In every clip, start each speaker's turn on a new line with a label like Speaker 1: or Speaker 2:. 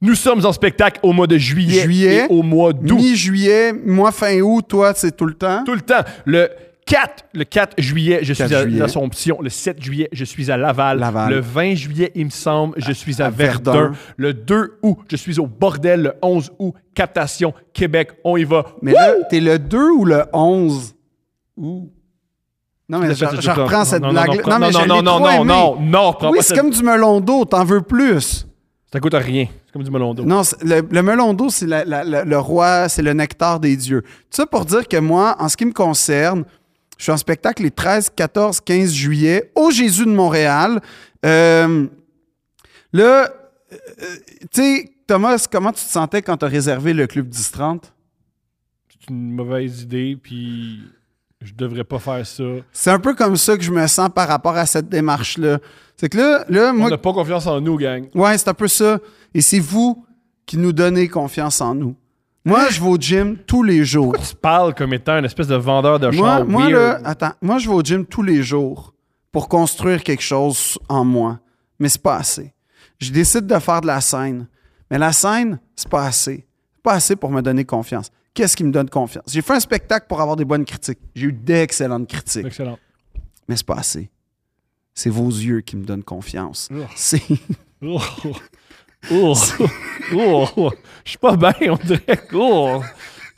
Speaker 1: Nous sommes en spectacle au mois de juillet,
Speaker 2: Juillet,
Speaker 1: et au mois d'août.
Speaker 2: Mi-juillet, moi fin août, toi, c'est tout le temps.
Speaker 1: Tout le temps. Le 4, le 4 juillet, je
Speaker 2: 4
Speaker 1: suis à
Speaker 2: juillet.
Speaker 1: l'Assomption. Le 7 juillet, je suis à Laval.
Speaker 2: Laval.
Speaker 1: Le 20 juillet, il me semble, je suis à,
Speaker 2: à
Speaker 1: Verdun.
Speaker 2: Verdun.
Speaker 1: Le 2 août, je suis au Bordel. Le 11 août, Captation, Québec, on y va.
Speaker 2: Mais là, t'es le 2 ou le 11? Non, mais
Speaker 1: J'ai
Speaker 2: je,
Speaker 1: fait ça
Speaker 2: je
Speaker 1: tout le
Speaker 2: reprends
Speaker 1: temps.
Speaker 2: cette
Speaker 1: Non, non,
Speaker 2: blague-là.
Speaker 1: non,
Speaker 2: mais
Speaker 1: non,
Speaker 2: je
Speaker 1: non,
Speaker 2: l'ai
Speaker 1: non,
Speaker 2: trop
Speaker 1: non,
Speaker 2: aimé.
Speaker 1: non, non, reprends
Speaker 2: Oui,
Speaker 1: pas
Speaker 2: c'est
Speaker 1: cette-
Speaker 2: comme du melon d'eau, t'en veux plus.
Speaker 1: Ça coûte rien. C'est comme du melon d'eau.
Speaker 2: Non, c'est- le, le melon d'eau, c'est la- la- la- le roi, c'est le nectar des dieux. Tout ça pour dire que moi, en ce qui me concerne, je suis en spectacle les 13, 14, 15 juillet au Jésus de Montréal. Euh, là, euh, tu sais, Thomas, comment tu te sentais quand t'as réservé le club 10-30?
Speaker 1: C'est une mauvaise idée, puis je devrais pas faire ça.
Speaker 2: C'est un peu comme ça que je me sens par rapport à cette démarche-là. C'est que là, là
Speaker 1: On
Speaker 2: moi,
Speaker 1: n'a pas confiance en nous, gang.
Speaker 2: ouais, c'est un peu ça. Et c'est vous qui nous donnez confiance en nous. Moi, je vais au gym tous les jours.
Speaker 1: Tu parles comme étant une espèce de vendeur de
Speaker 2: Moi,
Speaker 1: chars
Speaker 2: moi
Speaker 1: weird.
Speaker 2: là, attends, moi, je vais au gym tous les jours pour construire quelque chose en moi, mais c'est pas assez. Je décide de faire de la scène, mais la scène, c'est pas assez. C'est pas assez pour me donner confiance. Qu'est-ce qui me donne confiance? J'ai fait un spectacle pour avoir des bonnes critiques. J'ai eu d'excellentes critiques.
Speaker 1: Excellent.
Speaker 2: mais c'est pas assez. C'est vos yeux qui me donnent confiance.
Speaker 1: Ugh.
Speaker 2: C'est
Speaker 1: Oh. Oh. Oh. Je suis pas bien, on dirait. Oh.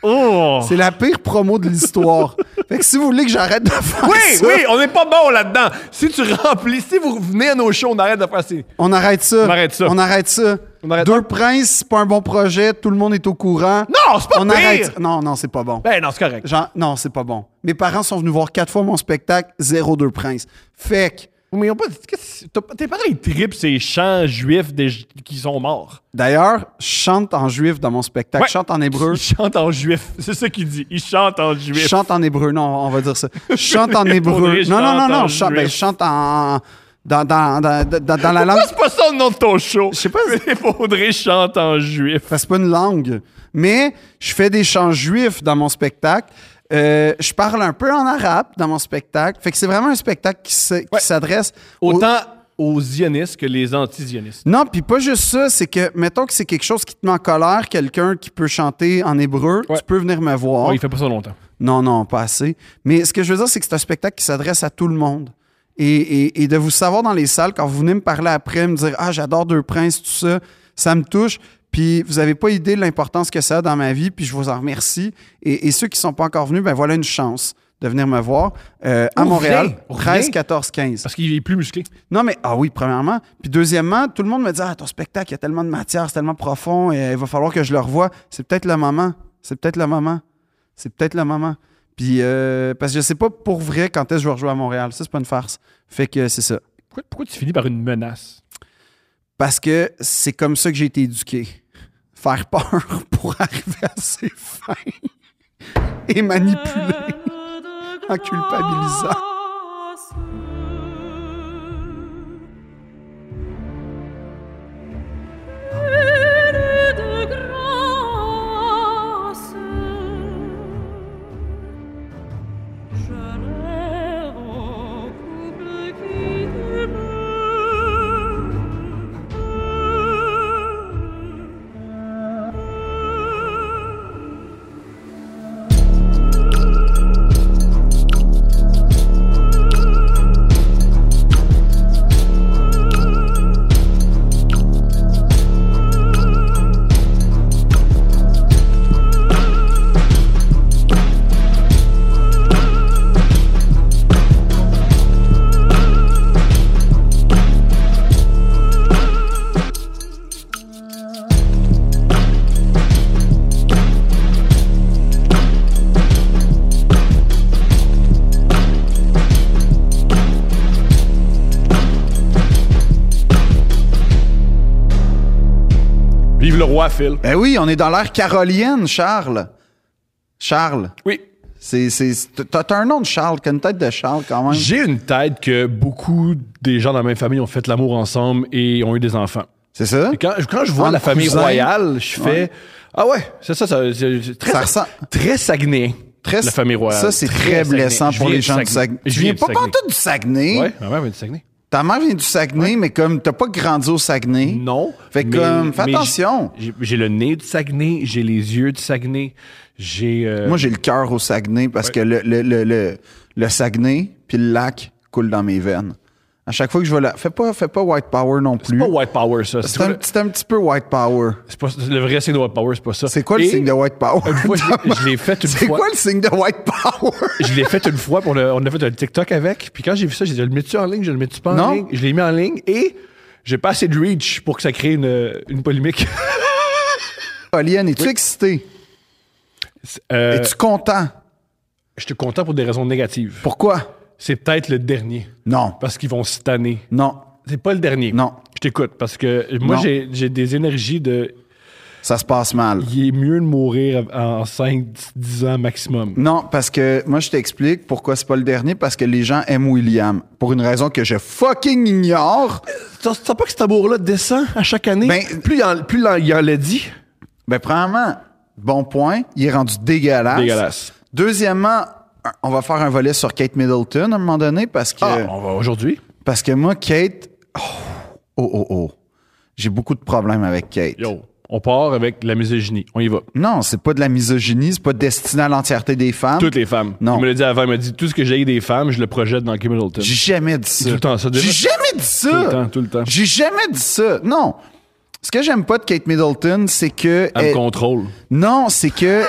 Speaker 1: Oh.
Speaker 2: c'est la pire promo de l'histoire. fait que si vous voulez que j'arrête de faire
Speaker 1: Oui,
Speaker 2: ça,
Speaker 1: oui, on n'est pas bon là-dedans. Si tu remplis, si vous venez à nos shows, on arrête de faire ces...
Speaker 2: on arrête ça.
Speaker 1: On arrête ça.
Speaker 2: On arrête ça.
Speaker 1: On arrête-
Speaker 2: Deux princes, c'est pas un bon projet, tout le monde est au courant.
Speaker 1: Non, c'est pas
Speaker 2: on
Speaker 1: pire!
Speaker 2: arrête. Non, non, c'est pas bon.
Speaker 1: Ben non, c'est correct.
Speaker 2: Genre, non, c'est pas bon. Mes parents sont venus voir quatre fois mon spectacle, zéro deux princes. Fait que
Speaker 1: Mais on pas... qu'est-ce que- t'as- Tes parents, ils trippent ces chants juifs des... qui sont morts.
Speaker 2: d'ailleurs, je chante en juif dans mon spectacle, je chante en hébreu.
Speaker 1: Ils chantent en juif. C'est ça qu'il dit. Ils chantent en
Speaker 2: Je
Speaker 1: juif.
Speaker 2: chante en hébreu, non, on va dire ça. Je chante en hébreu.
Speaker 1: Faudrait que
Speaker 2: Non, non, non,
Speaker 1: je chante en
Speaker 2: non, je chante, ben,
Speaker 1: juif.
Speaker 2: je chante en. Dans, dans, dans, dans- dans la langue.
Speaker 1: Pourquoi c'est pas ça le nom de ton show? Je
Speaker 2: sais pas.
Speaker 1: Faudrait chante en juif.
Speaker 2: Parce que c'est pas une langue. Mais je fais des chants juifs dans mon spectacle. Euh, je parle un peu en arabe dans mon spectacle. Fait que c'est vraiment un spectacle qui se- qui
Speaker 1: Ouais.
Speaker 2: s'adresse aux-
Speaker 1: Autant aux zionistes que les anti-zionistes.
Speaker 2: Non, puis pas juste ça, c'est que, mettons que c'est quelque chose qui te met en colère, quelqu'un qui peut chanter en hébreu,
Speaker 1: Ouais.
Speaker 2: tu peux venir me voir.
Speaker 1: Ouais, il fait pas ça longtemps.
Speaker 2: Non, non, pas assez. Mais ce que je veux dire, c'est que c'est un spectacle qui s'adresse à tout le monde. Et, et- et de vous savoir dans les salles, quand vous venez me parler après, me dire Ah, j'adore Deux Princes, tout ça, ça me touche. Puis vous n'avez pas idée de l'importance que ça a dans ma vie, puis je vous en remercie. Et, et ceux qui ne sont pas encore venus, ben voilà une chance de venir me voir euh, à
Speaker 1: Ou
Speaker 2: Montréal,
Speaker 1: viens, ou
Speaker 2: 13,
Speaker 1: viens.
Speaker 2: 14, 15.
Speaker 1: Parce qu'il est plus musclé.
Speaker 2: Non, mais, ah oui, premièrement. Puis deuxièmement, tout le monde me dit, ah, ton spectacle, il y a tellement de matière, c'est tellement profond, et euh, il va falloir que je le revoie. C'est peut-être le moment. C'est peut-être le moment. C'est peut-être le moment. Puis, euh, parce que je sais pas pour vrai quand est-ce que je vais rejouer à Montréal. Ça, c'est pas une farce. Fait que c'est ça.
Speaker 1: Pourquoi, pourquoi tu finis par une menace?
Speaker 2: Parce que c'est comme ça que j'ai été éduqué. Faire peur pour arriver à ses fins et manipuler en culpabilisant.
Speaker 1: Vive le roi, Phil.
Speaker 2: Ben oui, on est dans l'ère carolienne, Charles. Charles.
Speaker 1: Oui.
Speaker 2: C'est, c'est, c'est- t'as, t'as un nom de Charles, t'as une tête de Charles quand même.
Speaker 1: J'ai une tête que beaucoup des gens dans la même famille ont fait l'amour ensemble et ont eu des enfants.
Speaker 2: C'est ça?
Speaker 1: Et quand, quand je vois
Speaker 2: Entre
Speaker 1: la famille
Speaker 2: cousins.
Speaker 1: royale, je fais
Speaker 2: Ouais.
Speaker 1: Ah ouais, c'est ça, ça, c'est- c'est très,
Speaker 2: Ça ressemble-
Speaker 1: très sagnéen.
Speaker 2: Très-
Speaker 1: la famille royale.
Speaker 2: Ça, c'est très,
Speaker 1: Saguenay.
Speaker 2: blessant
Speaker 1: Je
Speaker 2: pour
Speaker 1: viens
Speaker 2: les
Speaker 1: du
Speaker 2: gens du
Speaker 1: Saguenay.
Speaker 2: Saguenay. Tu
Speaker 1: Je
Speaker 2: viens
Speaker 1: du
Speaker 2: pas
Speaker 1: Saguenay.
Speaker 2: pantoute du Saguenay.
Speaker 1: Ouais, ma mère vient du Saguenay.
Speaker 2: Ta mère vient du Saguenay, mais comme t'as pas grandi au Saguenay.
Speaker 1: Non.
Speaker 2: Fait que,
Speaker 1: mais-
Speaker 2: comme, fais
Speaker 1: mais
Speaker 2: attention.
Speaker 1: j'ai- J'ai le nez du Saguenay, j'ai les yeux du Saguenay, j'ai. euh,
Speaker 2: Moi, j'ai le cœur au Saguenay parce que le, le, le, le, le Saguenay puis le lac coulent dans mes veines. À chaque fois que je vais là, fais pas, fais pas white power non
Speaker 1: c'est
Speaker 2: plus.
Speaker 1: pas White Power, ça.
Speaker 2: C'est un,
Speaker 1: pas-
Speaker 2: petit- c'est un petit peu white power.
Speaker 1: c'est pas- le vrai signe de White Power, c'est pas ça.
Speaker 2: C'est quoi le
Speaker 1: Et
Speaker 2: signe de white power?
Speaker 1: Une fois, je l'ai- je l'ai fait une
Speaker 2: C'est
Speaker 1: fois.
Speaker 2: quoi le signe de white power?
Speaker 1: Je l'ai fait une fois pour le. On a fait un TikTok avec. Puis quand j'ai vu ça, j'ai dit, je le mets-tu en ligne, je le mets-tu pas en
Speaker 2: Non.
Speaker 1: ligne? Je l'ai mis en ligne et j'ai pas assez de reach pour que ça crée une, une polémique.
Speaker 2: Oliane, es-tu excité?
Speaker 1: Euh,
Speaker 2: Es-tu content?
Speaker 1: je suis content pour des raisons négatives.
Speaker 2: Pourquoi?
Speaker 1: C'est peut-être le dernier.
Speaker 2: Non.
Speaker 1: Parce qu'ils vont se tanner.
Speaker 2: Non.
Speaker 1: C'est pas le dernier.
Speaker 2: Non.
Speaker 1: Je t'écoute parce que moi,
Speaker 2: Non.
Speaker 1: j'ai j'ai des énergies de.
Speaker 2: Ça se passe mal.
Speaker 1: Il est mieux de mourir en 5-10 ans maximum.
Speaker 2: Non, parce que moi, je t'explique pourquoi c'est pas le dernier, parce que les gens aiment William. Pour une raison que je fucking ignore.
Speaker 1: Tu sens pas que cet amour-là descend à chaque année?
Speaker 2: Ben-
Speaker 1: plus il en, plus il en- il en l'a dit.
Speaker 2: Ben, premièrement, bon point. Il est rendu dégueulasse.
Speaker 1: Dégueulasse.
Speaker 2: Deuxièmement, on va faire un volet sur Kate Middleton à un moment donné parce que,
Speaker 1: Ah, on va aujourd'hui.
Speaker 2: parce que moi, Kate, oh, oh, oh, oh. j'ai beaucoup de problèmes avec Kate.
Speaker 1: Yo, on part avec la misogynie. On y va.
Speaker 2: Non, c'est pas de la misogynie, c'est pas destiné à l'entièreté des femmes.
Speaker 1: Toutes les femmes.
Speaker 2: Non.
Speaker 1: Il me l'a dit avant, il m'a dit tout ce que j'ai des femmes, je le projette dans Kim Middleton.
Speaker 2: J'ai jamais dit ça.
Speaker 1: Tout le temps, ça, déjà.
Speaker 2: J'ai jamais dit ça.
Speaker 1: Tout le temps, tout le temps.
Speaker 2: J'ai jamais dit ça. Non. Ce que j'aime pas de Kate Middleton, c'est que
Speaker 1: Elle me
Speaker 2: elle-
Speaker 1: contrôle.
Speaker 2: non, c'est que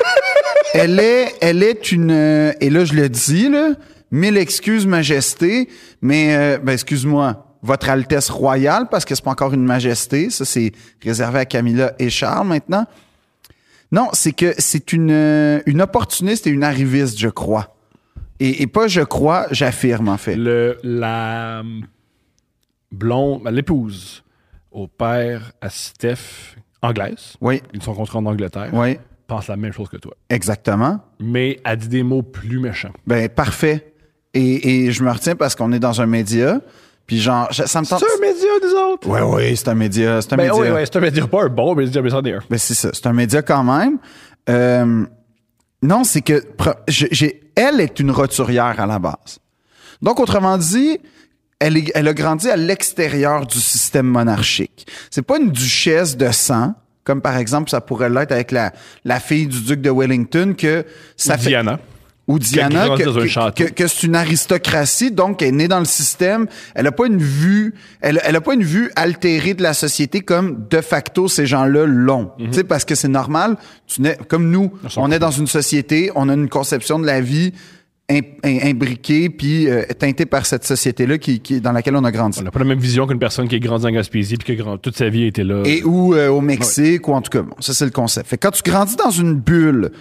Speaker 2: elle est, elle est une euh, et là je le dis là, mille excuses majesté, mais euh, ben excuse-moi, votre Altesse royale parce que c'est pas encore une majesté, ça c'est réservé à Camilla et Charles maintenant. Non, c'est que c'est une euh, une opportuniste et une arriviste, je crois. Et, et pas je crois, j'affirme en fait.
Speaker 1: Le, la hum, blonde, ben, l'épouse au père à Steph, anglaise.
Speaker 2: Oui,
Speaker 1: Ils sont rencontrés en Angleterre.
Speaker 2: oui,
Speaker 1: Pense la même chose que toi.
Speaker 2: exactement.
Speaker 1: Mais elle dit des mots plus méchants.
Speaker 2: Ben parfait. Et, et je me retiens parce qu'on est dans un média. Puis genre, je- ça me tente.
Speaker 1: média, des autres?
Speaker 2: Ouais, ouais, c'est un média. C'est un
Speaker 1: Ah. Ben
Speaker 2: média.
Speaker 1: oui, ouais, c'est un média, pas un bon média, mais c'en est un.
Speaker 2: Ben, c'est ça. C'est un média quand même. Euh, non, c'est que pro- je- j'ai- elle est une roturière à la base. Donc, autrement dit, elle, est- elle a grandi à l'extérieur du système monarchique. C'est pas une duchesse de sang, comme par exemple ça pourrait l'être avec la, la fille du duc de Wellington que ça fait-
Speaker 1: Diana.
Speaker 2: ou Diana,
Speaker 1: grandi
Speaker 2: que,
Speaker 1: dans un
Speaker 2: que-
Speaker 1: château.
Speaker 2: que- que c'est une aristocratie, donc elle est née dans le système, elle n'a pas une vue, elle, elle a pas une vue altérée de la société comme de facto ces gens-là l'ont. Tu sais, parce que c'est normal, tu n'es, comme nous,
Speaker 1: Mhm. sont
Speaker 2: on est dans une société, on a une conception de la vie im- im- imbriquée puis euh, teintée par cette société-là qui, qui- dans laquelle on a grandi.
Speaker 1: On n'a pas la même vision qu'une personne qui est grandie en Gaspésie puis qui a grand- toute sa vie était là.
Speaker 2: Et ou euh, au Mexique, ou en tout cas, bon, ça c'est le concept. Fait que quand tu grandis dans une bulle,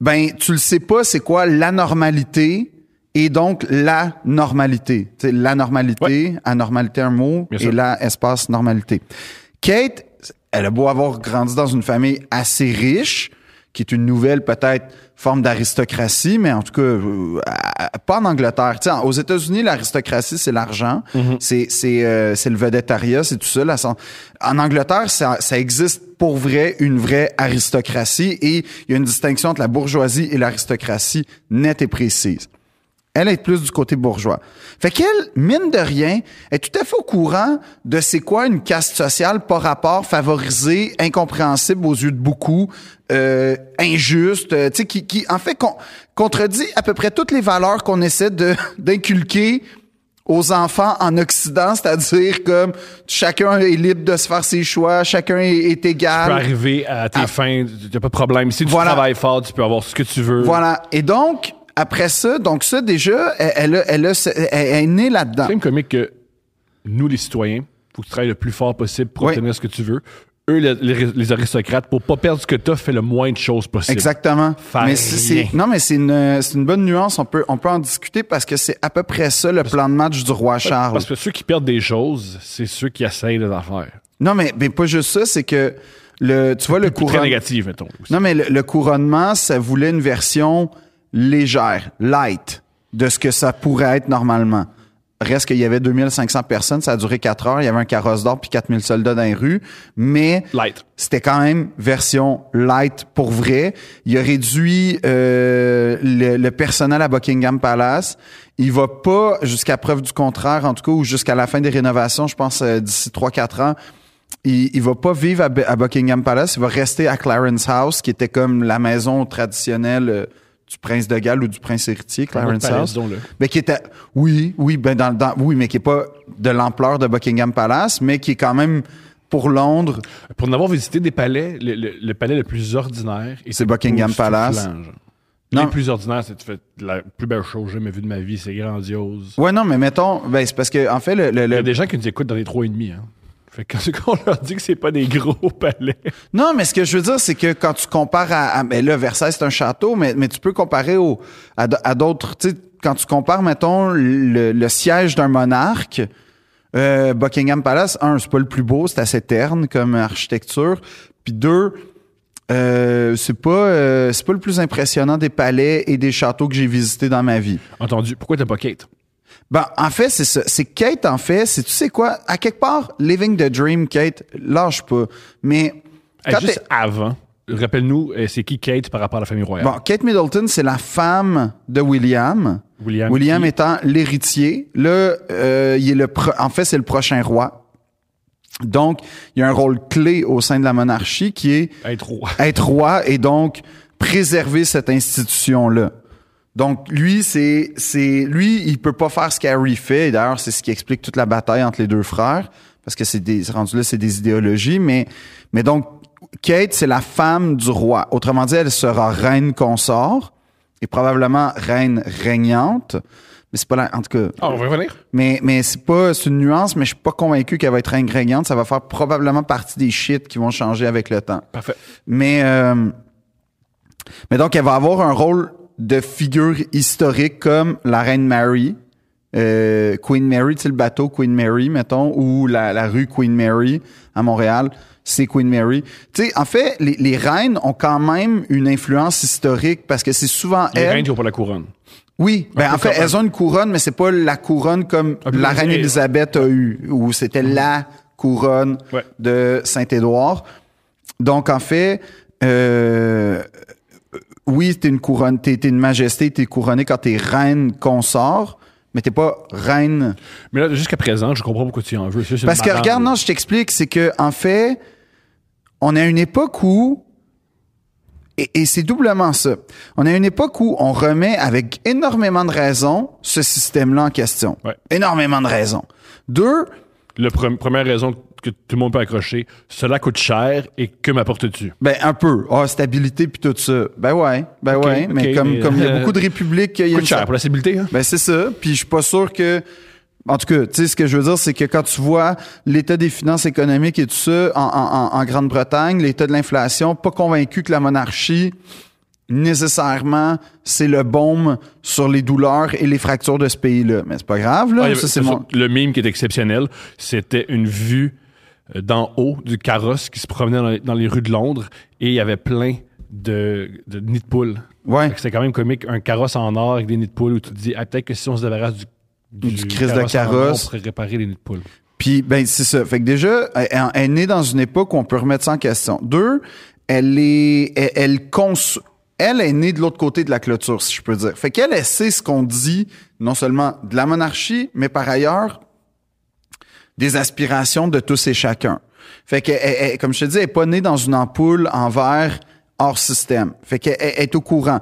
Speaker 2: ben tu le sais pas c'est quoi la normalité et donc la normalité. Tu sais, la normalité, anormalité un mot,
Speaker 1: Bien
Speaker 2: et
Speaker 1: sûr.
Speaker 2: la espace normalité. Kate, elle a beau avoir grandi dans une famille assez riche, qui est une nouvelle peut-être forme d'aristocratie, mais en tout cas, euh, à- à- pas en Angleterre. Tu sais, en- aux États-Unis, l'aristocratie, c'est l'argent, c'est c'est euh, c'est le vedettariat, c'est tout ça. la san- en Angleterre, ça, ça existe pour vrai une vraie aristocratie et il y a une distinction entre la bourgeoisie et l'aristocratie nette et précise. Elle est plus du côté bourgeois. Fait qu'elle, mine de rien, est tout à fait au courant de c'est quoi une caste sociale par rapport favorisée, incompréhensible aux yeux de beaucoup, euh, injuste, euh, tu sais, qui, qui, en fait, con- contredit à peu près toutes les valeurs qu'on essaie de, d'inculquer aux enfants en Occident, c'est-à-dire comme chacun est libre de se faire ses choix, chacun est, est
Speaker 1: tu peux
Speaker 2: égal.
Speaker 1: arriver à tes fins, y a pas de problème. Si tu
Speaker 2: Voilà.
Speaker 1: travailles fort, tu peux avoir ce que tu veux.
Speaker 2: Voilà. Et donc, après ça, donc ça, déjà, elle, elle, a- elle, a ce- elle- elle est née là-dedans.
Speaker 1: C'est même comique que nous, les citoyens, faut que tu travailles le plus fort possible pour
Speaker 2: Oui.
Speaker 1: obtenir ce que tu veux. Eux, les, les- les aristocrates, pour pas perdre ce que t'as, fais le moins de choses possible.
Speaker 2: Exactement.
Speaker 1: Faire
Speaker 2: mais c'est,
Speaker 1: rien.
Speaker 2: c'est- non, mais c'est une, c'est une bonne nuance. On peut, on peut en discuter parce que c'est à peu près ça le plan de match du roi Charles.
Speaker 1: Parce que ceux qui perdent des choses, c'est ceux qui essayent de les faire.
Speaker 2: Non, mais, mais pas juste ça, c'est que le, tu vois, le
Speaker 1: Très
Speaker 2: couronnement.
Speaker 1: négatif, mettons. aussi.
Speaker 2: Non, mais le, le couronnement, ça voulait une version légère, light, de ce que ça pourrait être normalement. Reste qu'il y avait 2500 personnes, ça a duré 4 heures, il y avait un carrosse d'or puis 4000 soldats dans les rues, mais
Speaker 1: Light.
Speaker 2: c'était quand même version light pour vrai. Il a réduit euh, le, le personnel à Buckingham Palace. Il va pas jusqu'à preuve du contraire, en tout cas, ou jusqu'à la fin des rénovations, je pense euh, d'ici 3-4 ans. Il, il va pas vivre à, Bu- à Buckingham Palace, il va rester à Clarence House, qui était comme la maison traditionnelle euh, du prince de Galles ou du prince héritier,
Speaker 1: Un
Speaker 2: Clarence
Speaker 1: autre palais,
Speaker 2: House.
Speaker 1: disons-le.
Speaker 2: Ben, qui était, oui, oui, ben, dans, dans- oui, mais qui est pas de l'ampleur de Buckingham Palace, mais qui est quand même pour Londres.
Speaker 1: Pour en avoir visité des palais, le, le- le palais le plus ordinaire. était
Speaker 2: C'est Buckingham
Speaker 1: époustouflant,
Speaker 2: Palace.
Speaker 1: genre.
Speaker 2: Non.
Speaker 1: Le plus ordinaire, c'est tu fais la plus belle chose que j'ai jamais vue de ma vie. C'est grandiose.
Speaker 2: Ouais, non, mais mettons, ben, c'est parce que, en fait, le, le-
Speaker 1: Il y
Speaker 2: le-
Speaker 1: a des gens qui nous écoutent dans les trois et demi. Hein. Fait que quand on leur dit que c'est pas des gros palais.
Speaker 2: non, mais ce que je veux dire, c'est que quand tu compares à, à- ben là, Versailles, c'est un château, mais, mais tu peux comparer au, à, d- à d'autres, tu sais, quand tu compares, mettons, le, le siège d'un monarque, euh, Buckingham Palace, un, c'est pas le plus beau, c'est assez terne comme architecture, puis deux, euh, c'est pas, euh, c'est pas le plus impressionnant des palais et des châteaux que j'ai visités dans ma vie.
Speaker 1: Entendu. Pourquoi t'as pas Kate?
Speaker 2: Ben, en fait, c'est ça. C'est Kate, en fait, c'est tu sais quoi? À quelque part, Living the Dream, Kate, lâche pas. Mais.
Speaker 1: Hey,
Speaker 2: quand
Speaker 1: juste
Speaker 2: t'es-
Speaker 1: avant, rappelle-nous, euh, c'est qui Kate par rapport à la famille royale?
Speaker 2: Bon, Kate Middleton, c'est la femme de William.
Speaker 1: William qui-
Speaker 2: étant l'héritier. Là, euh, il est le pro- en fait, c'est le prochain roi. Donc, il y a un rôle clé au sein de la monarchie qui est
Speaker 1: Être roi.
Speaker 2: être roi et donc préserver cette institution-là. Donc lui, c'est c'est lui, il peut pas faire ce qu'Harry fait. Et D'ailleurs, c'est ce qui explique toute la bataille entre les deux frères parce que c'est des rendu là, c'est des idéologies. Mais mais donc Kate, c'est la femme du roi. Autrement dit, elle sera reine consort et probablement reine régnante. Mais c'est pas la, en tout cas.
Speaker 1: Ah, on va revenir?
Speaker 2: Mais, mais c'est pas, c'est une nuance, mais je suis pas convaincu qu'elle va être ingrédiente. Ça va faire probablement partie des shit qui vont changer avec le temps.
Speaker 1: Parfait.
Speaker 2: Mais, euh, mais donc, elle va avoir un rôle de figure historique comme la reine Mary, euh, Queen Mary, tu sais, le bateau Queen Mary, mettons, ou la, la rue Queen Mary à Montréal, c'est Queen Mary. Tu sais, en fait, les, les reines ont quand même une influence historique parce que c'est souvent
Speaker 1: Les
Speaker 2: elles.
Speaker 1: reines qui ont pas la couronne.
Speaker 2: Oui, ben
Speaker 1: peu
Speaker 2: en fait,
Speaker 1: comme-
Speaker 2: elles ont une couronne, mais c'est pas la couronne comme
Speaker 1: Un peu
Speaker 2: la
Speaker 1: comme-
Speaker 2: reine
Speaker 1: eh,
Speaker 2: Élisabeth a eu, où c'était la couronne
Speaker 1: Ouais.
Speaker 2: de Saint-Édouard. Donc en fait, euh, oui, t'es une couronne, t'es t'es une majesté, t'es couronnée quand t'es reine consort, mais t'es pas reine.
Speaker 1: Mais là, jusqu'à présent, je comprends pourquoi tu en veux. C'est juste une
Speaker 2: Parce que
Speaker 1: madame.
Speaker 2: regarde, non, je t'explique, c'est que en fait, on est à une époque où et, et c'est doublement ça. On est à une époque où on remet avec énormément de raisons ce système-là en question.
Speaker 1: Ouais.
Speaker 2: Énormément de raisons. Deux,
Speaker 1: La première raison que tout le monde peut accrocher, cela coûte cher et que m'apportes-tu?
Speaker 2: ben un peu. Ah, stabilité puis tout ça. Ben ouais, ben
Speaker 1: Ok,
Speaker 2: ouais. Mais
Speaker 1: ok,
Speaker 2: comme
Speaker 1: mais-
Speaker 2: comme il y a beaucoup de républiques, il y a
Speaker 1: Coûte
Speaker 2: une-
Speaker 1: cher pour la stabilité, hein?
Speaker 2: Ben c'est ça. Puis je suis pas sûr que. En tout cas, tu sais, ce que je veux dire, c'est que quand tu vois l'état des finances économiques et tout ça en, en- en- en Grande-Bretagne, l'état de l'inflation, pas convaincu que la monarchie, nécessairement, c'est le baume sur les douleurs et les fractures de ce pays-là. Mais c'est pas grave, là.
Speaker 1: Ah, il y avait-
Speaker 2: ça, c'est
Speaker 1: ça,
Speaker 2: mon...
Speaker 1: Le mime qui est exceptionnel, c'était une vue euh, d'en haut du carrosse qui se promenait dans les, dans les rues de Londres et il y avait plein de, de nids de poules.
Speaker 2: Ouais.
Speaker 1: Fait que C'était quand même comique, un carrosse en or avec des nids de poules où tu te dis, ah, peut-être que si on se débarrasse du,
Speaker 2: Du crise de
Speaker 1: en or,
Speaker 2: carrosse.
Speaker 1: on pourrait réparer les nids de poules.
Speaker 2: Puis, ben, c'est ça. Fait que déjà, elle, elle- elle est née dans une époque où on peut remettre ça en question. Deux, elle est, elle, elle conço- elle est née de l'autre côté de la clôture, si je peux dire. Fait qu'elle, elle sait ce qu'on dit, non seulement de la monarchie, mais par ailleurs, des aspirations de tous et chacun. Fait que, elle- elle- comme je te dis, elle est pas née dans une ampoule en verre hors système. Fait qu'elle elle- elle est au courant.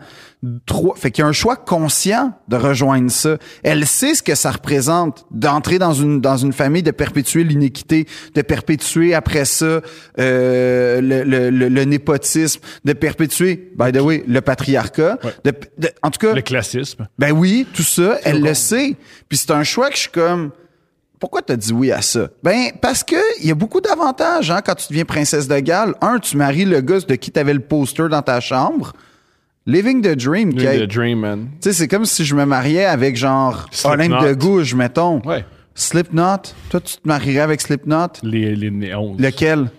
Speaker 2: Trois, fait qu'il y a un choix conscient de rejoindre ça. Elle sait ce que ça représente d'entrer dans une dans une famille, de perpétuer l'iniquité, de perpétuer après ça euh, le, le, le- le népotisme, de perpétuer, by the way, le patriarcat. De- de- en tout cas,
Speaker 1: Le classisme.
Speaker 2: ben oui, tout ça, elle le sait. Puis c'est un choix que je suis comme. Pourquoi t'as dit oui à ça? Ben, parce que il y a beaucoup d'avantages, hein, quand tu deviens princesse de Galles. Un, tu maries le gosse de qui t'avais le poster dans ta chambre. Living the dream,
Speaker 1: Dream
Speaker 2: Kate.
Speaker 1: the Dream, man.
Speaker 2: Tu sais, c'est comme si je me mariais avec genre
Speaker 1: Slipknot.
Speaker 2: Olympe de Gouges, mettons.
Speaker 1: Ouais.
Speaker 2: Slipknot. Toi, tu te marierais avec Slipknot.
Speaker 1: Les, les néons.
Speaker 2: Lequel?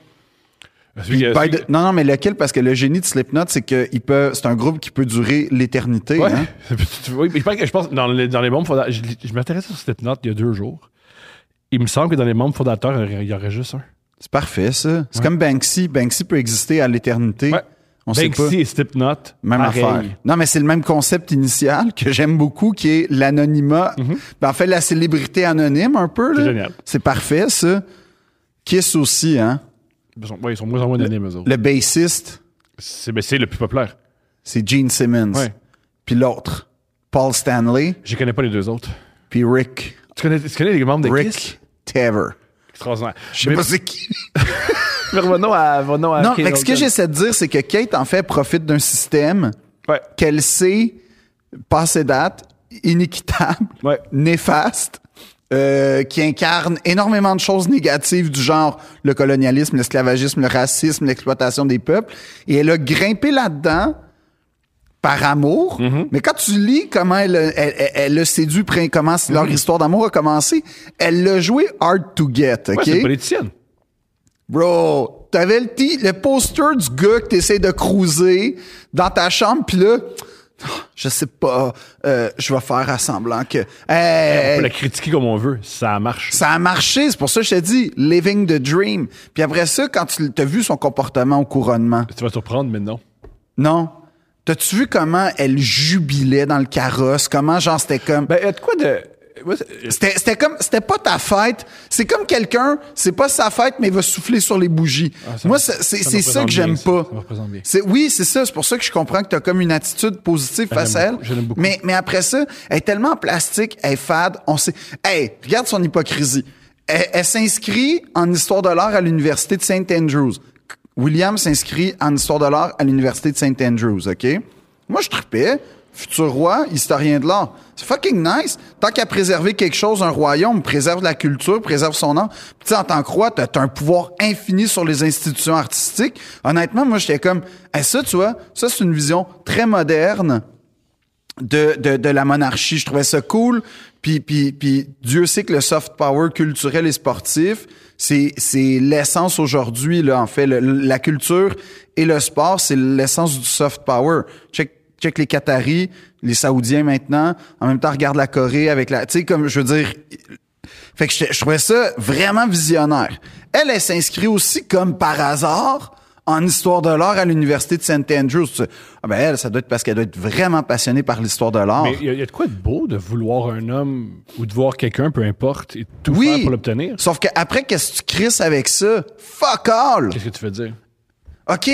Speaker 1: Celui
Speaker 2: Puis
Speaker 1: qui-
Speaker 2: by
Speaker 1: celui-
Speaker 2: the- Non, non, mais lequel? Parce que le génie de Slipknot, c'est que il peut- c'est un groupe qui peut durer l'éternité.
Speaker 1: Ouais.
Speaker 2: hein.
Speaker 1: Tu vois, mais je pense que je pense dans les, dans les membres fondateurs, je, je m'intéressais sur cette note il y a deux jours. Il me semble que dans les membres fondateurs, il y aurait- il y aurait juste un.
Speaker 2: C'est parfait, ça. C'est comme Banksy. Banksy peut exister à l'éternité.
Speaker 1: Ouais.
Speaker 2: On sait pas.
Speaker 1: Banksy et Ben Slipknot,
Speaker 2: Même
Speaker 1: pareil.
Speaker 2: affaire. Non, mais c'est le même concept initial que j'aime beaucoup, qui est l'anonymat. Ben, en fait, la célébrité anonyme, un peu. là.
Speaker 1: Mhm. C'est génial.
Speaker 2: C'est parfait, ça. Kiss aussi, hein.
Speaker 1: Ils sont, ouais, ils sont moins en moins d'années, eux autres.
Speaker 2: Le bassiste,
Speaker 1: C'est ben, c'est le plus populaire.
Speaker 2: c'est Gene Simmons.
Speaker 1: Ouais.
Speaker 2: Puis l'autre, Paul Stanley,
Speaker 1: Je connais pas les deux autres.
Speaker 2: puis Rick.
Speaker 1: Tu connais, tu connais les membres de Kiss?
Speaker 2: Rick Taver.
Speaker 1: Extraordinaire.
Speaker 2: Je sais
Speaker 1: Mais- Ah,
Speaker 2: pas c'est qui.
Speaker 1: mais revenons à, revenons à
Speaker 2: Non,
Speaker 1: Kate
Speaker 2: mais ce que
Speaker 1: Upton.
Speaker 2: j'essaie de dire, c'est que Kate, en fait, profite d'un système
Speaker 1: Ouais.
Speaker 2: qu'elle sait passer date, inéquitable,
Speaker 1: Ouais.
Speaker 2: néfaste, euh, qui incarne énormément de choses négatives du genre le colonialisme, l'esclavagisme, le racisme, l'exploitation des peuples. Et elle a grimpé là-dedans par amour.
Speaker 1: Mm-hmm.
Speaker 2: Mais quand tu lis comment elle, a- elle, elle- elle a séduit, prin- comment leur
Speaker 1: Mm-hmm.
Speaker 2: histoire d'amour a commencé, elle l'a joué hard to get.
Speaker 1: Ouais,
Speaker 2: OK?
Speaker 1: C'est une politicienne.
Speaker 2: Bro, t'avais le, ti- le poster du gars que t'essayes de cruiser dans ta chambre, puis là, je sais pas, euh, je vais faire à semblant que...
Speaker 1: On peut
Speaker 2: Hey,
Speaker 1: la critiquer comme on veut. Ça marche.
Speaker 2: ça a marché, c'est pour ça que je te dis, living the dream. Puis après ça, quand tu t'as vu son comportement au couronnement,
Speaker 1: Tu vas te surprendre, mais non.
Speaker 2: non? T'as-tu vu comment elle jubilait dans le carrosse? Comment, genre, c'était comme...
Speaker 1: Ben, de quoi de. Euh,
Speaker 2: C'était, c'était comme, c'était pas ta fête. C'est comme quelqu'un, c'est pas sa fête, mais il va souffler sur les bougies.
Speaker 1: Ah, ça
Speaker 2: Moi,
Speaker 1: me-
Speaker 2: c'est,
Speaker 1: ça
Speaker 2: c'est,
Speaker 1: me
Speaker 2: c'est ça
Speaker 1: représente
Speaker 2: que j'aime
Speaker 1: bien, ça.
Speaker 2: pas.
Speaker 1: Ça me représente bien.
Speaker 2: C'est, oui, c'est ça. C'est pour ça que je comprends que t'as comme une attitude positive face à
Speaker 1: Ben, j'aime
Speaker 2: elle.
Speaker 1: beaucoup, je l'aime beaucoup.
Speaker 2: Mais, mais après ça, elle est tellement en plastique, elle est fade. On sait, hey, regarde son hypocrisie. Elle, elle s'inscrit en histoire de l'art à l'université de St. Andrews. William s'inscrit en histoire de l'art à l'université de St. Andrews, OK? Moi, je tripais. Futur roi, historien de l'art. C'est fucking nice. Tant qu'à préserver quelque chose, un royaume, préserve la culture, préserve son art. Puis, tu sais, en tant que roi, t'as t'as un pouvoir infini sur les institutions artistiques. Honnêtement, moi, j'étais comme, hey, ça, tu vois, ça, c'est une vision très moderne de, de, de la monarchie. Je trouvais ça cool. Puis, puis, puis Dieu sait que le soft power culturel et sportif, c'est, c'est l'essence aujourd'hui, là, en fait. Le- la culture et le sport, c'est l'essence du soft power. Check, check les Qataris, les Saoudiens maintenant. En même temps, regarde la Corée avec la... Tu sais, comme, je veux dire... Fait que je, je trouvais ça vraiment visionnaire. Elle, elle s'inscrit aussi comme par hasard en histoire de l'art à l'université de St. Andrews. Tu- Ah ben elle, ça doit être parce qu'elle doit être vraiment passionnée par l'histoire de l'art.
Speaker 1: Mais il y, a- il y a de quoi de beau de vouloir un homme ou de voir quelqu'un, peu importe, et tout faire pour l'obtenir.
Speaker 2: Sauf qu'après, qu'est-ce que tu crisses avec ça? Fuck all!
Speaker 1: Qu'est-ce que tu veux dire?
Speaker 2: OK,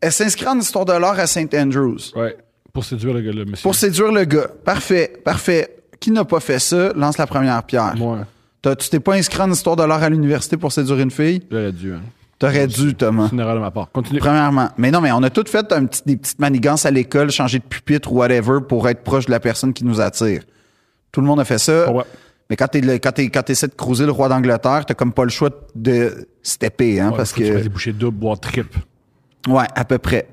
Speaker 2: elle s'inscrit en histoire de l'art à St. Andrews
Speaker 1: Ouais. Pour séduire le, gars, le monsieur.
Speaker 2: pour séduire le gars. Parfait, parfait. Qui n'a pas fait ça? Lance la première pierre.
Speaker 1: Moi,
Speaker 2: T'as- Tu t'es pas inscrit en histoire de l'art à l'université pour séduire une fille?
Speaker 1: j'aurais dû. Hein.
Speaker 2: T'aurais dû, Thomas.
Speaker 1: C'est une erreur de ma part. Continue.
Speaker 2: Premièrement. Mais non, mais on a toutes fait un petit- des petites manigances à l'école, changer de pupitre ou whatever pour être proche de la personne qui nous attire. Tout le monde a fait ça.
Speaker 1: Ah Ouais.
Speaker 2: Mais quand t'es le- quand t'es- quand t'essaies de cruiser le roi d'Angleterre, t'as comme pas le choix de stepper, hein,
Speaker 1: Ouais,
Speaker 2: parce
Speaker 1: faut Tu fasses
Speaker 2: que.
Speaker 1: des bouchées doubles, boire triple.
Speaker 2: Ouais, à peu près.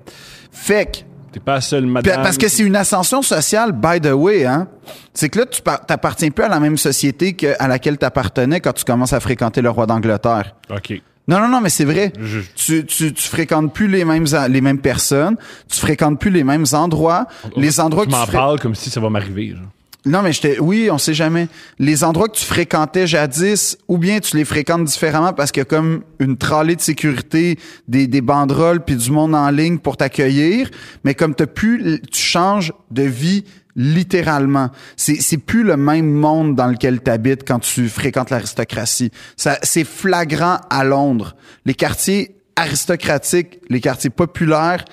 Speaker 2: Fait que.
Speaker 1: T'es pas la seule
Speaker 2: Puis,
Speaker 1: madame.
Speaker 2: parce que c'est une ascension sociale, by the way, hein. C'est que là, tu par- t'appartiens plus à la même société que à laquelle t'appartenais quand tu commences à fréquenter le roi d'Angleterre.
Speaker 1: OK.
Speaker 2: Non, non, non, mais c'est vrai.
Speaker 1: Je-
Speaker 2: Tu, tu, tu fréquentes plus les mêmes, en- les mêmes personnes, tu fréquentes plus les mêmes endroits, les endroits
Speaker 1: oh, tu
Speaker 2: que tu
Speaker 1: m'en
Speaker 2: fré-
Speaker 1: parles comme si ça va m'arriver. genre.
Speaker 2: Non, mais j'étais, oui, on sait jamais. Les endroits que tu fréquentais jadis, ou bien tu les fréquentes différemment parce qu'il y a comme une trallée de sécurité, des, des banderoles puis du monde en ligne pour t'accueillir, mais comme t'as plus, tu changes de vie littéralement. C'est, c'est plus le même monde dans lequel t'habites quand tu fréquentes l'aristocratie. Ça, c'est flagrant à Londres. Les quartiers aristocratiques, les quartiers populaires,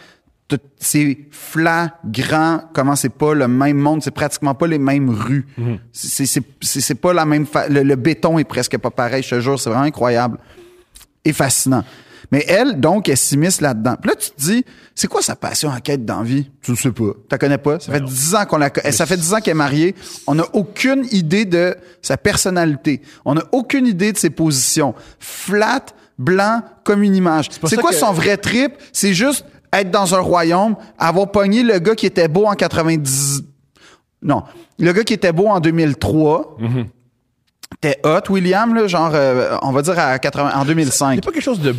Speaker 2: tout- c'est flagrant comment c'est pas le même monde, c'est pratiquement pas les mêmes rues. C'est- C'est c'est- c'est pas la même fa- le, le béton est presque pas pareil, je te jure, c'est vraiment incroyable et fascinant. Mais elle, donc, elle s'immisce là-dedans. Puis là, tu te dis, c'est quoi sa passion en quête d'envie? Tu le sais pas. Tu la connais pas? Ça fait dix ans qu'on la connaît. Ça fait dix ans qu'elle est mariée. On n'a aucune idée de sa personnalité. On n'a aucune idée de ses positions. Flat, blanc, comme une image. C'est
Speaker 1: ça
Speaker 2: quoi
Speaker 1: que-
Speaker 2: son vrai trip? C'est juste être dans un royaume, avoir pogné le gars qui était beau en 90... Non. Le gars qui était beau en 2003... T'es hot, William, là, genre, euh, on va dire à 80, en
Speaker 1: Il n'y
Speaker 2: 2005.
Speaker 1: a pas quelque chose de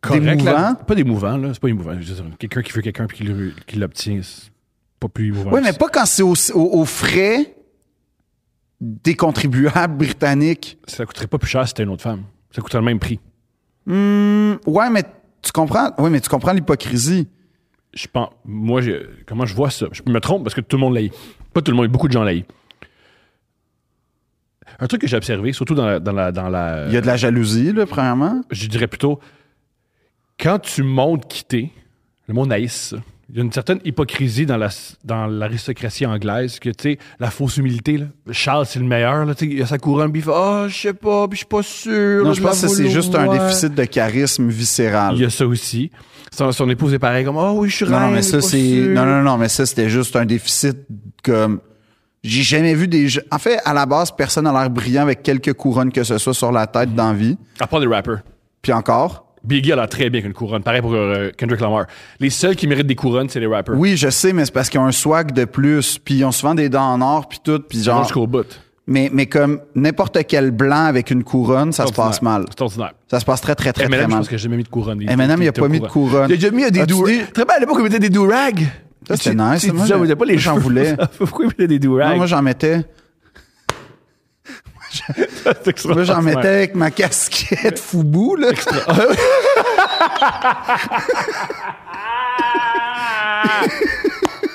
Speaker 1: correct. là.
Speaker 2: D'émouvant.
Speaker 1: Pas d'émouvant, là. C'est pas émouvant. Je veux dire, Quelqu'un qui veut quelqu'un puis qui le- qui l'obtient, c'est pas plus émouvant.
Speaker 2: Oui,
Speaker 1: que
Speaker 2: mais
Speaker 1: ça.
Speaker 2: pas quand c'est au, au- aux frais des contribuables britanniques.
Speaker 1: Ça coûterait pas plus cher si c'était une autre femme. Ça coûterait le même prix.
Speaker 2: Hmm, ouais, mais tu comprends. Oui, mais tu comprends l'hypocrisie.
Speaker 1: Je pense. Moi, je- comment je vois ça? Je me trompe parce que tout le monde l'aïe. Pas tout le monde, beaucoup de gens l'aïe. Un truc que j'ai observé, surtout dans la- dans la, dans la
Speaker 2: Il y a de la jalousie, là, premièrement.
Speaker 1: je dirais plutôt, quand tu montes quitter, le monde haïsse ça. Il y a une certaine hypocrisie dans la dans l'aristocratie anglaise que, tu sais, la fausse humilité, là. Charles, c'est le meilleur, là, tu sais, il a sa couronne, puis il fait « Ah, je sais pas, puis je suis pas sûr. »
Speaker 2: Non, je
Speaker 1: la
Speaker 2: pense que c'est
Speaker 1: vouloir.
Speaker 2: juste un déficit de charisme viscéral.
Speaker 1: Il y a ça aussi. Son, son épouse est pareil, comme « Ah oui, je suis
Speaker 2: Non,
Speaker 1: reine,
Speaker 2: non, mais ça,
Speaker 1: pas
Speaker 2: c'est.
Speaker 1: sûr.
Speaker 2: Non, non, non, mais ça, c'était juste un déficit comme. J'ai jamais vu des. gens- En fait, à la base, personne n'a l'air brillant avec quelques couronnes que ce soit sur la tête dans vie.
Speaker 1: À part les rappers.
Speaker 2: Puis encore.
Speaker 1: Biggie elle a l'air très bien qu'une couronne. Pareil pour euh, Kendrick Lamar. Les seuls qui méritent des couronnes, c'est les rappers.
Speaker 2: Oui, je sais, mais c'est parce qu'ils ont un swag de plus. Puis ils ont souvent des dents en or, puis tout. Puis
Speaker 1: Ils vont
Speaker 2: genre.
Speaker 1: jusqu'au bout.
Speaker 2: Mais, mais comme n'importe quel blanc avec une couronne, ça se passe mal.
Speaker 1: C'est ordinaire.
Speaker 2: Ça se passe très, très, très, très
Speaker 1: Eminem, je
Speaker 2: mal.
Speaker 1: pense que j'ai jamais mis de couronne.
Speaker 2: Eminem, il a
Speaker 1: était
Speaker 2: pas
Speaker 1: au
Speaker 2: mis de couronne.
Speaker 1: Il a déjà mis des
Speaker 2: As-tu
Speaker 1: do-rags.
Speaker 2: dit-
Speaker 1: Très bien, à l'époque, il mettait des do-rags.
Speaker 2: Ça, c'était
Speaker 1: Tu-
Speaker 2: nice.
Speaker 1: tu
Speaker 2: Moi,
Speaker 1: disais,
Speaker 2: j'ai-
Speaker 1: on n'a pas les
Speaker 2: moi, j'en
Speaker 1: cheveux.
Speaker 2: voulais.
Speaker 1: Pourquoi il mettait des
Speaker 2: Non,
Speaker 1: do-rags?
Speaker 2: moi, j'en mettais.
Speaker 1: C'est
Speaker 2: Moi, j'en
Speaker 1: extraordinaire.
Speaker 2: mettais avec ma casquette Foubou, là.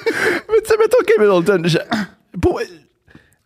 Speaker 1: Mais tu sais, mettons Kim Middleton. je- Pour...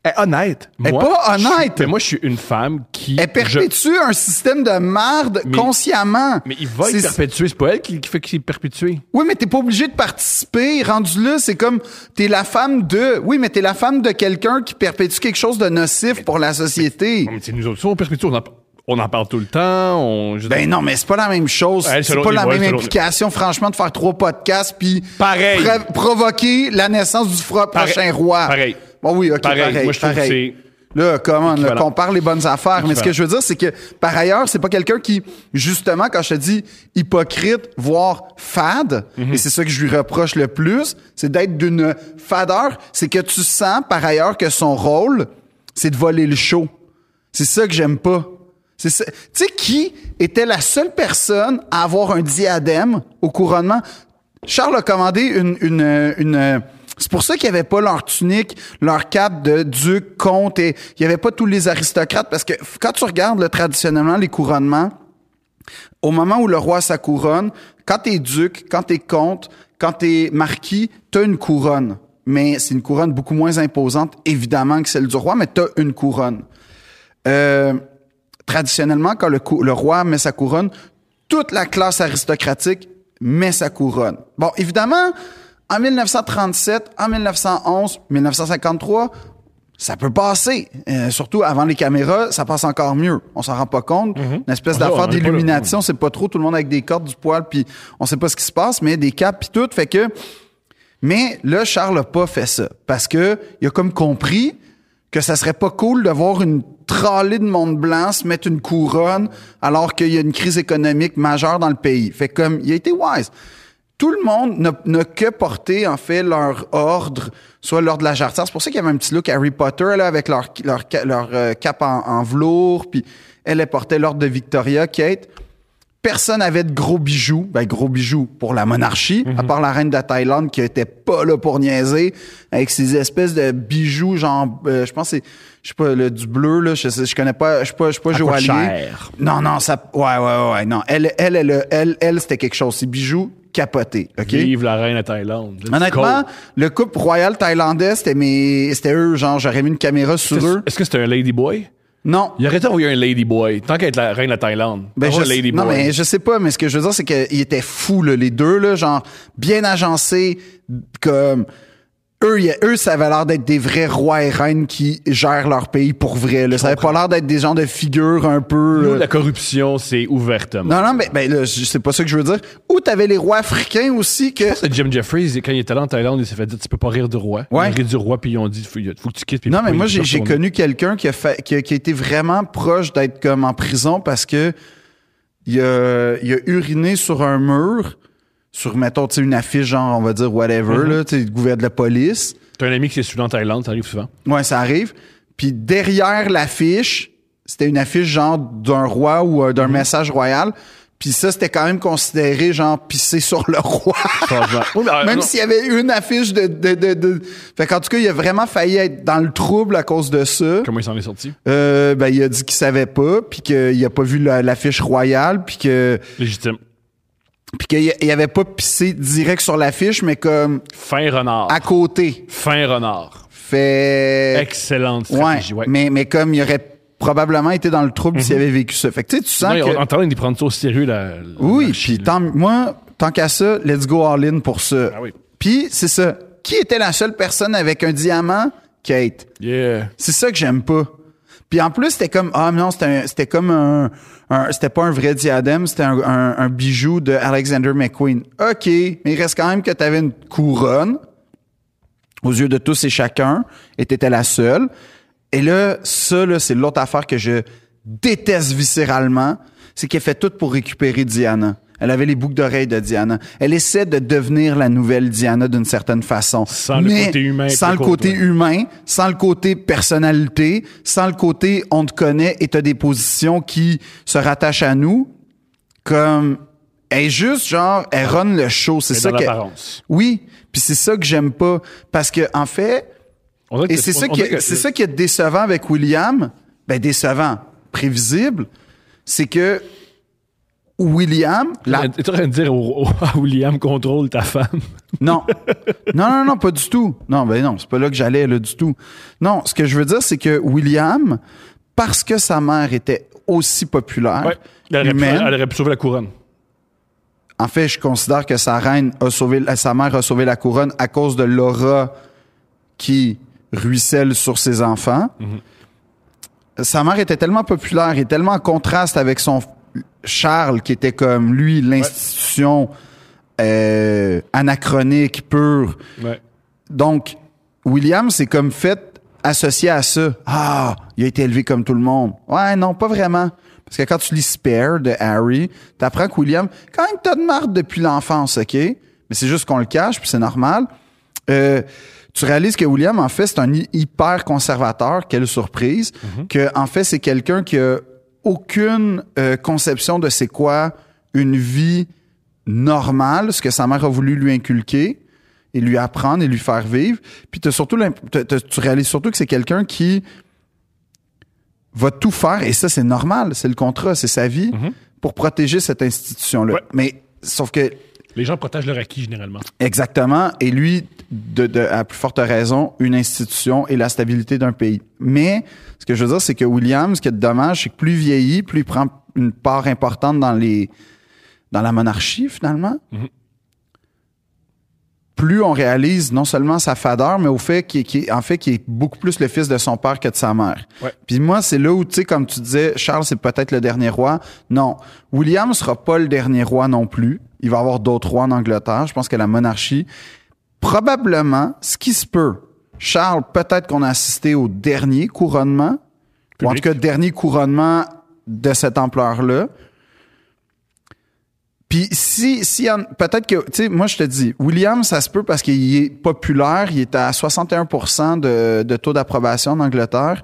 Speaker 1: Elle est honnête.
Speaker 2: est
Speaker 1: Moi,
Speaker 2: pas
Speaker 1: je-
Speaker 2: honnête.
Speaker 1: mais moi, je suis une femme qui.
Speaker 2: Elle
Speaker 1: je-
Speaker 2: perpétue un système de merde
Speaker 1: Mais-
Speaker 2: consciemment.
Speaker 1: Mais il va
Speaker 2: C'est-
Speaker 1: être perpétué. C'est pas elle qui, qui fait qu'il est perpétué.
Speaker 2: Oui, mais t'es pas obligé de participer. Rendu là, c'est comme t'es la femme de. Oui, mais t'es la femme de quelqu'un qui perpétue quelque chose de nocif pour la société.
Speaker 1: Non, mais tu sais, nous autres, on perpétue. On en, on en parle tout le temps. On... je-
Speaker 2: Ben non, mais c'est pas la même chose.
Speaker 1: Ouais,
Speaker 2: c'est
Speaker 1: selon
Speaker 2: pas
Speaker 1: les
Speaker 2: la
Speaker 1: voix,
Speaker 2: même
Speaker 1: selon-
Speaker 2: implication, franchement, de faire trois podcasts puis
Speaker 1: Pareil.
Speaker 2: pro- provoquer la naissance du fro-
Speaker 1: Pareil.
Speaker 2: prochain roi.
Speaker 1: Pareil.
Speaker 2: Bon, oui, ok,
Speaker 1: Pareil.
Speaker 2: pareil.
Speaker 1: Moi, je trouve
Speaker 2: pareil.
Speaker 1: que
Speaker 2: Là, comment, là,
Speaker 1: Équivalent.
Speaker 2: qu'on parle les bonnes affaires. Mais ce
Speaker 1: Équivalent.
Speaker 2: que je veux dire, c'est que, par ailleurs, c'est pas quelqu'un qui, justement, quand je te dis hypocrite, voire fade,
Speaker 1: Mhm.
Speaker 2: et c'est ça que je lui reproche le plus, c'est d'être d'une fadeur, c'est que tu sens, par ailleurs, que son rôle, c'est de voler le show. C'est ça que j'aime pas. C'est ça. Tu sais qui était la seule personne à avoir un diadème au couronnement? Charles a commandé une. une, une- c'est pour ça qu'il n'y avait pas leur tunique, leur cape de duc, comte, et il n'y avait pas tous les aristocrates, parce que f- quand tu regardes là, traditionnellement les couronnements, au moment où le roi a sa couronne, quand t'es duc, quand t'es comte, quand t'es marquis, t'as une couronne. Mais c'est une couronne beaucoup moins imposante, évidemment, que celle du roi, mais t'as une couronne. Euh, traditionnellement, quand le, cou- le roi met sa couronne, toute la classe aristocratique met sa couronne. Bon, évidemment, en 1937, en 1911, 1953, ça peut passer. Euh, surtout avant les caméras, ça passe encore mieux. On s'en rend pas compte. Une espèce
Speaker 1: Ah, on
Speaker 2: d'affaire
Speaker 1: est pas là.
Speaker 2: d'illumination, c'est pas trop. Tout le monde avec des cordes, du poil, puis on sait pas ce qui se passe, mais des capes, puis tout. Fait que... Mais là, Charles n'a pas fait ça parce que il a comme compris que ça serait pas cool de voir une tralée de monde blanc se mettre une couronne alors qu'il y a une crise économique majeure dans le pays. Fait que comme il a été wise. Tout le monde n'a- n'a que porté, en fait, leur ordre, soit l'ordre de la jarretière. C'est pour ça qu'il y avait un petit look Harry Potter, là, avec leur, leur, ca- leur euh, cape en, en velours, puis elle, elle portait l'ordre de Victoria, Kate personne avait de gros bijoux, ben gros bijoux pour la monarchie,
Speaker 1: Mhm.
Speaker 2: à part la reine de Thaïlande qui était pas là pour niaiser avec ces espèces de bijoux genre euh, je pense que c'est je sais pas le du bleu là, je sais- je connais pas, je suis pas je suis pas
Speaker 1: coûte
Speaker 2: joaillier.
Speaker 1: cher.
Speaker 2: Non non, ça ouais ouais ouais, non, elle elle elle elle, elle, c'était quelque chose, ces bijoux capotés, OK
Speaker 1: Vive la reine à Thaïlande. Let's
Speaker 2: Honnêtement,
Speaker 1: go.
Speaker 2: le couple royal thaïlandais, c'était mes c'était eux genre j'aurais mis une caméra sur eux.
Speaker 1: Est-ce que c'était un ladyboy?
Speaker 2: Non,
Speaker 1: Il aurait envoyé un ladyboy, tant qu'être la reine de la Thaïlande.
Speaker 2: Ben,
Speaker 1: Envoie un
Speaker 2: je sais-
Speaker 1: ladyboy.
Speaker 2: non, mais je sais pas, mais ce que je veux dire, c'est qu'ils étaient fous, là, les deux, là, genre, bien agencés, comme. Eux, y a- eux, ça avait l'air d'être des vrais rois et reines qui gèrent leur pays pour vrai. Là. Ça avait pas l'air d'être des gens de figures un peu.
Speaker 1: Nous,
Speaker 2: euh,
Speaker 1: la corruption, c'est ouvertement.
Speaker 2: Non, non, mais ben, là, c'est pas ça que je veux dire. Ou t'avais les rois africains aussi que.
Speaker 1: C'est Jim Jeffries, quand il était là en Thaïlande, il s'est fait dire Tu peux pas rire du roi.
Speaker 2: Ouais.
Speaker 1: Il rit du roi, puis ils ont dit Faut, faut que tu quittes. puis
Speaker 2: Non, mais
Speaker 1: il
Speaker 2: moi,
Speaker 1: peut
Speaker 2: j'ai j'ai
Speaker 1: retourner.
Speaker 2: connu quelqu'un qui a fait, qui a, qui a été vraiment proche d'être comme en prison parce que il a, il a uriné sur un mur, sur, mettons, tu sais, une affiche, genre, on va dire, whatever,
Speaker 1: Mm-hmm.
Speaker 2: là, tu sais, le gouverne de la police.
Speaker 1: T'as un ami qui s'est suivi en Thaïlande, ça arrive souvent.
Speaker 2: Ouais, ça arrive. Puis
Speaker 1: Mm-hmm.
Speaker 2: derrière l'affiche, c'était une affiche, genre, d'un roi ou euh, d'un message royal. Puis ça, c'était quand même considéré, genre, pisser sur le roi.
Speaker 1: Oui, mais, euh,
Speaker 2: Même
Speaker 1: non.
Speaker 2: s'il y avait une affiche de... de, de, de... Fait qu'en tout cas, il a vraiment failli être dans le trouble à cause de ça.
Speaker 1: Comment il s'en est sorti?
Speaker 2: Euh, ben, il a dit qu'il savait pas, puis qu'il a pas vu la- l'affiche royale, puis que
Speaker 1: Légitime.
Speaker 2: puis qu'il il avait pas pissé direct sur l'affiche, mais comme
Speaker 1: Fin renard.
Speaker 2: à côté.
Speaker 1: Fin renard.
Speaker 2: Fait...
Speaker 1: Excellente
Speaker 2: Eh. Ouais,
Speaker 1: stratégie. Ouais.
Speaker 2: Mais, mais comme il aurait probablement été dans le trouble s'il avait vécu ça. Fait que tu sais, tu sens
Speaker 1: Non,
Speaker 2: que...
Speaker 1: Ben, on- En train d'y prendre ça au sérieux, la. la-
Speaker 2: Oui,
Speaker 1: la-
Speaker 2: puis tant, moi, tant qu'à ça, let's go all in pour ça.
Speaker 1: Ah oui.
Speaker 2: Puis c'est ça. Qui était la seule personne avec un diamant? Kate.
Speaker 1: Yeah.
Speaker 2: C'est ça que j'aime pas. Puis en plus, c'était comme, ah non, c'était un- c'était comme un, un- c'était pas un vrai diadème, c'était un, un- un bijou de Alexander McQueen. OK, mais il reste quand même que t'avais une couronne aux yeux de tous et chacun, et t'étais la seule. Et là, ça, là, c'est l'autre affaire que je déteste viscéralement, c'est qu'elle fait tout pour récupérer Diana. Elle avait les boucles d'oreilles de Diana. Elle essaie de devenir la nouvelle Diana d'une certaine façon.
Speaker 1: Sans le
Speaker 2: Mais
Speaker 1: côté humain,
Speaker 2: Sans le
Speaker 1: plus
Speaker 2: côté
Speaker 1: courtois.
Speaker 2: humain, sans le côté personnalité, sans le côté on te connaît et t'as des positions qui se rattachent à nous. Comme, elle est juste genre, elle run le show. C'est
Speaker 1: Mais
Speaker 2: ça
Speaker 1: dans
Speaker 2: que.
Speaker 1: l'apparence.
Speaker 2: Oui. Puis c'est ça que j'aime pas. Parce que, en fait,
Speaker 1: On dirait
Speaker 2: et
Speaker 1: que-
Speaker 2: c'est
Speaker 1: on-
Speaker 2: ça,
Speaker 1: on
Speaker 2: qui
Speaker 1: dirait
Speaker 2: est,
Speaker 1: que-
Speaker 2: c'est ça qui est décevant avec William, ben décevant, prévisible, c'est que William, la-
Speaker 1: T'es en train de dire au, au- à William, contrôle ta femme.
Speaker 2: non. non, non, non, pas du tout. Non, ben non, c'est pas là que j'allais là du tout. Non, ce que je veux dire, c'est que William, parce que sa mère était aussi populaire,
Speaker 1: Ouais. Elle aurait, pu,
Speaker 2: humaine,
Speaker 1: elle aurait pu sauver la couronne.
Speaker 2: En fait, je considère que sa reine a sauvé, la- sa mère a sauvé la couronne à cause de l'aura qui ruisselle sur ses enfants. Sa mère était tellement populaire et tellement en contraste avec son f- Charles, qui était comme lui l'institution euh, anachronique pure.
Speaker 1: Ouais.
Speaker 2: Donc, William, c'est comme fait associé à ça. Ah, il a été élevé comme tout le monde. Ouais, non, pas vraiment. Parce que quand tu lis Spare de Harry, t'apprends que William, quand même, t'as de marre depuis l'enfance, OK? Mais c'est juste qu'on le cache, puis c'est normal. Euh, tu réalises que William, en fait, c'est un hy- hyper conservateur. Quelle surprise. Que, en fait, c'est quelqu'un qui a aucune euh, conception de c'est quoi une vie normale, ce que sa mère a voulu lui inculquer et lui apprendre et lui faire vivre. Puis t'as surtout l'imp- t'as- t'as- tu réalises surtout que c'est quelqu'un qui va tout faire, et ça, c'est normal, c'est le contrat, c'est sa vie, pour protéger cette institution-là.
Speaker 1: Ouais.
Speaker 2: Mais sauf que
Speaker 1: Les gens protègent leur acquis généralement.
Speaker 2: Exactement. Et lui, de, de- à plus forte raison, une institution et la stabilité d'un pays. Mais ce que je veux dire, c'est que William, ce qui est dommage, c'est que plus il vieillit, plus il prend une part importante dans les dans la monarchie, finalement. Plus on réalise non seulement sa fadeur, mais au fait qu'il qu'il- en fait, qu'il est beaucoup plus le fils de son père que de sa mère.
Speaker 1: Ouais.
Speaker 2: Puis moi, c'est là où, tu sais, comme tu disais, Charles, c'est peut-être le dernier roi. Non, William sera pas le dernier roi non plus. Il va y avoir d'autres rois en Angleterre. Je pense que la monarchie, probablement, ce qui se peut, Charles, peut-être qu'on a assisté au dernier couronnement, ou en tout
Speaker 1: Public.
Speaker 2: cas, dernier couronnement de cette ampleur-là. Puis si, si en- peut-être que, tu sais, moi je te dis, William, ça se peut parce qu'il est populaire, il est à 61 de, de taux d'approbation en Angleterre.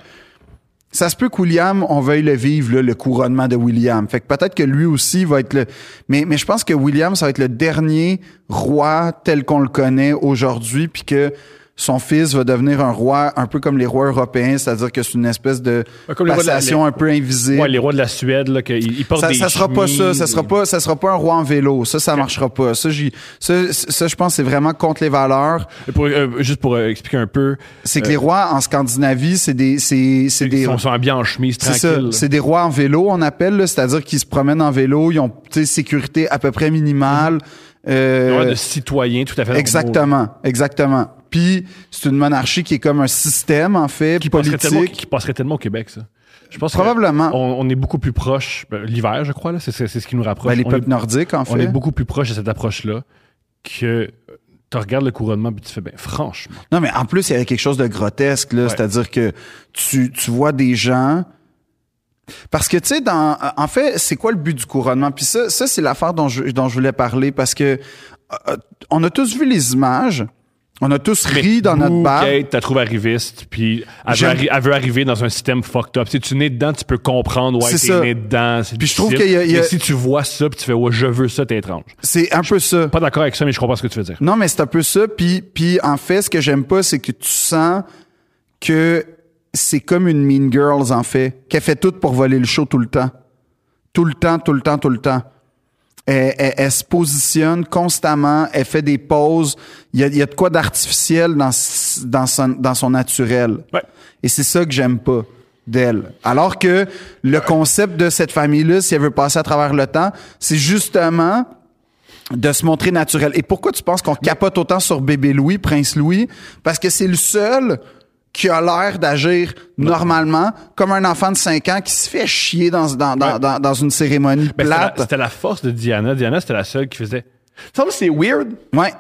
Speaker 2: Ça se peut que William, on veuille le vivre, là, le couronnement de William. Fait que peut-être que lui aussi va être le... Mais, mais je pense que William, ça va être le dernier roi tel qu'on le connaît aujourd'hui, puis que son fils va devenir un roi un peu comme les rois européens, c'est-à-dire que c'est une espèce de
Speaker 1: Ouais, comme les rois de la-
Speaker 2: passation
Speaker 1: les-
Speaker 2: un peu invisible.
Speaker 1: Ouais, les rois de la Suède, là, qu'ils ils portent
Speaker 2: Ça,
Speaker 1: des
Speaker 2: ça sera pas ça,
Speaker 1: chemises,
Speaker 2: ça sera
Speaker 1: des-
Speaker 2: pas, ça sera pas un roi en vélo. Ça, ça marchera pas. Ça, j'y- ça, ça, je pense, que c'est vraiment contre les valeurs.
Speaker 1: Pour, euh, juste pour euh, expliquer un peu,
Speaker 2: C'est que les rois en Scandinavie, c'est des, c'est, c'est
Speaker 1: ils
Speaker 2: des,
Speaker 1: Euh. sont, sont habillés en chemise
Speaker 2: c'est ça,
Speaker 1: tranquille.
Speaker 2: c'est des rois en vélo, on appelle, là, c'est-à-dire qu'ils se promènent en vélo, ils ont, tu sais, sécurité à peu près minimale.
Speaker 1: Mhm. Ils ont
Speaker 2: Euh,
Speaker 1: l'air de citoyens tout à fait normaux,
Speaker 2: exactement, exactement. Puis c'est une monarchie qui est comme un système en fait
Speaker 1: qui passerait, tellement,
Speaker 2: politique.
Speaker 1: qui passerait tellement au Québec, ça. Je pense que
Speaker 2: Probablement.
Speaker 1: on, on est beaucoup plus proche, ben, l'hiver, je crois, là, c'est, c'est- c'est ce qui nous rapproche.
Speaker 2: Ben, les
Speaker 1: on,
Speaker 2: peuples
Speaker 1: est,
Speaker 2: nordiques en
Speaker 1: on est
Speaker 2: fait.
Speaker 1: beaucoup plus proche de cette approche-là que euh, tu regardes le couronnement puis tu fais, ben, franchement.
Speaker 2: Non, mais en plus, il y avait quelque chose de grotesque, là. C'est-à-dire que tu, tu vois des gens. Parce que, tu sais, dans, en fait, c'est quoi le but du couronnement? Puis ça, euh, ça c'est l'affaire dont je, dont je voulais parler parce que euh, on a tous vu les images On a tous ri dans notre
Speaker 1: Ou
Speaker 2: bar.
Speaker 1: Kate, t'as trouvé arriviste, puis elle veut,
Speaker 2: J'aime-
Speaker 1: arri- elle veut arriver dans un système fucked up. Si tu es né dedans, tu peux comprendre, ouais,
Speaker 2: C'est
Speaker 1: t'es
Speaker 2: ça.
Speaker 1: né dedans. c'est
Speaker 2: Puis je trouve
Speaker 1: difficile.
Speaker 2: qu'il y a- il y a-
Speaker 1: Mais si tu vois ça, puis tu fais, ouais, je veux ça, t'es étrange.
Speaker 2: C'est un peu ça.
Speaker 1: Pas d'accord avec ça, mais je comprends ce que tu veux dire.
Speaker 2: Non, mais c'est un peu ça. Puis, puis en fait, ce que j'aime pas, c'est que tu sens que c'est comme une Mean Girls, en fait, qu'elle fait tout pour voler le show tout le temps. Tout le temps, tout le temps, tout le temps. Elle, elle- elle se positionne constamment, elle fait des pauses. Il y a, il y a de quoi d'artificiel dans, s- dans, son, dans son naturel.
Speaker 1: Ouais.
Speaker 2: Et c'est ça que j'aime pas d'elle. Alors que le concept de cette famille-là, si elle veut passer à travers le temps, c'est justement de se montrer naturel. Et pourquoi tu penses qu'on capote autant sur bébé Louis, Prince Louis? Parce que c'est le seul qui a l'air d'agir normalement comme un enfant de 5 ans qui se fait chier dans, dans, dans,
Speaker 1: Ouais.
Speaker 2: dans, dans une cérémonie
Speaker 1: Ben, c'était la-
Speaker 2: plate.
Speaker 1: C'était la force de Diana. Diana, c'était la seule qui faisait. Ça, mais c'est weird.
Speaker 2: Ouais,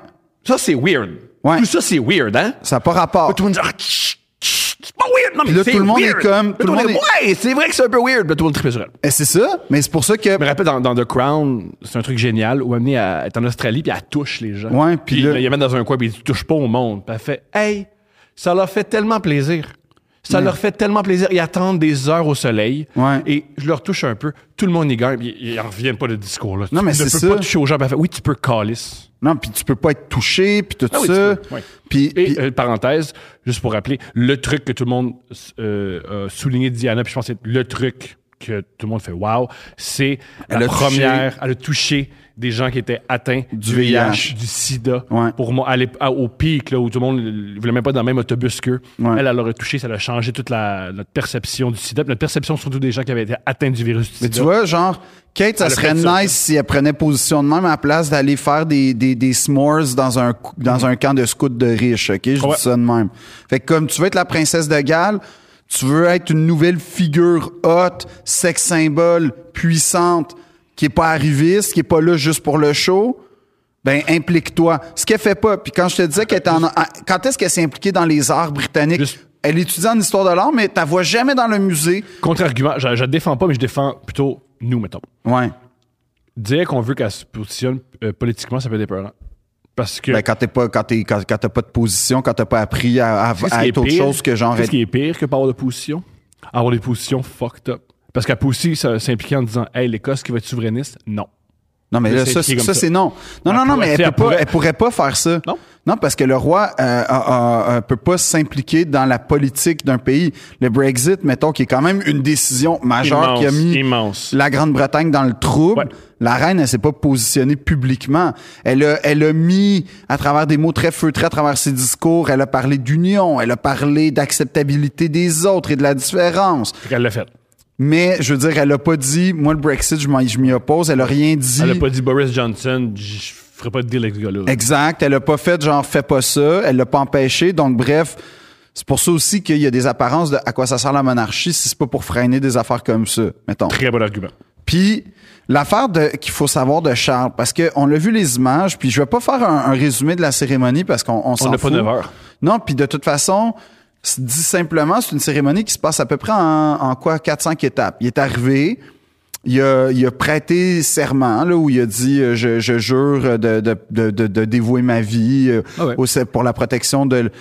Speaker 1: Ça, c'est weird.
Speaker 2: Ouais.
Speaker 1: Tout ça, c'est weird, hein?
Speaker 2: ça n'a pas rapport.
Speaker 1: Tout le monde dit, ah, tch, tch, c'est pas weird. Non, mais
Speaker 2: là,
Speaker 1: c'est
Speaker 2: tout le monde est
Speaker 1: weird.
Speaker 2: comme-
Speaker 1: Là,
Speaker 2: tout le monde
Speaker 1: est, ouais, c'est vrai que c'est un peu weird. Là, tout le monde tripe sur elle.
Speaker 2: Et c'est ça, mais c'est pour ça que...
Speaker 1: Je me rappelle dans, dans The Crown, c'est un truc génial où amener à est en Australie puis elle touche les gens.
Speaker 2: Ouais, puis là-
Speaker 1: là, il amène dans un coin puis il dit touche pas au monde. Puis elle fait hey, ça leur fait tellement plaisir. Ça leur fait tellement plaisir. Ils attendent des heures au soleil.
Speaker 2: Ouais.
Speaker 1: Et je leur touche un peu. Tout le monde y gagne. Puis Ils, ils en reviennent pas de discours là.
Speaker 2: Non, mais
Speaker 1: tu ne
Speaker 2: c'est
Speaker 1: peux
Speaker 2: ça.
Speaker 1: pas toucher aux gens. Puis elle fait oui, tu peux calice.
Speaker 2: Non, puis tu peux pas être touché, puis tout
Speaker 1: Ah oui, tu
Speaker 2: ça.
Speaker 1: peux, ouais.
Speaker 2: Puis-
Speaker 1: Et
Speaker 2: puis-
Speaker 1: euh, parenthèse, juste pour rappeler, le truc que tout le monde euh, a souligné de Diana, puis je pense que c'est le truc que tout le monde fait wow, c'est
Speaker 2: Elle a
Speaker 1: la première, elle a touché des gens qui étaient atteints
Speaker 2: Du
Speaker 1: du
Speaker 2: VIH.
Speaker 1: VIH, du sida.
Speaker 2: Ouais.
Speaker 1: Pour moi, aller à- au pic, là, où tout le monde ne voulait même pas être dans le même autobus qu'eux,
Speaker 2: Ouais.
Speaker 1: elle, elle aurait touché, ça a changé toute la, notre perception du sida, puis notre perception surtout des gens qui avaient été atteints du virus du
Speaker 2: Mais
Speaker 1: sida.
Speaker 2: tu vois, genre, Kate, ça
Speaker 1: Elle a
Speaker 2: serait
Speaker 1: fait
Speaker 2: nice
Speaker 1: ça.
Speaker 2: si elle prenait position de même à la place d'aller faire des, des, des s'mores dans un, cou- dans un camp de scouts de riches, OK? Je
Speaker 1: Ouais.
Speaker 2: dis ça de même. Fait que comme tu veux être la princesse de Galles, tu veux être une nouvelle figure haute, sex symbole, puissante, qui est pas arriviste, qui est pas là juste pour le show, ben implique-toi. Ce qu'elle fait pas, puis quand je te disais qu'elle est en... en- Quand est-ce qu'elle s'est impliquée dans les arts britanniques?
Speaker 1: Juste-
Speaker 2: Elle étudie en histoire de l'art, mais t'as vois jamais dans le musée.
Speaker 1: Contre-argument, je ne défends pas, mais je défends plutôt nous, mettons.
Speaker 2: Ouais.
Speaker 1: Dire qu'on veut qu'elle se positionne euh, politiquement, ça peut être épeurant. Parce que
Speaker 2: Ben, quand t'es pas, quand t'es, quand, quand t'as pas de position, quand t'as pas appris à, à-
Speaker 1: Tu sais ce
Speaker 2: à
Speaker 1: qui
Speaker 2: être
Speaker 1: est
Speaker 2: autre
Speaker 1: pire?
Speaker 2: chose que genre.
Speaker 1: Tu sais Ce qui est pire que pas avoir de position, avoir des positions fucked up. Parce qu'à Poussy, ça s'impliquait en disant Hey, l'Écosse qui va être souverainiste, non.
Speaker 2: Non, mais
Speaker 1: Mais
Speaker 2: là,
Speaker 1: c'est
Speaker 2: ça,
Speaker 1: écrit
Speaker 2: c'est-
Speaker 1: comme
Speaker 2: ça,
Speaker 1: ça.
Speaker 2: c'est non. Non,
Speaker 1: Elle
Speaker 2: non, non,
Speaker 1: pourrait-
Speaker 2: mais
Speaker 1: tu sais,
Speaker 2: elle, peut
Speaker 1: elle
Speaker 2: pas,
Speaker 1: pourrait-
Speaker 2: elle pourrait pas faire ça.
Speaker 1: Non.
Speaker 2: Non, parce que le roi euh, a- a- a- peut pas s'impliquer dans la politique d'un pays. Le Brexit, mettons, qui est quand même une décision majeure
Speaker 1: Immense,
Speaker 2: qui a mis
Speaker 1: immense.
Speaker 2: la Grande-Bretagne dans le trouble.
Speaker 1: Ouais.
Speaker 2: La reine, elle s'est pas positionnée publiquement. Elle a, elle a mis, à travers des mots très feutrés, à travers ses discours, elle a parlé d'union, elle a parlé d'acceptabilité des autres et de la différence.
Speaker 1: Fait qu'elle l'a fait.
Speaker 2: Mais je veux dire, elle a pas dit, moi le Brexit, je m'en- je m'y oppose. Elle a rien dit.
Speaker 1: Elle a pas dit Boris Johnson, je ferai pas de deal avec ce gars-là.
Speaker 2: Exact. Elle a pas fait genre fais pas ça. Elle l'a pas empêché. Donc bref, c'est pour ça aussi qu'il y a des apparences de à quoi ça sert la monarchie si c'est pas pour freiner des affaires comme ça, mettons.
Speaker 1: Très bon argument.
Speaker 2: Puis l'affaire de qu'il faut savoir de Charles, parce que on l'a vu les images. Puis je vais pas faire un, un résumé de la cérémonie parce qu'on on s'en
Speaker 1: n'a pas
Speaker 2: fout.
Speaker 1: neuf heures.
Speaker 2: Non. Puis de toute façon. se Dit simplement, c'est une cérémonie qui se passe à peu près en, en quoi 4-5 étapes. Il est arrivé, il a, il a prêté serment là où il a dit euh, je, je jure de, de, de, de, de dévouer ma vie euh,
Speaker 1: Ah ouais.
Speaker 2: au ser- pour la protection de, l-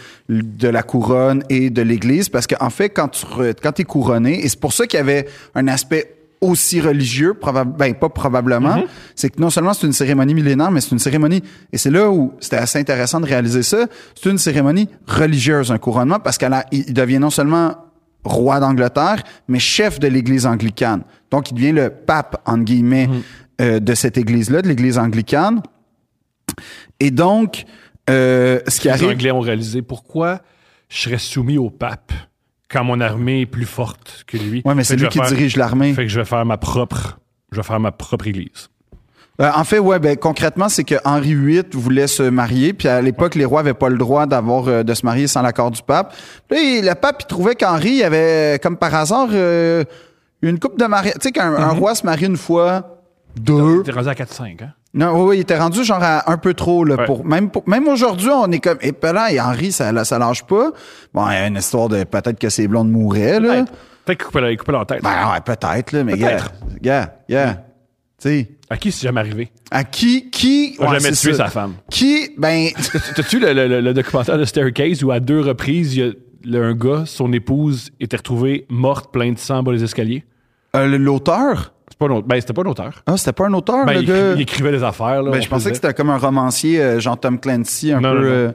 Speaker 2: de la couronne et de l'Église parce qu'en fait quand tu re- quand es couronné et c'est pour ça qu'il y avait un aspect aussi religieux probable ben pas probablement c'est que non seulement c'est une cérémonie millénaire mais c'est une cérémonie et c'est là où c'était assez intéressant de réaliser ça c'est une cérémonie religieuse un couronnement parce qu'il il devient non seulement roi d'Angleterre, mais chef de l'Église anglicane. Donc, il devient le pape, entre guillemets, euh, de cette Église-là, de l'Église anglicane. Et donc, euh, ce qui
Speaker 1: Les
Speaker 2: arrive...
Speaker 1: Anglais ont réalisé pourquoi je serais soumis au pape quand mon armée est plus forte que lui.
Speaker 2: Ouais, mais
Speaker 1: Fait
Speaker 2: c'est
Speaker 1: que
Speaker 2: lui
Speaker 1: je vais
Speaker 2: qui
Speaker 1: faire-
Speaker 2: dirige l'armée.
Speaker 1: Fait que je vais faire ma propre. Je vais faire ma propre église.
Speaker 2: Euh, en fait, ouais, ben, concrètement, c'est que Henri VIII voulait se marier, puis à l'époque, les rois avaient pas le droit d'avoir euh, de se marier sans l'accord du pape. Puis le pape, il trouvait qu'Henri il avait, euh, comme par hasard, euh, une coupe de mariage. Tu sais, qu'un un
Speaker 1: Mhm.
Speaker 2: roi se marie une fois, deux,
Speaker 1: T'es rendu à 4-5, hein?
Speaker 2: Non, oui, oui, il était rendu genre à un peu trop là,
Speaker 1: Ouais.
Speaker 2: pour même pour, même aujourd'hui on est comme et là et Henri ça là, ça lâche pas. Bon, il y a une histoire de peut-être que ces blondes mouraient là.
Speaker 1: Peut-être qu'ils coupaient leur- ils coupaient leur tête.
Speaker 2: Ben ouais, peut-être là, mais gars,
Speaker 1: Peut-être.
Speaker 2: gars, gars. Tu sais,
Speaker 1: À qui c'est jamais arrivé?
Speaker 2: À qui, qui,
Speaker 1: On a
Speaker 2: ouais,
Speaker 1: jamais
Speaker 2: c'est
Speaker 1: tué
Speaker 2: ça.
Speaker 1: sa femme.
Speaker 2: Qui, ben,
Speaker 1: T'as-tu le, le- le- le documentaire de Staircase où à deux reprises, il y a le- un gars, son épouse, était retrouvée morte, plein de sang, bas des escaliers?
Speaker 2: euh, l'auteur?
Speaker 1: C'est pas un autre- Ben, c'était pas un auteur.
Speaker 2: Ah, c'était pas un auteur,
Speaker 1: Ben,
Speaker 2: le
Speaker 1: il,
Speaker 2: gars?
Speaker 1: écri- il écrivait des affaires. Là,
Speaker 2: Ben,
Speaker 1: on
Speaker 2: je pensais
Speaker 1: peut
Speaker 2: que
Speaker 1: dire.
Speaker 2: c'était comme un romancier, euh, genre Tom Clancy, un
Speaker 1: Non,
Speaker 2: peu.
Speaker 1: non, non.
Speaker 2: euh,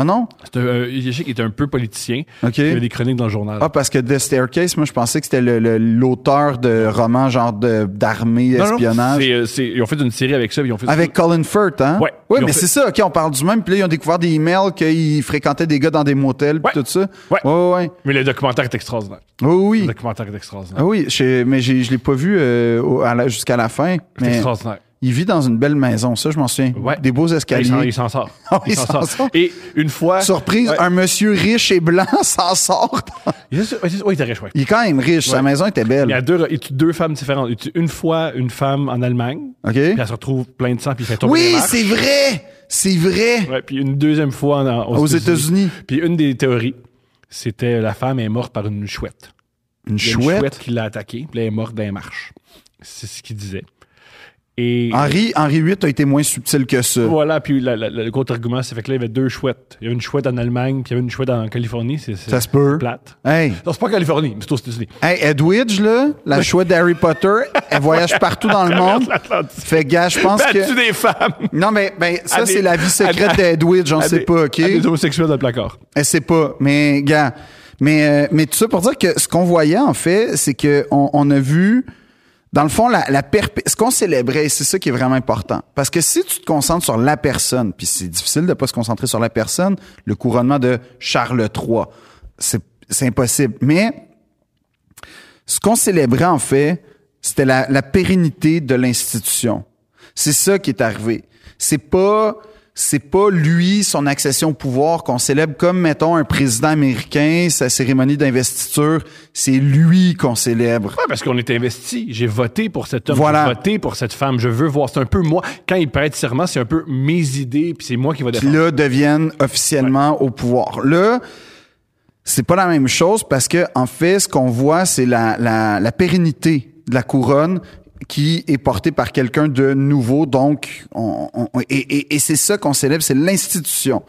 Speaker 2: Ah non?
Speaker 1: C'était, euh, il- je sais qu'il était un peu politicien.
Speaker 2: OK.
Speaker 1: Il y a des chroniques dans le journal.
Speaker 2: Ah, parce que The Staircase, moi, je pensais que c'était le- le- l'auteur de romans genre de- d'armée,
Speaker 1: Non, non,
Speaker 2: espionnage.
Speaker 1: c'est, euh, c'est- ils ont fait une série avec ça. puis Ils ont fait
Speaker 2: Avec Colin Firth, hein?
Speaker 1: Ouais.
Speaker 2: Oui,
Speaker 1: Ils ont
Speaker 2: mais
Speaker 1: fait-
Speaker 2: c'est ça, OK, on parle du même. Puis là, ils ont découvert des emails qu'ils fréquentaient des gars dans des motels, puis
Speaker 1: Ouais.
Speaker 2: tout ça.
Speaker 1: Ouais.
Speaker 2: ouais, ouais.
Speaker 1: Mais le documentaire est extraordinaire.
Speaker 2: Oui,
Speaker 1: Le
Speaker 2: oui.
Speaker 1: documentaire est extraordinaire.
Speaker 2: Ah oui, je- mais j'ai- je l'ai pas vu euh, au- à la- jusqu'à la fin.
Speaker 1: C'est
Speaker 2: Mais
Speaker 1: extraordinaire.
Speaker 2: il vit dans une belle maison, ça, je m'en souviens.
Speaker 1: Ouais.
Speaker 2: Des beaux
Speaker 1: Il s'en,
Speaker 2: escaliers.
Speaker 1: il s'en sort.
Speaker 2: Ah, il s'en sort.
Speaker 1: Et une fois.
Speaker 2: Surprise,
Speaker 1: Ouais.
Speaker 2: un monsieur riche et blanc s'en sort.
Speaker 1: Il était- ouais, c'est- ouais, il était riche, ouais.
Speaker 2: Il est quand même riche, sa
Speaker 1: Ouais.
Speaker 2: maison était
Speaker 1: Il y a
Speaker 2: belle.
Speaker 1: deux, il tue deux femmes différentes. Il tue une fois une femme en Allemagne,
Speaker 2: OK?
Speaker 1: puis elle se retrouve plein de sang, puis il fait tomber les
Speaker 2: Oui,
Speaker 1: marches.
Speaker 2: c'est vrai! C'est vrai!
Speaker 1: Ouais, puis une deuxième fois en-
Speaker 2: Aux
Speaker 1: aux,
Speaker 2: États-Unis.
Speaker 1: Puis une des théories, c'était la femme est morte par une chouette.
Speaker 2: Une
Speaker 1: Il y a
Speaker 2: chouette.
Speaker 1: Une chouette qui l'a attaquée, puis elle est morte dans les marches. C'est ce qu'il disait. Et
Speaker 2: Henri, Henri VIII a été moins subtil que ça.
Speaker 1: voilà, puis la- la- la- le gros argument, c'est fait que là, il y avait deux chouettes. Il y avait une chouette en Allemagne, puis il y avait une chouette en Californie. C'est, c'est-
Speaker 2: Ça se peut.
Speaker 1: c'est plate.
Speaker 2: Hey,
Speaker 1: Non, c'est pas en Californie, mais c'est aux États-Unis.
Speaker 2: hey, Edwidge, là, la chouette d'Harry Potter, elle voyage partout dans le monde.
Speaker 1: L'Atlantique.
Speaker 2: Fait que, gars, je pense
Speaker 1: Elle tue
Speaker 2: que.
Speaker 1: des femmes.
Speaker 2: Non, mais ben, ça,
Speaker 1: À
Speaker 2: c'est
Speaker 1: des-
Speaker 2: la vie secrète d'Edwidge, on
Speaker 1: À
Speaker 2: sait
Speaker 1: des-
Speaker 2: pas, OK?
Speaker 1: à des homosexuels dans le placard.
Speaker 2: Elle sait pas, mais gars, mais euh, mais tout ça pour dire que ce qu'on voyait en fait, c'est que on, on a vu dans le fond la, la perp- ce qu'on célébrait, et c'est ça qui est vraiment important parce que si tu te concentres sur la personne, puis c'est difficile de pas se concentrer sur la personne, le couronnement de Charles III, c'est c'est impossible, mais ce qu'on célébrait en fait, c'était la, la pérennité de l'institution. C'est ça qui est arrivé. C'est pas c'est pas lui son accession au pouvoir qu'on célèbre comme mettons un président américain, sa cérémonie d'investiture, c'est lui qu'on célèbre.
Speaker 1: Ouais, parce qu'on est investi. J'ai voté pour cet homme,
Speaker 2: Voilà.
Speaker 1: j'ai voté pour cette femme. Je veux voir. C'est un peu moi. Quand il prête serment, c'est un peu mes idées, puis c'est moi qui va
Speaker 2: Puis
Speaker 1: défendre.
Speaker 2: là deviennent officiellement au pouvoir. Là, c'est pas la même chose parce que en fait, ce qu'on voit, c'est la, la, la pérennité de la couronne qui est portée par quelqu'un de nouveau. Donc, on, on- on- et, et- et c'est ça qu'on célèbre, c'est l'institution.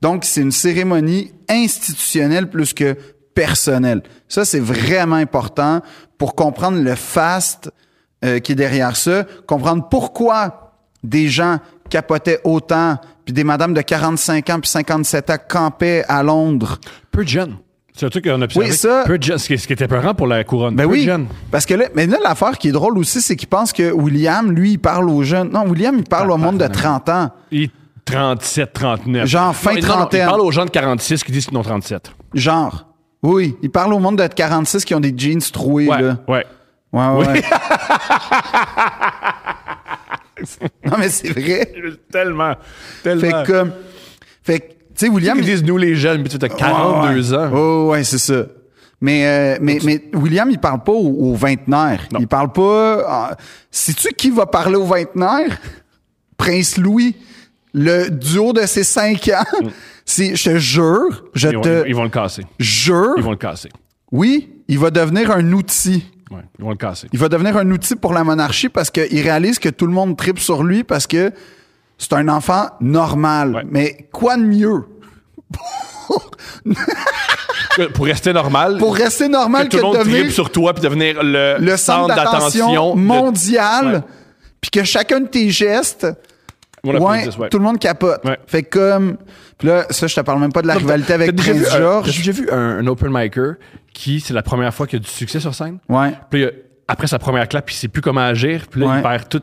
Speaker 2: Donc, c'est une cérémonie institutionnelle plus que personnelle. Ça, c'est vraiment important pour comprendre le faste euh, qui est derrière ça, comprendre pourquoi des gens capotaient autant, puis des madames de 45 ans puis 57 ans campaient à Londres
Speaker 1: Peu de jeunes. C'est un truc qu'on a observé.
Speaker 2: Oui, ça-
Speaker 1: Peu de jeunes. Ce qui, ce qui était peurant pour la couronne.
Speaker 2: Ben
Speaker 1: Peu
Speaker 2: oui.
Speaker 1: de jeunes.
Speaker 2: Parce que là, mais là, l'affaire qui est drôle aussi, c'est qu'il pense que William, lui, il parle aux jeunes. Non, William, il parle au monde de 30 ans.
Speaker 1: Il est 37, 39.
Speaker 2: Genre fin
Speaker 1: Non, non, non,
Speaker 2: trentaine.
Speaker 1: Il parle aux gens de 46 qui disent qu'ils ont 37.
Speaker 2: Genre. Oui, il parle au monde de 46 qui ont des jeans troués,
Speaker 1: Ouais.
Speaker 2: là.
Speaker 1: ouais.
Speaker 2: Ouais, ouais. non, mais c'est vrai.
Speaker 1: Tellement. Tellement.
Speaker 2: Fait que, comme- fait que, tu sais, William.
Speaker 1: Ils disent nous les jeunes, puis tu as 42
Speaker 2: Ouais, ouais.
Speaker 1: ans.
Speaker 2: Oh, ouais, c'est ça. Mais, euh, mais, mais William, il parle pas aux, aux vingtenaires. Il parle pas. ah, Sais-tu qui va parler aux vingtenaires? Prince Louis. Le duo de ses cinq ans. C'est, je te jure, je
Speaker 1: Mm. Ils, vont,
Speaker 2: te
Speaker 1: ils vont le casser.
Speaker 2: jure.
Speaker 1: Ils vont le casser.
Speaker 2: Oui, il va devenir un outil.
Speaker 1: Ouais, ils vont le casser.
Speaker 2: Il va devenir un outil pour la monarchie parce qu'il réalise que tout le monde tripe sur lui parce que c'est un enfant normal.
Speaker 1: Ouais.
Speaker 2: Mais quoi de mieux
Speaker 1: Que- Pour rester normal.
Speaker 2: pour rester
Speaker 1: que
Speaker 2: normal
Speaker 1: tout
Speaker 2: que,
Speaker 1: le
Speaker 2: de
Speaker 1: monde tripe
Speaker 2: devenir
Speaker 1: sur toi puis devenir le,
Speaker 2: le centre d'attention
Speaker 1: de-
Speaker 2: mondial,
Speaker 1: Ouais.
Speaker 2: puis que chacun de tes gestes,
Speaker 1: On
Speaker 2: ouais,
Speaker 1: l'applaudit, ouais.
Speaker 2: tout le monde capote.
Speaker 1: Ouais.
Speaker 2: Fait que comme, puis là, ça, je te parle même pas de la
Speaker 1: T'as-
Speaker 2: rivalité
Speaker 1: t'as
Speaker 2: avec
Speaker 1: déjà vu
Speaker 2: Prince
Speaker 1: un-
Speaker 2: George.
Speaker 1: t'as déjà vu un, un open micer qui, c'est la première fois qu'il a du succès sur scène.
Speaker 2: Ouais.
Speaker 1: Puis euh, après sa première clap, il sait plus comment agir. Puis là,
Speaker 2: Ouais.
Speaker 1: il perd tout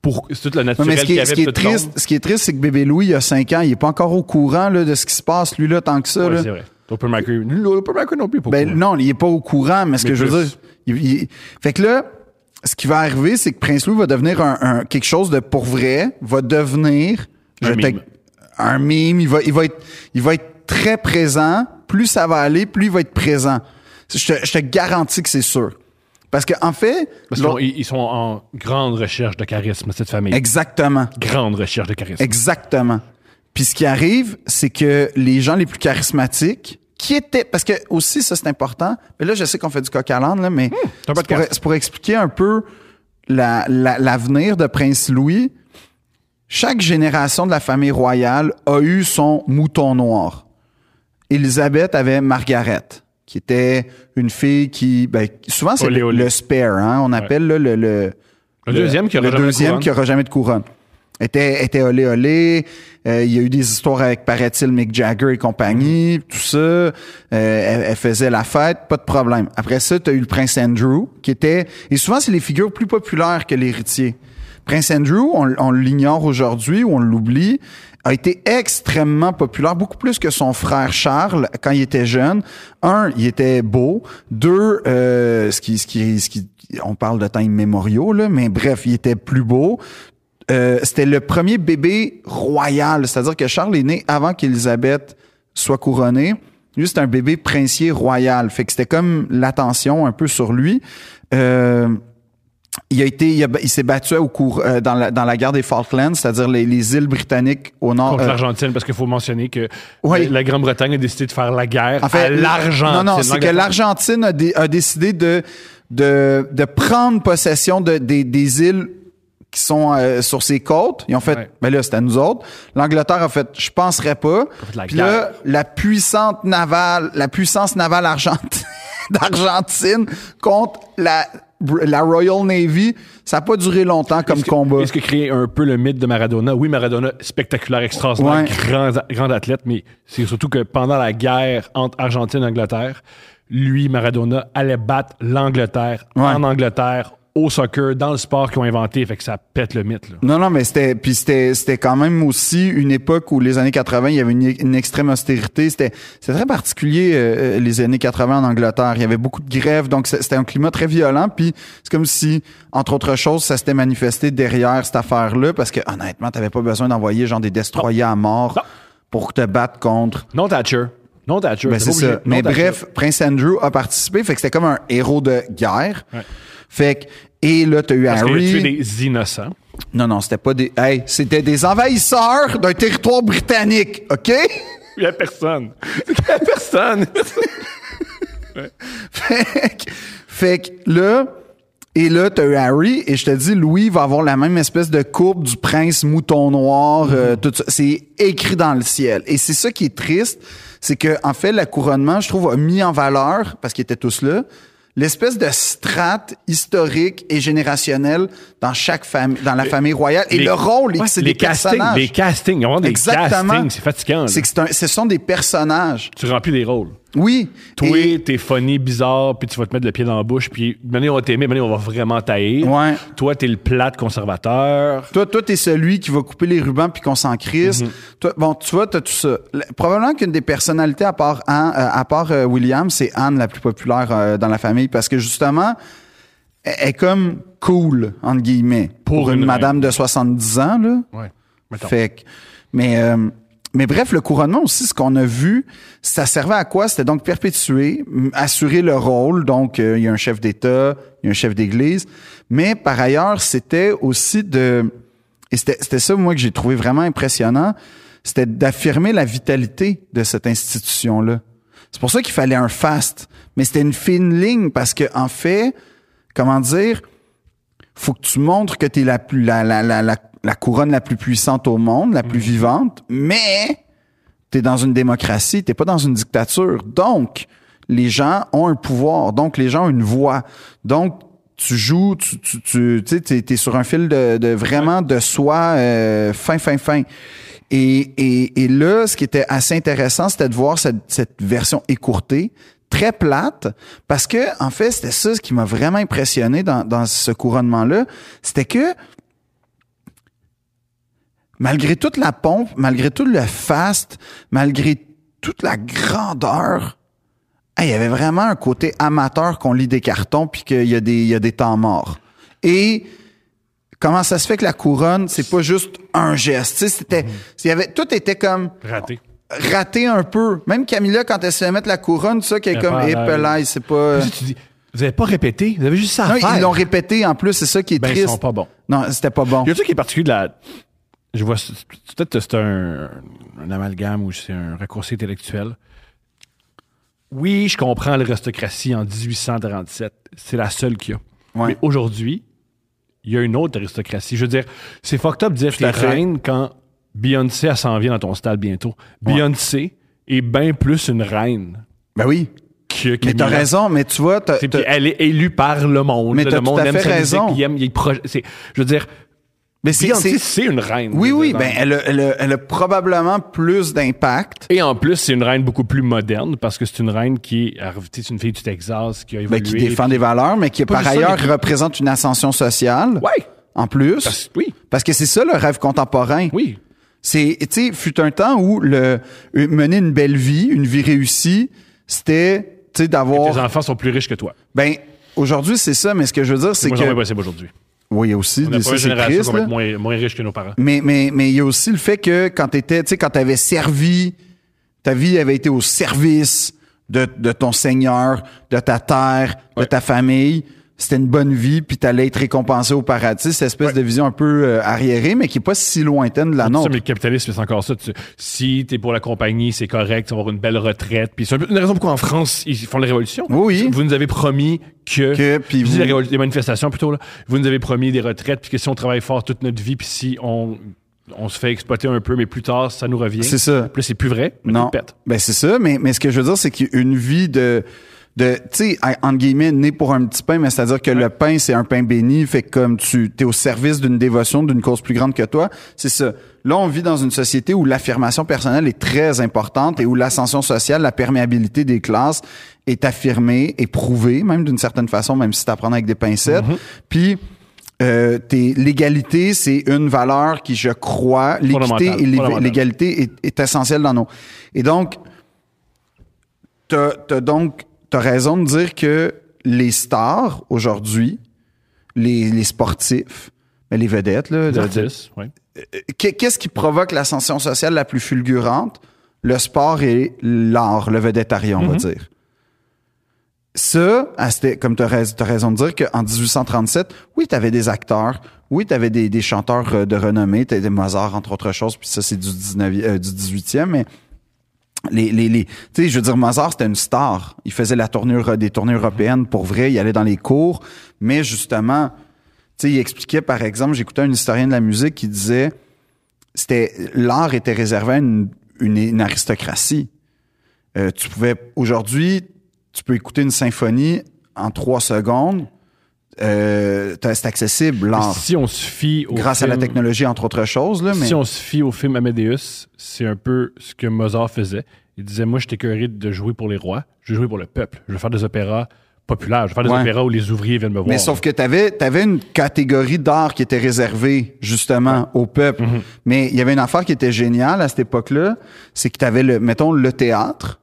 Speaker 1: pour c'est toute la
Speaker 2: Ouais,
Speaker 1: naturelle
Speaker 2: mais ce qui,
Speaker 1: qu'il
Speaker 2: est,
Speaker 1: avait.
Speaker 2: ce qui est
Speaker 1: tout le
Speaker 2: triste,
Speaker 1: long.
Speaker 2: ce qui est triste, c'est que bébé Louis, il y a 5 ans, il est pas encore au courant là, de ce qui se passe, lui là, tant que ça.
Speaker 1: Ouais,
Speaker 2: là.
Speaker 1: c'est vrai. L'open micer, l'open micer non plus pour
Speaker 2: Ben non, il est pas au courant, mais ce
Speaker 1: Mais
Speaker 2: que je veux
Speaker 1: plus.
Speaker 2: dire, il- il- fait que là, ce qui va arriver, c'est que Prince Louis va devenir un, un- quelque chose de pour vrai, va devenir
Speaker 1: Un
Speaker 2: je
Speaker 1: mime.
Speaker 2: un mime, il va, il va être, il va être très présent. Plus ça va aller, plus il va être présent. Je te, je te garantis que c'est sûr, parce que en fait,
Speaker 1: Parce
Speaker 2: l'autre-
Speaker 1: qu'ils ils sont en grande recherche de charisme cette famille.
Speaker 2: exactement.
Speaker 1: grande recherche de charisme.
Speaker 2: Exactement. Puis ce qui arrive, c'est que les gens les plus charismatiques, qui étaient, parce que aussi ça c'est important. Mais là, je sais qu'on fait du coq à l'âne, là, mais
Speaker 1: Hmm, un
Speaker 2: c'est, pour,
Speaker 1: podcast.
Speaker 2: c'est pour expliquer un peu la- la- l'avenir de Prince Louis, chaque génération de la famille royale a eu son mouton noir. Elisabeth avait Margaret, qui était une fille qui, ben, souvent c'est
Speaker 1: Olé,
Speaker 2: le,
Speaker 1: olé.
Speaker 2: le spare, hein, on appelle là, le, le-
Speaker 1: Le deuxième qui aura
Speaker 2: le
Speaker 1: jamais de
Speaker 2: deuxième
Speaker 1: couronne.
Speaker 2: qui aura jamais de couronne. Était, était olé olé. Euh, il y a eu des histoires avec, paraît-il, Mick Jagger et compagnie, tout ça. Euh, elle, elle faisait la fête, pas de problème. Après ça, tu as eu le prince Andrew, qui était... Et souvent, c'est les figures plus populaires que l'héritier. Prince Andrew, on, on l'ignore aujourd'hui ou on l'oublie, a été extrêmement populaire, beaucoup plus que son frère Charles quand il était jeune. Un, il était beau. Deux, euh, ce qui, ce qui, ce qui, on parle de temps immémoriaux là, mais bref, il était plus beau. Euh, c'était le premier bébé royal, c'est-à-dire que Charles est né avant qu'Élisabeth soit couronnée. Lui, c'était un bébé princier royal, fait que c'était comme l'attention un peu sur lui. Euh, il a été, il, a- il s'est battu au cours euh, dans, la, dans la guerre des Falklands, c'est-à-dire les, les îles britanniques au nord.
Speaker 1: Contre
Speaker 2: euh,
Speaker 1: l'Argentine, parce qu'il faut mentionner que
Speaker 2: Ouais.
Speaker 1: la Grande-Bretagne a décidé de faire la guerre
Speaker 2: En fait,
Speaker 1: à l'Argentine.
Speaker 2: Non, non, c'est que
Speaker 1: L'Angleterre-
Speaker 2: l'Argentine a, dé- a décidé de, de, de prendre possession de, des- des îles qui sont euh, sur ses côtes. Ils ont fait,
Speaker 1: Ouais.
Speaker 2: ben là, c'était à nous autres. L'Angleterre a fait, je penserais pas.
Speaker 1: fait la
Speaker 2: Puis là,
Speaker 1: guerre.
Speaker 2: la puissante navale, la puissance navale argentine, d'Argentine contre la, la Royal Navy, ça n'a pas duré longtemps comme
Speaker 1: Est-ce que-
Speaker 2: combat.
Speaker 1: Est-ce que créer un peu le mythe de Maradona? Oui, Maradona, spectaculaire, extraordinaire,
Speaker 2: Ouais.
Speaker 1: grand, grand athlète, mais c'est surtout que pendant la guerre entre Argentine et Angleterre, lui, Maradona, allait battre l'Angleterre
Speaker 2: Ouais.
Speaker 1: en Angleterre, au soccer, dans le sport qu'ils ont inventé, fait que ça pète le mythe. là.
Speaker 2: Non, non, mais c'était, puis c'était, c'était quand même aussi une époque où les années 80, il y avait une, une extrême austérité. C'était, c'était très particulier euh, euh, les années 80 en Angleterre. Il y avait beaucoup de grèves, donc c'est- c'était un climat très violent. Puis c'est comme si, entre autres choses, ça s'était manifesté derrière cette affaire-là, parce que honnêtement, t'avais pas besoin d'envoyer genre des destroyers à mort
Speaker 1: Non.
Speaker 2: pour te battre contre.
Speaker 1: Non Thatcher. Non Thatcher. t'es
Speaker 2: Ben, c'est
Speaker 1: pas obligé.
Speaker 2: ça.
Speaker 1: Non
Speaker 2: Mais
Speaker 1: Thatcher.
Speaker 2: bref, Prince Andrew a participé, fait que c'était comme un héros de guerre.
Speaker 1: Ouais.
Speaker 2: Fait que et là, t'as eu
Speaker 1: Parce qu'il a
Speaker 2: Harry.
Speaker 1: tué des innocents.
Speaker 2: Non, non, c'était pas des. Hey, c'était des envahisseurs d'un territoire britannique, OK?
Speaker 1: Il n'y a personne. Il y a personne.
Speaker 2: fait, que, fait que là, et là, t'as eu Harry, et je te dis, Louis va avoir la même espèce de courbe du prince mouton noir, euh, tout ça. C'est écrit dans le ciel. Et c'est ça qui est triste, c'est que, en fait, la couronnement, je trouve, a mis en valeur, parce qu'ils étaient tous là, l'espèce de strate historique et générationnelle dans chaque famille, dans la famille royale. Et
Speaker 1: Les-
Speaker 2: le rôle,
Speaker 1: Ouais,
Speaker 2: c'est
Speaker 1: les
Speaker 2: des
Speaker 1: castings,
Speaker 2: personnages.
Speaker 1: les castings, ils vont avoir des
Speaker 2: Exactement.
Speaker 1: castings, c'est fatigant. là.
Speaker 2: C'est que c'est un- ce sont des personnages.
Speaker 1: Tu remplis des rôles.
Speaker 2: Oui.
Speaker 1: Toi,
Speaker 2: Et-
Speaker 1: t'es funny, bizarre, puis tu vas te mettre le pied dans la bouche, puis maintenant on va t'aimer, maintenant on va vraiment tailler.
Speaker 2: Ouais.
Speaker 1: Toi, t'es le plate conservateur.
Speaker 2: Toi, toi, t'es celui qui va couper les rubans puis qu'on s'en crisse.
Speaker 1: Mhm.
Speaker 2: Toi, bon, tu vois, t'as tout ça. Le- probablement qu'une des personnalités à part, Anne- euh, à part euh, William, c'est Anne la plus populaire euh, dans la famille parce que justement, elle elle est comme cool, entre guillemets, pour,
Speaker 1: Pour
Speaker 2: une,
Speaker 1: une reine.
Speaker 2: madame de 70 ans, là.
Speaker 1: Ouais. Mettons.
Speaker 2: Fait que- mais, euh, mais bref, le couronnement aussi, ce qu'on a vu, ça servait à quoi? C'était donc perpétuer, m- assurer le rôle. Donc, euh, il y a un chef d'État, il y a un chef d'Église. Mais par ailleurs, c'était aussi de... Et c'était c'était ça, moi, que j'ai trouvé vraiment impressionnant. C'était d'affirmer la vitalité de cette institution-là. C'est pour ça qu'il fallait un faste. Mais c'était une fine ligne parce que, en fait, comment dire, faut que tu montres que tu es la, plus, la, la, la, la, la couronne la plus puissante au monde, la plus vivante, mais tu es dans une démocratie, tu pas dans une dictature. Donc, les gens ont un pouvoir, donc les gens ont une voix. Donc, tu joues, tu, tu, tu sais, t'es- t'es sur un fil de, de vraiment de soi euh, fin, fin, fin. Et, et, et là, ce qui était assez intéressant, c'était de voir cette, cette version écourtée, très plate, parce que, en fait, c'était ça ce qui m'a vraiment impressionné dans, dans ce couronnement-là, c'était que malgré toute la pompe, malgré tout le faste, malgré toute la grandeur, hey, il y avait vraiment un côté amateur qu'on lit des cartons puis qu'il y, a des- il y a des temps morts. Et comment ça se fait que la couronne, c'est pas juste un geste, tu sais, c'était, il y avait, tout était comme
Speaker 1: Raté.
Speaker 2: raté un peu. Même Camilla, quand elle se fait mettre la couronne, ça, qui est
Speaker 1: Elle
Speaker 2: comme,
Speaker 1: parle
Speaker 2: eh,
Speaker 1: à-
Speaker 2: pelaille, c'est pas...
Speaker 1: Puis tu dis, vous avez pas répété, vous avez juste ça à
Speaker 2: Non,
Speaker 1: faire.
Speaker 2: ils l'ont répété en plus, c'est ça qui est
Speaker 1: Ben, ils
Speaker 2: triste.
Speaker 1: sont pas bons.
Speaker 2: Non, c'était pas bon.
Speaker 1: Il y a un truc qui est particulier de la. Je vois, c'est- c'est- peut-être que c'est un, un amalgame ou c'est un raccourci intellectuel. Oui, je comprends l'aristocratie en 1837. C'est la seule qu'il y a.
Speaker 2: Ouais.
Speaker 1: Mais aujourd'hui, il y a une autre aristocratie. Je veux dire, c'est fucked up de dire
Speaker 2: à
Speaker 1: t'es
Speaker 2: fait.
Speaker 1: reine quand Beyoncé elle s'en vient dans ton stade bientôt. Beyoncé est bien plus une reine
Speaker 2: Ben oui.
Speaker 1: que
Speaker 2: Mais t'as
Speaker 1: Camilla.
Speaker 2: raison, mais tu vois, t'as-
Speaker 1: C'est-
Speaker 2: t'as-
Speaker 1: puis elle est élue par le monde.
Speaker 2: Mais
Speaker 1: Là,
Speaker 2: t'as
Speaker 1: le
Speaker 2: tout
Speaker 1: monde
Speaker 2: à
Speaker 1: aime
Speaker 2: fait
Speaker 1: sa musique,
Speaker 2: raison.
Speaker 1: il aime- il proj- c'est- je veux dire,
Speaker 2: mais c'est-
Speaker 1: Beyoncé,
Speaker 2: c'est-
Speaker 1: c'est une reine.
Speaker 2: Oui,
Speaker 1: je veux
Speaker 2: oui,
Speaker 1: dire,
Speaker 2: ben
Speaker 1: dans-
Speaker 2: elle a, elle a- elle a probablement plus d'impact,
Speaker 1: Et en plus, c'est une reine beaucoup plus moderne parce que c'est une reine qui est elle- tu sais, c'est une fille du Texas qui a évolué.
Speaker 2: ben, qui défend des valeurs, mais qui,
Speaker 1: Pas
Speaker 2: par
Speaker 1: juste ça,
Speaker 2: ailleurs,
Speaker 1: mais qui-
Speaker 2: représente une ascension sociale.
Speaker 1: Ouais.
Speaker 2: En plus.
Speaker 1: Parce- oui.
Speaker 2: Parce que c'est ça le rêve contemporain.
Speaker 1: Oui.
Speaker 2: C'est, tu sais, fut un temps où le, euh, mener une belle vie, une vie réussie, c'était, tu
Speaker 1: Tes
Speaker 2: sais, d'avoir.
Speaker 1: enfants sont plus riches que toi.
Speaker 2: Ben, aujourd'hui, c'est ça, mais ce que je veux dire, c'est
Speaker 1: C'est moi, c'est
Speaker 2: que.
Speaker 1: impossible aujourd'hui.
Speaker 2: Oui, il y a aussi
Speaker 1: On a pas
Speaker 2: des
Speaker 1: une
Speaker 2: ça, c'est
Speaker 1: génération
Speaker 2: triste,
Speaker 1: qui va
Speaker 2: là.
Speaker 1: être moins, moins riche que nos parents.
Speaker 2: Mais, mais, mais il y a aussi le fait que quand t'étais, tu sais, quand t'avais servi, ta vie avait été au service de, de ton Seigneur, de ta terre, de
Speaker 1: Ouais.
Speaker 2: ta famille. C'était une bonne vie, puis t'allais être récompensé au paradis. Cette espèce de vision un peu euh, arriérée, mais qui est pas si lointaine de la
Speaker 1: Ça,
Speaker 2: nôtre.
Speaker 1: mais le capitalisme, c'est encore ça. Tu- si t'es pour la compagnie, c'est correct, tu vas avoir une belle retraite. Puis c'est un peu- une raison pourquoi en France, ils font la révolution.
Speaker 2: Oui.
Speaker 1: Vous nous avez promis que.
Speaker 2: Que, puis
Speaker 1: Je dis
Speaker 2: vous-
Speaker 1: la révol- les manifestations plutôt, là. Vous nous avez promis des retraites, puis que si on travaille fort toute notre vie, puis si on, on se fait exploiter un peu, mais plus tard, ça nous revient.
Speaker 2: C'est ça.
Speaker 1: Puis là, c'est plus vrai. mais
Speaker 2: Non.
Speaker 1: tu le pètes.
Speaker 2: Ben c'est ça, mais, mais ce que je veux dire, c'est qu'une vie de de tu sais en- entre guillemets né pour un petit pain mais c'est-à-dire que le pain c'est un pain béni fait que comme tu es au service d'une dévotion d'une cause plus grande que toi c'est ça là on vit dans une société où l'affirmation personnelle est très importante et où l'ascension sociale la perméabilité des classes est affirmée et prouvée même d'une certaine façon même si t'apprends avec des pincettes puis euh, t'es- l'égalité c'est une valeur qui je crois l'équité
Speaker 1: Fondamentale,
Speaker 2: et l'é-
Speaker 1: fondamentale.
Speaker 2: l'égalité est, est essentielle dans nos et donc t'as t'as donc t'as raison de dire que les stars aujourd'hui, les, les sportifs, mais les vedettes, là,
Speaker 1: Les
Speaker 2: de-
Speaker 1: artistes, ouais.
Speaker 2: qu'est- qu'est-ce qui provoque l'ascension sociale la plus fulgurante? Le sport et l'art, le vedettariat, on va dire. Ça, à cette- comme tu as, raison de dire qu'en 1837, oui, tu avais des acteurs, oui, tu avais des, des chanteurs euh, de renommée, tu des Mozart, entre autres choses, puis ça, c'est du, 19e, euh, du 18e, mais les, les, les, tu sais, je veux dire, Mozart, c'était une star. Il faisait la tournure, euh, des tournées européennes pour vrai. Il allait dans les cours. Mais justement, tu sais, il expliquait, par exemple, j'écoutais un historien de la musique qui disait, c'était, l'art était réservé à une, une, une aristocratie. Euh, tu pouvais, aujourd'hui, tu peux écouter une symphonie en trois secondes. Euh, t'as- c'est accessible, l'art.
Speaker 1: Si on se fie au
Speaker 2: Ah. Grâce à la
Speaker 1: film-
Speaker 2: technologie, entre autres choses, là, mais.
Speaker 1: Si on se fie au film Amadeus, c'est un peu ce que Mozart faisait. Il disait Moi, je t'écœurerai de jouer pour les rois, je vais jouer pour le peuple. Je vais faire des opéras populaires, je vais faire des
Speaker 2: Ouais.
Speaker 1: opéras où les ouvriers viennent me voir.
Speaker 2: Mais sauf que tu avais, une catégorie d'art qui était réservée justement au peuple.
Speaker 1: Mhm.
Speaker 2: Mais il y avait une affaire qui était géniale à cette époque-là, c'est que tu avais, le, mettons, le théâtre,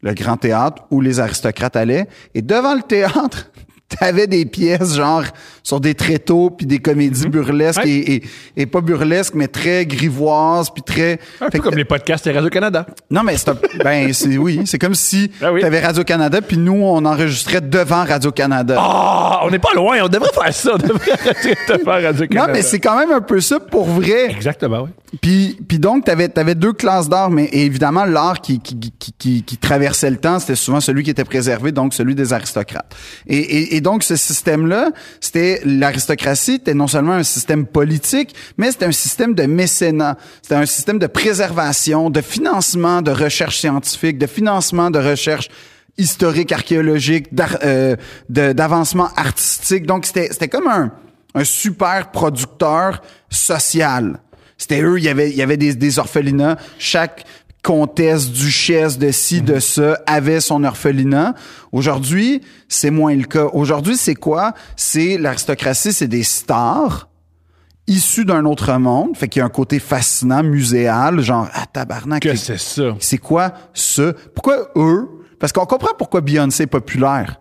Speaker 2: le grand théâtre où les aristocrates allaient, et devant le théâtre, tu avais des pièces genre sur des tréteaux, puis des comédies burlesques,
Speaker 1: Mhm. Ouais.
Speaker 2: et, et- et pas burlesques, mais très grivoises, puis très...
Speaker 1: un
Speaker 2: Fait
Speaker 1: peu
Speaker 2: que-
Speaker 1: comme les podcasts et Radio-Canada.
Speaker 2: non, mais c'est un- ben, c'est, oui, c'est comme si
Speaker 1: Ben oui.
Speaker 2: tu avais Radio-Canada, puis nous, on enregistrait devant Radio-Canada.
Speaker 1: Ah, on n'est pas loin, on devrait faire ça, on devrait arrêter de faire
Speaker 2: Non,
Speaker 1: Radio-Canada.
Speaker 2: mais c'est quand même un peu ça pour vrai.
Speaker 1: Exactement, oui.
Speaker 2: Puis, puis donc, tu avais, deux classes d'art, mais évidemment, l'art qui, qui, qui, qui, qui traversait le temps, c'était souvent celui qui était préservé, donc celui des aristocrates. Et, et, et donc, ce système-là, c'était l'aristocratie, était non seulement un système politique, mais c'était un système de mécénat, c'était un système de préservation, de financement de recherche scientifique, de financement de recherche historique, archéologique, d'ar- euh, de- d'avancement artistique. Donc, c'était c'était comme un, un super producteur social. C'était eux, il y avait, il y avait des, des orphelinats. Chaque comtesse, duchesse de ci,
Speaker 1: Mhm.
Speaker 2: de ça avait son orphelinat. Aujourd'hui, c'est moins le cas. Aujourd'hui, c'est quoi? C'est l'aristocratie, c'est des stars issus d'un autre monde. Fait qu'il y a un côté fascinant, muséal, genre, ah, tabarnak.
Speaker 1: Que
Speaker 2: c'est-
Speaker 1: c'est ça.
Speaker 2: c'est quoi ce? Pourquoi eux? Parce qu'on comprend pourquoi Beyoncé est populaire.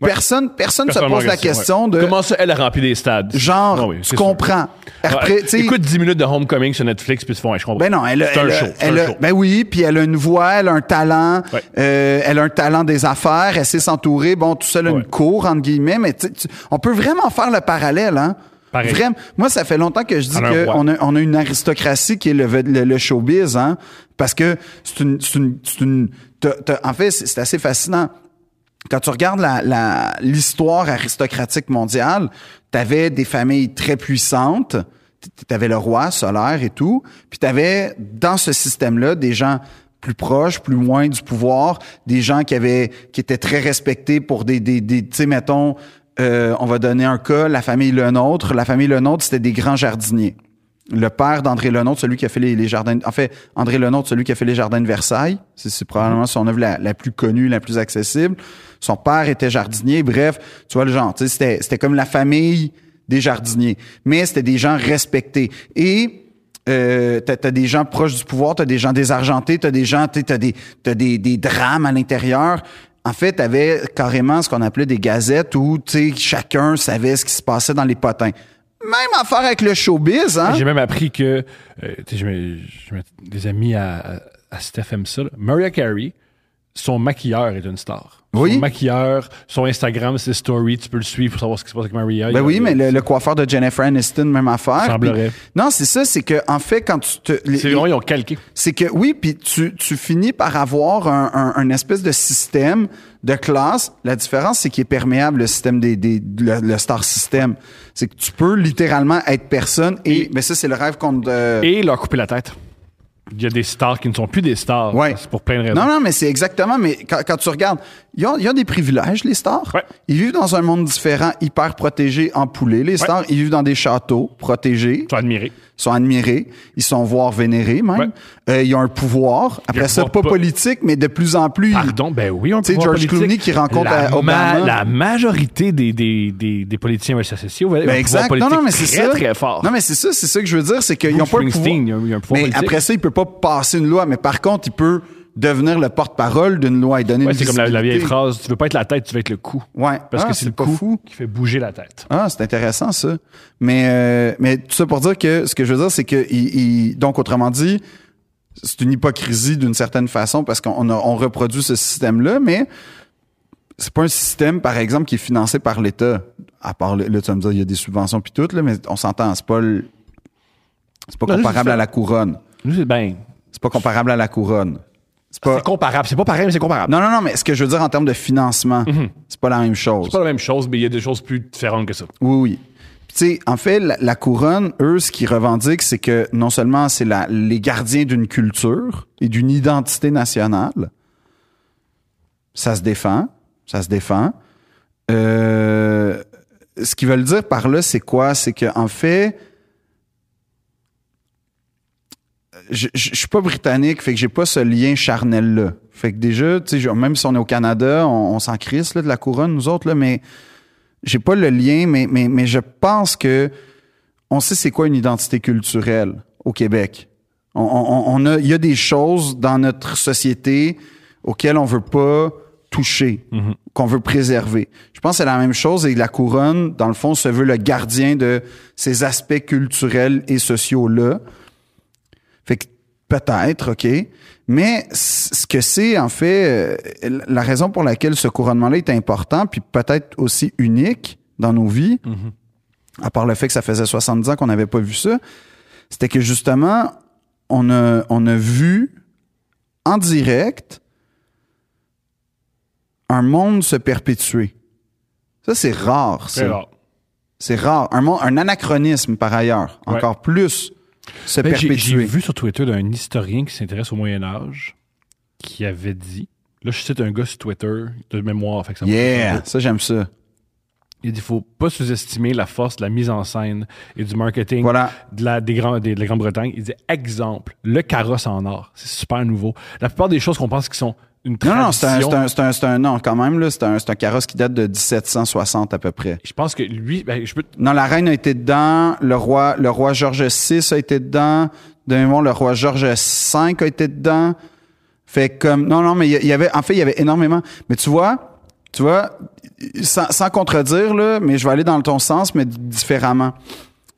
Speaker 2: Personne, personne, se pose la question
Speaker 1: Ouais.
Speaker 2: de
Speaker 1: Comment ça, elle a rempli des stades
Speaker 2: genre,
Speaker 1: Ah oui,
Speaker 2: tu
Speaker 1: c'est sûr.
Speaker 2: comprends. Après,
Speaker 1: Ouais,
Speaker 2: tu sais,
Speaker 1: écoute 10 minutes de Homecoming sur Netflix, puis tu fais Ouais, je comprends.
Speaker 2: ben non, elle a,
Speaker 1: C'est un
Speaker 2: elle a-
Speaker 1: show, c'est
Speaker 2: elle
Speaker 1: un
Speaker 2: a-
Speaker 1: show.
Speaker 2: ben oui, puis elle a une voix, elle a un talent,
Speaker 1: Ouais.
Speaker 2: euh, elle a un talent des affaires, elle sait s'entourer, bon, tout seul a une
Speaker 1: Ouais.
Speaker 2: cour, entre guillemets, mais tu sais, tu- on peut vraiment faire le parallèle, hein?
Speaker 1: Pareil.
Speaker 2: Vraiment. Moi, ça fait longtemps que je dis
Speaker 1: Elle a un roi.
Speaker 2: qu'on a, on a une aristocratie qui est le, le, le showbiz, hein? Parce que c'est une, c'est une, c'est une t'as- t'as- en fait, c'est c'est assez fascinant quand tu regardes la- la- l'histoire aristocratique mondiale, t'avais des familles très puissantes, t- t'avais le roi solaire et tout, puis t'avais dans ce système-là des gens plus proches, plus loin du pouvoir, des gens qui avaient qui étaient très respectés pour des des, des tu sais mettons euh, on va donner un cas, la famille Lenôtre, la famille Lenôtre c'était des grands jardiniers. Le père d'André Lenôtre, celui qui a fait les, les jardins, en fait, André Lenôtre, celui qui a fait les jardins de Versailles, c'est c'est probablement son œuvre la, la plus connue, la plus accessible. Son père était jardinier, bref, tu vois le genre, tu sais, c'était c'était comme la famille des jardiniers, mais c'était des gens respectés. Et euh, t'as as des gens proches du pouvoir, t'as des gens désargentés, t'as des gens, t'sais, t'as des t'as des, des drames à l'intérieur. En fait, t'avais carrément ce qu'on appelait des gazettes où tu sais chacun savait ce qui se passait dans les potins. Même affaire avec le showbiz, hein.
Speaker 1: J'ai même appris que, euh, tu sais, je mets- je mets des amis à, à- à Steph aime ça, là. Mariah Carey, son maquilleur est une star.
Speaker 2: Oui.
Speaker 1: Son maquilleur, son Instagram, ses stories, tu peux le suivre pour savoir ce qui se passe avec Mariah.
Speaker 2: Ben
Speaker 1: Il y
Speaker 2: oui,
Speaker 1: a-
Speaker 2: mais le, le coiffeur de Jennifer Aniston, même affaire.
Speaker 1: Semblerait.
Speaker 2: Puis- non, c'est ça, c'est que en fait, quand tu te
Speaker 1: C'est
Speaker 2: les-
Speaker 1: vraiment, ils ont calqué.
Speaker 2: c'est que oui, puis tu, tu finis par avoir un, un- un espèce de système de classe. La différence, c'est qu'il est perméable, le système des, des le, le star system. C'est que tu peux littéralement être personne et, mais ça, c'est le rêve qu'on... euh,
Speaker 1: Et leur couper la tête. Il y a des stars qui ne sont plus des stars.
Speaker 2: Ouais.
Speaker 1: C'est pour plein de raisons.
Speaker 2: Non, non, mais c'est exactement. Mais quand, quand tu regardes, ils ont, ils ont des privilèges, les stars.
Speaker 1: Ouais.
Speaker 2: Ils vivent dans un monde différent, hyper protégé, en poulet. Les stars, ils vivent dans des châteaux protégés.
Speaker 1: Tu as admiré.
Speaker 2: sont admirés, ils sont voire vénérés même.
Speaker 1: Ouais.
Speaker 2: Euh, ils ont un pouvoir.
Speaker 1: y a
Speaker 2: Après
Speaker 1: un
Speaker 2: ça,
Speaker 1: pouvoir
Speaker 2: pas
Speaker 1: po-
Speaker 2: politique, mais de plus en plus.
Speaker 1: Pardon, ben oui, on
Speaker 2: Tu sais,
Speaker 1: pouvoir
Speaker 2: George
Speaker 1: politique.
Speaker 2: Clooney qui rencontre
Speaker 1: la,
Speaker 2: à Obama.
Speaker 1: la majorité des, des, des, des politiciens veulent s'associer au
Speaker 2: Ben exact. Non, non, mais c'est
Speaker 1: très,
Speaker 2: ça.
Speaker 1: très fort.
Speaker 2: Non, mais c'est ça, c'est ça que je veux dire, c'est qu'ils
Speaker 1: Bruce
Speaker 2: n'ont pas le pouvoir.
Speaker 1: Springsteen, il y a un- il y a un pouvoir
Speaker 2: mais
Speaker 1: politique.
Speaker 2: après ça, il peut pas passer une loi, mais par contre, il peut devenir le porte-parole d'une loi et donner
Speaker 1: Ouais,
Speaker 2: une
Speaker 1: c'est comme la, la vieille
Speaker 2: visibilité.
Speaker 1: phrase, tu veux pas être la tête, tu veux être le cou.
Speaker 2: Ouais.
Speaker 1: Parce
Speaker 2: Ah,
Speaker 1: que c'est le
Speaker 2: pas
Speaker 1: cou
Speaker 2: fou.
Speaker 1: qui fait bouger la tête.
Speaker 2: Ah, c'est intéressant ça. Mais euh, mais tout ça pour dire que ce que je veux dire, c'est que il- il- donc autrement dit, c'est une hypocrisie d'une certaine façon parce qu'on a- on reproduit ce système-là, mais c'est pas un système, par exemple, qui est financé par l'État. À part le- là, tu vas me dire, il y a des subventions puis tout, là, mais on s'entend, c'est pas le- c'est pas
Speaker 1: Non,
Speaker 2: comparable
Speaker 1: c'est-
Speaker 2: à la couronne.
Speaker 1: Nous, c'est ben,
Speaker 2: C'est pas comparable à la couronne. C'est pas.
Speaker 1: c'est comparable. C'est pas pareil, mais c'est comparable.
Speaker 2: Non, non, non, mais ce que je veux dire en termes de financement,
Speaker 1: Mhm.
Speaker 2: c'est pas la même chose.
Speaker 1: C'est pas la même chose, mais il y a des choses plus différentes que ça.
Speaker 2: Oui, oui. Puis, Tu sais, en fait, la, la couronne, eux, ce qu'ils revendiquent, c'est que non seulement c'est la, les gardiens d'une culture et d'une identité nationale, ça se défend, ça se défend. Euh, ce qu'ils veulent dire par là, c'est quoi? C'est que en fait, je, je, je suis pas britannique, fait que j'ai pas ce lien charnel là. Fait que déjà, tu sais, je- même si on est au Canada, on, on s'en crisse là, de la couronne, nous autres là, mais j'ai pas le lien, mais, mais, mais je pense que on sait c'est quoi une identité culturelle au Québec. On, on- on a, il y a des choses dans notre société auxquelles on veut pas toucher, qu'on veut préserver. Je pense que c'est la même chose et la couronne, dans le fond, se veut le gardien de ces aspects culturels et sociaux là. Fait que peut-être, OK. Mais c- ce que c'est, en fait, euh, la raison pour laquelle ce couronnement-là est important, puis peut-être aussi unique dans nos vies,
Speaker 1: Mm-hmm.
Speaker 2: à part le fait que ça faisait 70 ans qu'on n'avait pas vu ça, c'était que justement, on a, on a vu en direct un monde se perpétuer. Ça, c'est rare,
Speaker 1: C'est
Speaker 2: ça.
Speaker 1: rare.
Speaker 2: C'est rare. Un, monde, un anachronisme, par ailleurs.
Speaker 1: Ouais.
Speaker 2: Encore plus se
Speaker 1: Ben, j'ai-
Speaker 2: perpétuer.
Speaker 1: J'ai vu sur Twitter d'un historien qui s'intéresse au Moyen Âge qui avait dit, là je cite un gars sur Twitter de mémoire, fait que ça va-
Speaker 2: Yeah, ça j'aime ça.
Speaker 1: il dit faut pas sous-estimer la force de la mise en scène et du marketing
Speaker 2: Voilà.
Speaker 1: de la des grands des, de la Grande-Bretagne. Il dit exemple le carrosse en or, c'est super nouveau. La plupart des choses qu'on pense qui sont une
Speaker 2: Non, non, c'est
Speaker 1: tradition.
Speaker 2: un, c'est un, c'est un, c'est un- non, quand même, là, c'est un, c'est un carrosse qui date de 1760 à peu près.
Speaker 1: Je pense que lui, ben, je peux
Speaker 2: Non, la reine a été dedans, le roi, le roi George VI a été dedans, de mémoire, le roi George V a été dedans. Fait comme, non, non, mais il y- il y avait, en fait, il y avait énormément. Mais tu vois, tu vois, sans, sans contredire, là, mais je vais aller dans ton sens, mais d- différemment.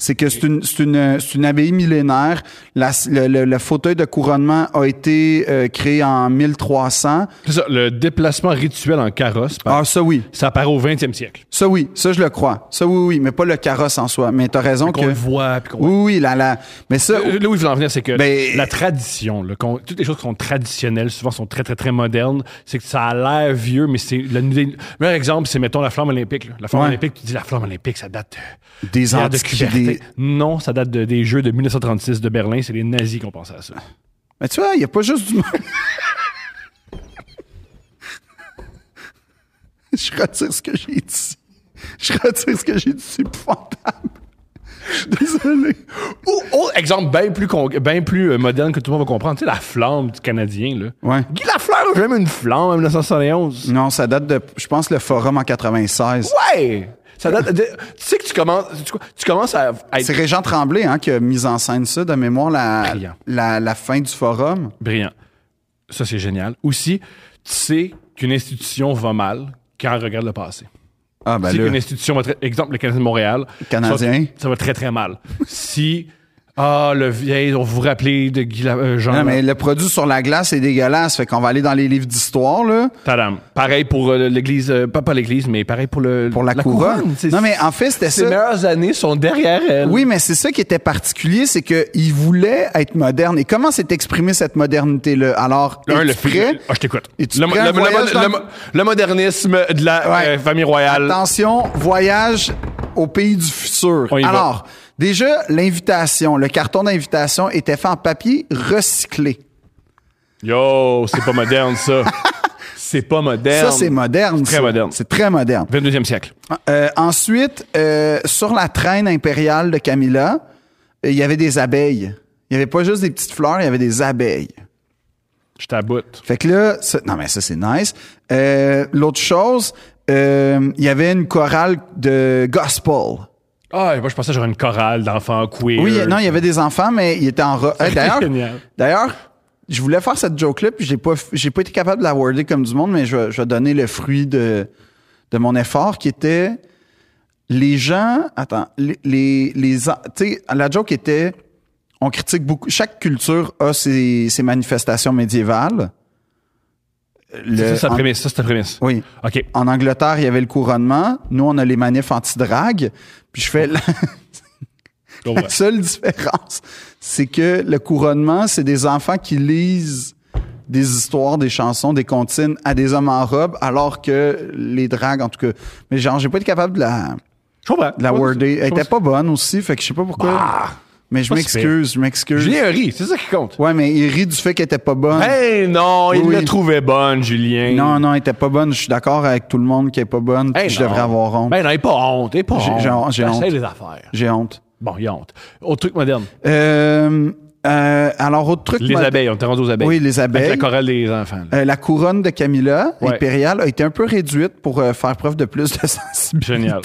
Speaker 2: C'est que c'est une, c'est une, c'est une abbaye millénaire. La- le, le- le fauteuil de couronnement a été euh, créé en 1300.
Speaker 1: C'est ça, le déplacement rituel en carrosse, par-
Speaker 2: Ah, ça oui.
Speaker 1: ça apparaît au 20e siècle.
Speaker 2: Ça oui. Ça, je le crois. Ça oui, oui. Mais pas le carrosse en soi. Mais t'as raison
Speaker 1: Qu'on
Speaker 2: que...
Speaker 1: le voit, puis qu'on
Speaker 2: Oui, oui. La, la... Mais ça...
Speaker 1: Euh, Là où je veux en venir, c'est que
Speaker 2: Ben-
Speaker 1: la tradition, là, qu'on- toutes les choses qui sont traditionnelles, souvent sont très, très, très modernes, c'est que ça a l'air vieux, mais c'est. Le le meilleur exemple, c'est, mettons, la flamme olympique. là. La flamme
Speaker 2: Ouais.
Speaker 1: olympique, tu dis la flamme olympique, ça date euh,
Speaker 2: oh, Des
Speaker 1: d'hier de
Speaker 2: antiquités.
Speaker 1: Cubertin. Non, ça date de- des Jeux de 1936 de Berlin. C'est les nazis qui ont pensé à ça.
Speaker 2: Mais tu vois, il n'y a pas juste du monde. Je retire ce que j'ai dit. Je retire ce que j'ai dit. C'est épouvantable. Je suis désolé.
Speaker 1: Ou autre exemple bien plus, con- ben plus euh, moderne que tout le monde va comprendre, tu sais, la flamme du Canadien. Là.
Speaker 2: Ouais.
Speaker 1: Guy Lafleur a jamais eu une flamme en 1971.
Speaker 2: Non, ça date de, je pense, le forum en 96.
Speaker 1: Ouais! Ça date de- tu sais que tu commences, tu, tu commences à, à
Speaker 2: C'est
Speaker 1: être
Speaker 2: Régent Tremblay hein, qui a mis en scène ça, de mémoire, la,
Speaker 1: Brillant.
Speaker 2: la, la fin du forum.
Speaker 1: Brillant. Ça, c'est génial. Aussi, tu sais qu'une institution va mal quand elle regarde le passé.
Speaker 2: Ah, ben
Speaker 1: si
Speaker 2: là.
Speaker 1: une institution va très- exemple, le Canadien de Montréal.
Speaker 2: Canadien.
Speaker 1: Ça, ça va très, très mal. si, ah, le vieil, on va vous rappeler de Guy La- euh, Jean.
Speaker 2: Non, mais le produit sur la glace est dégueulasse. Fait qu'on va aller dans les livres d'histoire, là.
Speaker 1: Tadam. Pareil pour euh, l'église, euh, pas, pas l'église, mais pareil pour le.
Speaker 2: pour la, couronne.
Speaker 1: c'est-
Speaker 2: Non, mais en fait, c'était
Speaker 1: ses
Speaker 2: ça.
Speaker 1: meilleures années sont derrière elle.
Speaker 2: Oui, mais c'est ça qui était particulier, c'est qu'il voulait être moderne. Et comment s'est exprimée cette modernité-là? Alors,
Speaker 1: Un,
Speaker 2: es-tu
Speaker 1: le
Speaker 2: prêt?
Speaker 1: Ah, je t'écoute.
Speaker 2: Es-tu
Speaker 1: Le,
Speaker 2: prêt à
Speaker 1: le- le-
Speaker 2: voyage dans-
Speaker 1: le- le- le modernisme de la
Speaker 2: Ouais.
Speaker 1: euh, famille royale.
Speaker 2: Attention, voyage au pays du futur.
Speaker 1: On y va.
Speaker 2: Alors, déjà, l'invitation, le carton d'invitation était fait en papier recyclé.
Speaker 1: Yo, c'est pas moderne, ça. c'est pas moderne.
Speaker 2: Ça, c'est moderne.
Speaker 1: Très
Speaker 2: ça.
Speaker 1: moderne.
Speaker 2: C'est très moderne.
Speaker 1: 22e siècle.
Speaker 2: Euh, ensuite, euh, sur la traîne impériale de Camilla, euh, il y avait des abeilles. Il y avait pas juste des petites fleurs, il y avait des abeilles.
Speaker 1: Je t'aboute.
Speaker 2: Fait que là, ça- non mais ça c'est nice. Euh, L'autre chose, euh, il y avait une chorale de gospel.
Speaker 1: Ah, moi, je pensais que j'aurais une chorale d'enfants queer.
Speaker 2: Oui, il y a- non, il y avait des enfants, mais il était en ro- Hey, D'ailleurs,
Speaker 1: génial.
Speaker 2: d'ailleurs, je voulais faire cette joke-là, puis j'ai pas, f- j'ai pas été capable de la worder comme du monde, mais je, vais- je vais donner le fruit de, de mon effort qui était les gens. Attends, les, les, les en- tu sais, la joke était, on critique beaucoup. Chaque culture a ses, ses manifestations médiévales. Le-
Speaker 1: Ça, c'est ta
Speaker 2: en-
Speaker 1: prémisse. Ça, c'est ta prémisse.
Speaker 2: oui.
Speaker 1: OK.
Speaker 2: En Angleterre, il y avait le couronnement. Nous, on a les manifs anti-drague. Puis je fais la,
Speaker 1: Go
Speaker 2: la seule différence, c'est que le couronnement, c'est des enfants qui lisent des histoires, des chansons, des comptines à des hommes en robe, alors que les dragues, en tout cas. Mais genre, j'ai pas été capable de la,
Speaker 1: Je comprends.
Speaker 2: de la
Speaker 1: Je comprends.
Speaker 2: worder. Elle
Speaker 1: Je
Speaker 2: était
Speaker 1: comprends.
Speaker 2: pas bonne aussi, fait que je sais pas pourquoi.
Speaker 1: Bah,
Speaker 2: mais je
Speaker 1: pas si
Speaker 2: m'excuse, je m'excuse.
Speaker 1: Julien rit, c'est ça qui compte.
Speaker 2: Ouais, mais il rit du fait qu'elle était pas bonne.
Speaker 1: Hey, non, il
Speaker 2: Oui,
Speaker 1: la
Speaker 2: oui.
Speaker 1: trouvait bonne, Julien.
Speaker 2: Non, non, elle était pas bonne. Je suis d'accord avec tout le monde qu'elle est pas bonne.
Speaker 1: Hey,
Speaker 2: puis je
Speaker 1: non.
Speaker 2: devrais avoir honte.
Speaker 1: Ben non, il est pas honte. Il est pas
Speaker 2: J'ai-
Speaker 1: honte.
Speaker 2: j'ai honte, j'ai
Speaker 1: Essaye
Speaker 2: honte.
Speaker 1: les affaires.
Speaker 2: J'ai honte.
Speaker 1: Bon, il a honte. Autre truc moderne.
Speaker 2: Euh, euh, alors, autre truc.
Speaker 1: Les
Speaker 2: moi,
Speaker 1: abeilles, on était rendu aux abeilles.
Speaker 2: Oui, les abeilles.
Speaker 1: Avec la chorale des enfants. là.
Speaker 2: euh, la couronne de Camilla,
Speaker 1: Ouais.
Speaker 2: impériale, a été un peu réduite pour euh, faire preuve de plus de sensibilité.
Speaker 1: Génial.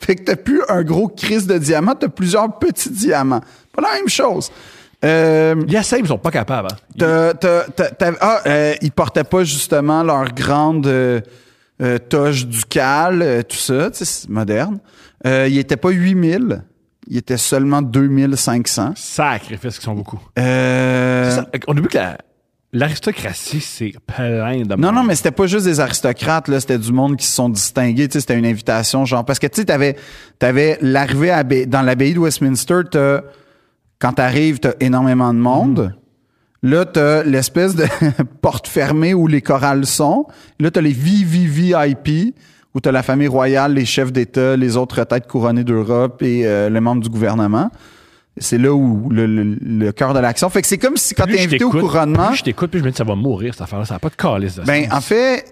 Speaker 2: fait que t'as plus un gros crise de diamant, t'as plusieurs petits diamants. Pas la même chose. Euh,
Speaker 1: Les abeilles, ils sont pas capables. hein.
Speaker 2: t'as- t'as- t'as- t'as- ah, euh, ils portaient pas justement leur grande euh, euh, toche ducale, euh, tout ça, tu sais, c'est moderne. Euh, ils étaient pas 8000, ils étaient seulement 2500.
Speaker 1: Sacrifices qui sont beaucoup.
Speaker 2: Euh,
Speaker 1: Ça, on a vu que la- l'aristocratie, c'est plein de
Speaker 2: Non,
Speaker 1: monde.
Speaker 2: non, mais c'était pas juste des aristocrates, là, c'était du monde qui se sont distingués, tu sais, c'était une invitation, genre, parce que, tu sais, t'avais, t'avais l'arrivée à abbaye- dans l'abbaye de Westminster, t'as, quand t'arrives, t'as énormément de monde.
Speaker 1: Mm-hmm.
Speaker 2: Là, t'as l'espèce de porte fermée où les chorales sont. Là, t'as les VVVIP, où t'as la famille royale, les chefs d'État, les autres têtes couronnées d'Europe et euh, les membres du gouvernement. C'est là où le, le- le cœur de l'action. Fait que c'est comme si quand
Speaker 1: Plus
Speaker 2: t'es
Speaker 1: je
Speaker 2: invité au
Speaker 1: t'écoute,
Speaker 2: couronnement,
Speaker 1: Plus je t'écoute, plus je me dis ça va mourir, cette affaire-là. Ça n'a pas de calice de
Speaker 2: ben,
Speaker 1: sens.
Speaker 2: en fait,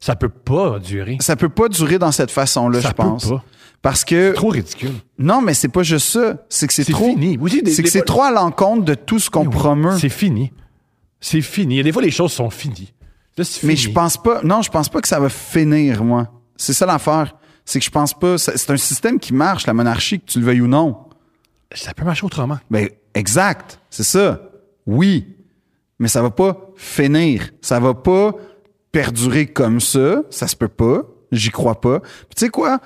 Speaker 1: Ça peut pas durer.
Speaker 2: ça peut pas durer dans cette façon-là,
Speaker 1: Ça
Speaker 2: je
Speaker 1: peut
Speaker 2: pense.
Speaker 1: pas.
Speaker 2: Parce que
Speaker 1: Trop ridicule.
Speaker 2: non, mais c'est pas juste ça. C'est que c'est
Speaker 1: C'est
Speaker 2: trop.
Speaker 1: fini. Oui, c'est des-
Speaker 2: C'est que
Speaker 1: des-
Speaker 2: c'est trop à l'encontre de tout ce qu'on promeut.
Speaker 1: C'est fini. C'est fini. Et des fois, les choses sont finies. Là, c'est
Speaker 2: Mais
Speaker 1: fini.
Speaker 2: je pense pas. Non, je pense pas que ça va finir, moi. C'est ça l'affaire. C'est que je pense pas. ça- C'est un système qui marche, la monarchie, que tu le veuilles ou non.
Speaker 1: Ça peut marcher autrement.
Speaker 2: Ben exact. C'est ça. Oui. Mais ça va pas finir. Ça va pas perdurer comme ça. Ça se peut pas. J'y crois pas. Puis tu sais quoi?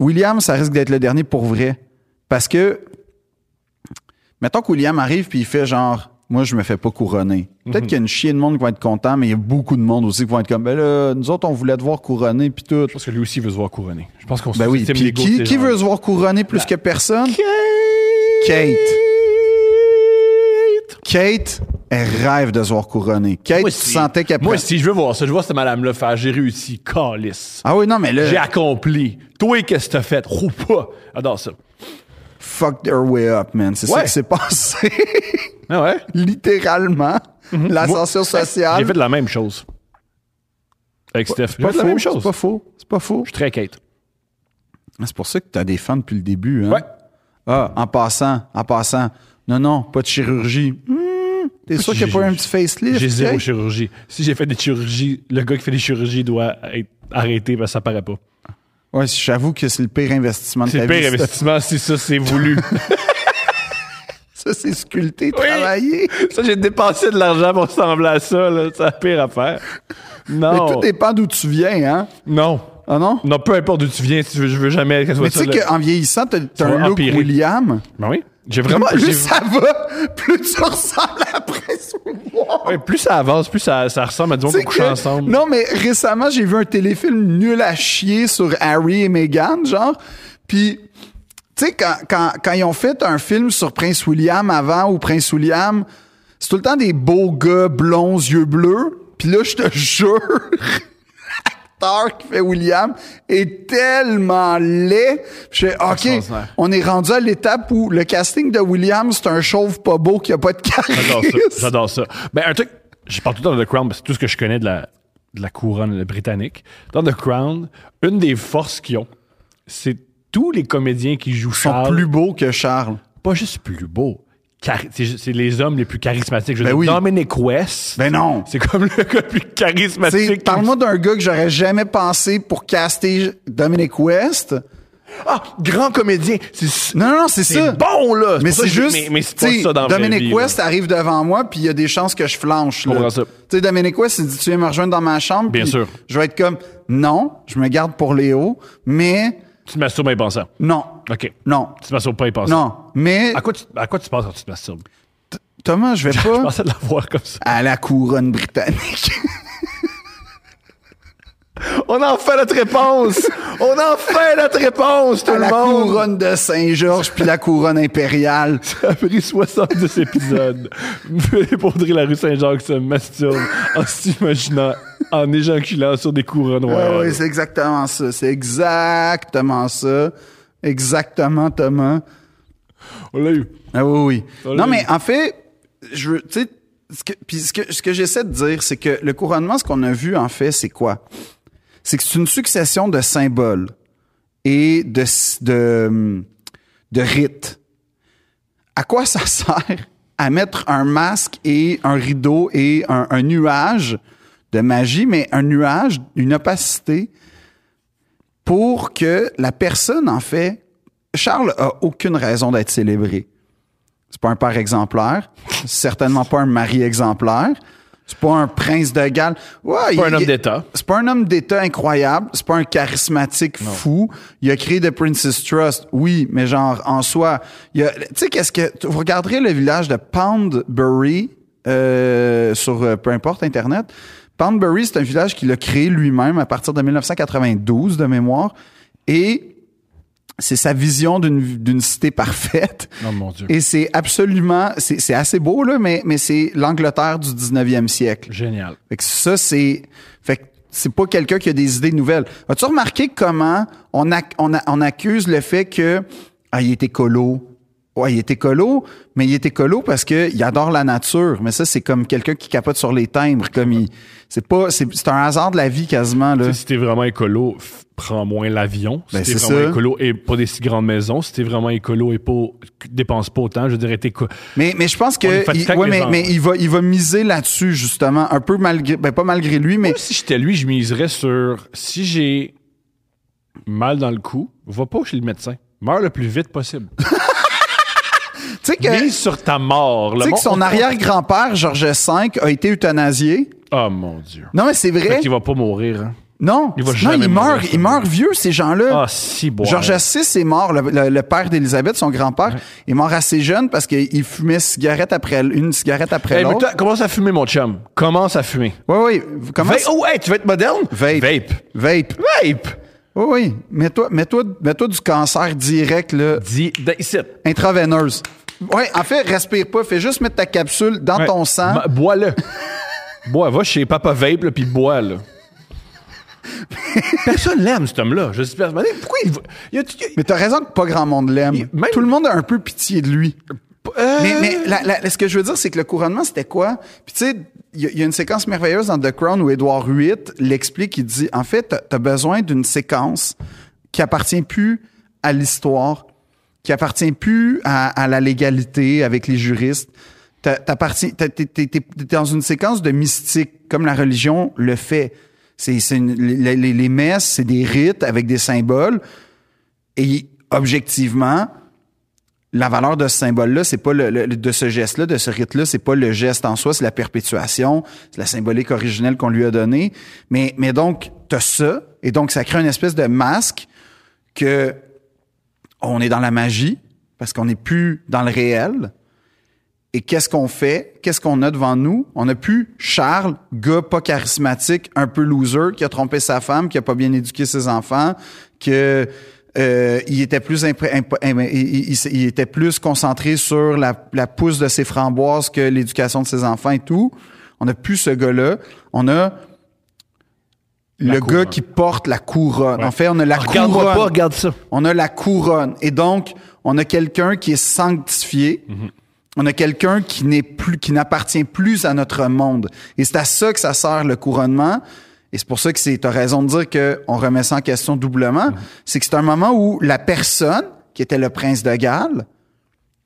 Speaker 2: William, ça risque d'être le dernier pour vrai. Parce que Mettons que William arrive puis il fait genre, moi, je me fais pas couronner. Peut-être qu'il y a une chier de monde qui va être content, mais il y a beaucoup de monde aussi qui vont être comme, ben là, nous autres, on voulait te voir couronner puis tout.
Speaker 1: Je pense que lui aussi veut se voir couronné. Je pense qu'on
Speaker 2: Ben oui,
Speaker 1: sous-estime
Speaker 2: puis
Speaker 1: l'ego de
Speaker 2: qui,
Speaker 1: ces
Speaker 2: qui
Speaker 1: gens-là.
Speaker 2: veut se voir couronner plus que personne? Kate. Kate, elle rêve de se voir couronner. Kate,
Speaker 1: Moi
Speaker 2: tu
Speaker 1: aussi.
Speaker 2: sentais qu'elle
Speaker 1: Moi,
Speaker 2: pre-
Speaker 1: si je veux voir ça, je vois cette madame-là faire j'ai réussi, calice.
Speaker 2: Ah oui, non, mais là,
Speaker 1: J'ai accompli. Toi, qu'est-ce que t'as fait? Ou pas. J'adore ça.
Speaker 2: fuck their way up, man. C'est ça
Speaker 1: Ouais.
Speaker 2: qui s'est passé.
Speaker 1: Ah ouais?
Speaker 2: Littéralement. L'ascenseur social.
Speaker 1: Mhm. J'ai fait la même chose. Avec Steph. J'ai
Speaker 2: pas
Speaker 1: fait la
Speaker 2: faux,
Speaker 1: même chose.
Speaker 2: C'est pas faux. C'est pas faux.
Speaker 1: Je suis très Kate.
Speaker 2: C'est pour ça que t'as des fans depuis le début, hein?
Speaker 1: Ouais.
Speaker 2: Ah, en passant, en passant. Non, non, pas de chirurgie. Hmm, T'es sûr qu'il n'y a pas
Speaker 1: j'ai-
Speaker 2: un petit facelift?
Speaker 1: J'ai zéro
Speaker 2: Kate?
Speaker 1: chirurgie. Si j'ai fait des chirurgies, le gars qui fait des chirurgies doit être arrêté parce que ça paraît pas.
Speaker 2: Ouais, j'avoue que c'est le pire investissement de
Speaker 1: C'est
Speaker 2: ta
Speaker 1: le
Speaker 2: vie.
Speaker 1: pire
Speaker 2: ça.
Speaker 1: investissement si ça c'est voulu.
Speaker 2: Ça, c'est sculpté, travaillé.
Speaker 1: ça, j'ai dépensé de l'argent pour ressembler à ça, là. C'est la pire affaire.
Speaker 2: Mais
Speaker 1: Non.
Speaker 2: tout dépend d'où tu viens, hein?
Speaker 1: Non.
Speaker 2: Ah non?
Speaker 1: Non, peu importe d'où tu viens, si tu veux, je veux jamais que ce soit
Speaker 2: Mais tu sais
Speaker 1: ça, le-
Speaker 2: qu'en vieillissant, t'as t'as
Speaker 1: va
Speaker 2: un look
Speaker 1: empirer.
Speaker 2: William.
Speaker 1: Ben oui. J'ai vraiment.
Speaker 2: Comment
Speaker 1: j'ai-
Speaker 2: lui, ça va? Plus tu ressembles à Prince William.
Speaker 1: Ouais, plus ça avance, plus ça, ça ressemble à du monde
Speaker 2: Tu
Speaker 1: qu'on
Speaker 2: sais
Speaker 1: couche
Speaker 2: que-
Speaker 1: ensemble.
Speaker 2: Non, mais récemment, j'ai vu un téléfilm nul à chier sur Harry et Meghan, genre. Puis, tu sais, quand, quand, quand ils ont fait un film sur Prince William avant ou Prince William, c'est tout le temps des beaux gars blonds, yeux bleus. Puis là, je te jure, l'acteur qui fait William est tellement laid. Je fais, OK,
Speaker 1: Extraordinaire.
Speaker 2: on est rendu à l'étape où le casting de William, c'est un chauve pas beau qui a pas de
Speaker 1: J'adore ça.
Speaker 2: charisme.
Speaker 1: J'adore ça. Ben, un truc, je parle tout le temps de The Crown, parce que c'est tout ce que je connais de la, de la couronne britannique. Dans The Crown, une des forces qu'ils ont, c'est tous les comédiens qui jouent
Speaker 2: Ils sont
Speaker 1: Charles.
Speaker 2: plus beaux que Charles.
Speaker 1: Pas juste plus beaux. chari- C'est ju- c'est les hommes les plus charismatiques. Je veux
Speaker 2: Ben
Speaker 1: dire,
Speaker 2: oui.
Speaker 1: Dominic West,
Speaker 2: Ben non.
Speaker 1: c'est comme le gars le plus
Speaker 2: T'sais,
Speaker 1: charismatique.
Speaker 2: Parle-moi d'un gars que j'aurais jamais pensé pour caster Dominic West.
Speaker 1: Ah, grand comédien. C'est
Speaker 2: Non, non, non, c'est
Speaker 1: c'est
Speaker 2: ça.
Speaker 1: bon, là.
Speaker 2: Mais
Speaker 1: pour ça
Speaker 2: c'est
Speaker 1: que je-
Speaker 2: juste,
Speaker 1: Mais, mais c'est pas
Speaker 2: t'sais,
Speaker 1: ça dans la vraie
Speaker 2: Dominic
Speaker 1: vie, là.
Speaker 2: West arrive devant moi, puis il y a des chances que je flanche.
Speaker 1: Comprends
Speaker 2: Là.
Speaker 1: ça.
Speaker 2: T'sais, Dominic West, il dit tu viens me rejoindre dans ma chambre.
Speaker 1: Bien
Speaker 2: Puis
Speaker 1: sûr.
Speaker 2: Je vais être comme non, je me garde pour Léo, mais
Speaker 1: Tu te masturbes en y pensant.
Speaker 2: non,
Speaker 1: OK.
Speaker 2: non,
Speaker 1: Tu te masturbes pas en y pensant.
Speaker 2: non, mais
Speaker 1: À quoi, tu, à quoi tu penses quand tu te masturbes?
Speaker 2: Thomas, je vais
Speaker 1: Je
Speaker 2: pas
Speaker 1: pensais de la voir comme ça.
Speaker 2: à la couronne britannique.
Speaker 1: On en fait notre réponse! On en fait notre réponse, tout
Speaker 2: à la
Speaker 1: le monde!
Speaker 2: couronne de Saint-Georges, puis la couronne impériale.
Speaker 1: Ça a pris 70 épisodes. Audrey la rue Saint-Jacques se masturbe en s'imaginant, en éjaculant sur des couronnes
Speaker 2: Ah
Speaker 1: royales.
Speaker 2: oui, c'est exactement ça. C'est exactement ça. Exactement, Thomas.
Speaker 1: On l'a eu.
Speaker 2: Ah oui, oui.
Speaker 1: Salut.
Speaker 2: Non, mais en fait, je veux, tu sais, ce que, puis ce que, ce que j'essaie de dire, c'est que le couronnement, ce qu'on a vu, en fait, c'est quoi? C'est que c'est une succession de symboles et de, s- de, de rites. À quoi ça sert à mettre un masque et un rideau et un, un nuage de magie, mais un nuage, une opacité, pour que la personne, en fait, Charles a aucune raison d'être célébré. C'est pas un père exemplaire. C'est certainement pas un mari exemplaire. C'est pas un prince de Galles. Ouais,
Speaker 1: C'est pas
Speaker 2: il-
Speaker 1: un homme d'État.
Speaker 2: C'est pas un homme d'État incroyable. C'est pas un charismatique fou. Il a créé The Princess Trust. Oui, mais genre, en soi, il y a- tu sais, qu'est-ce que, vous regarderez le village de Poundbury, euh, sur, euh, peu importe, Internet. Poundbury, c'est un village qu'il a créé lui-même à partir de 1992 de mémoire. Et c'est sa vision d'une d'une cité parfaite.
Speaker 1: Oh, mon Dieu.
Speaker 2: Et c'est absolument, c'est c'est assez beau, là, mais, mais c'est l'Angleterre du 19e siècle.
Speaker 1: Génial.
Speaker 2: Fait que ça, c'est. Fait que c'est pas quelqu'un qui a des idées nouvelles. As-tu remarqué comment on, ac- on, a- on accuse le fait que. Ah, il est écolo. Ouais, il est écolo, mais il est écolo parce qu'il adore la nature. Mais ça, c'est comme quelqu'un qui capote sur les timbres. Comme il. C'est pas. C'est c'est un hasard de la vie quasiment, là.
Speaker 1: Tu sais, si t'es vraiment écolo, f- prends moins l'avion. Si
Speaker 2: Ben,
Speaker 1: t'es
Speaker 2: c'est
Speaker 1: vraiment
Speaker 2: ça.
Speaker 1: écolo et pas des si grandes maisons, si t'es vraiment écolo et pas, dépense pas autant, je dirais t'es co-
Speaker 2: Mais, mais je pense
Speaker 1: On est
Speaker 2: que.
Speaker 1: fatigué
Speaker 2: il-
Speaker 1: avec
Speaker 2: ouais,
Speaker 1: les
Speaker 2: mais,
Speaker 1: gens,
Speaker 2: mais
Speaker 1: ouais.
Speaker 2: il, va, il va miser là-dessus, justement. Un peu malgré. Ben, pas malgré lui, mais.
Speaker 1: Moi, si j'étais lui, je miserais sur si j'ai mal dans le cou, va pas chez le médecin. Meurs le plus vite possible.
Speaker 2: Tu sais que.
Speaker 1: Mise sur ta mort. Le
Speaker 2: Tu sais que
Speaker 1: monde-
Speaker 2: son arrière-grand-père, Georges V, a été euthanasié.
Speaker 1: Oh mon Dieu.
Speaker 2: Non, mais c'est vrai.
Speaker 1: Fait qu'il va pas mourir. hein.
Speaker 2: Non,
Speaker 1: Il va
Speaker 2: non,
Speaker 1: jamais
Speaker 2: il
Speaker 1: mourir,
Speaker 2: meurt,
Speaker 1: ça.
Speaker 2: il meurt vieux, ces gens-là.
Speaker 1: Ah, si, bon.
Speaker 2: Georges VI est mort, le, le- le père d'Élisabeth, son grand-père, est mort assez jeune parce qu'il fumait cigarette après une cigarette après
Speaker 1: Hey, Eh, mais
Speaker 2: l'autre.
Speaker 1: toi, commence à fumer, mon chum. Commence à fumer.
Speaker 2: Oui, oui. vous- Comment
Speaker 1: Va- Oh, hey, tu veux être moderne?
Speaker 2: Vape.
Speaker 1: Vape.
Speaker 2: Vape.
Speaker 1: Vape.
Speaker 2: Oui, oui. Mets-toi, mets-toi, mets-toi du cancer direct, là,
Speaker 1: Dis, dis- ici.
Speaker 2: intraveineuse. Oui, en fait, respire pas. Fais juste mettre ta capsule dans
Speaker 1: Ouais.
Speaker 2: ton sang.
Speaker 1: Ma- Bois-le. bois, va chez Papa Vape, là, puis bois, là. Personne l'aime, cet homme-là. Je suis persuadé. Pourquoi il va- il y a- il y a-
Speaker 2: Mais t'as raison que pas grand monde l'aime.
Speaker 1: même-
Speaker 2: Tout le monde a un peu pitié de lui.
Speaker 1: Euh,
Speaker 2: Mais, mais la- la- ce que je veux dire, c'est que le couronnement, c'était quoi? Puis tu sais, il y, a- il y a une séquence merveilleuse dans The Crown où Édouard VIII l'explique, il dit, en fait, t'as- t'as besoin d'une séquence qui appartient plus à l'histoire, qui appartient plus à, à la légalité avec les juristes. T'as- t'appartiens- t'as- T'es t'es- t'es- t'es dans une séquence de mystique, comme la religion le fait. C'est c'est une- les, les- les messes, c'est des rites avec des symboles. Et objectivement, la valeur de ce symbole-là, c'est pas le, le- de ce geste-là, de ce rite-là, c'est pas le geste en soi, c'est la perpétuation, c'est la symbolique originelle qu'on lui a donnée. Mais, mais donc, t'as ça, et donc ça crée une espèce de masque que on est dans la magie, parce qu'on n'est plus dans le réel. Et qu'est-ce qu'on fait? Qu'est-ce qu'on a devant nous? On a plus Charles, gars pas charismatique, un peu loser, qui a trompé sa femme, qui a pas bien éduqué ses enfants, que euh, il était plus impré- imp- im- il, il- il s- il était plus concentré sur la, la pousse de ses framboises que l'éducation de ses enfants et tout. On a plus ce gars-là. On a le gars
Speaker 1: couronne.
Speaker 2: qui porte la couronne.
Speaker 1: Ouais.
Speaker 2: En fait, on a la couronne.
Speaker 1: Regarde-moi pas, regarde ça.
Speaker 2: On a la couronne. Et donc, on a quelqu'un qui est sanctifié. On a quelqu'un qui n'est plus, qui n'appartient plus à notre monde. Et c'est à ça que ça sert le couronnement. Et c'est pour ça que c'est, t'as raison de dire qu'on remet ça en question doublement.
Speaker 1: Mm-hmm.
Speaker 2: C'est que c'est un moment où la personne qui était le prince de Galles,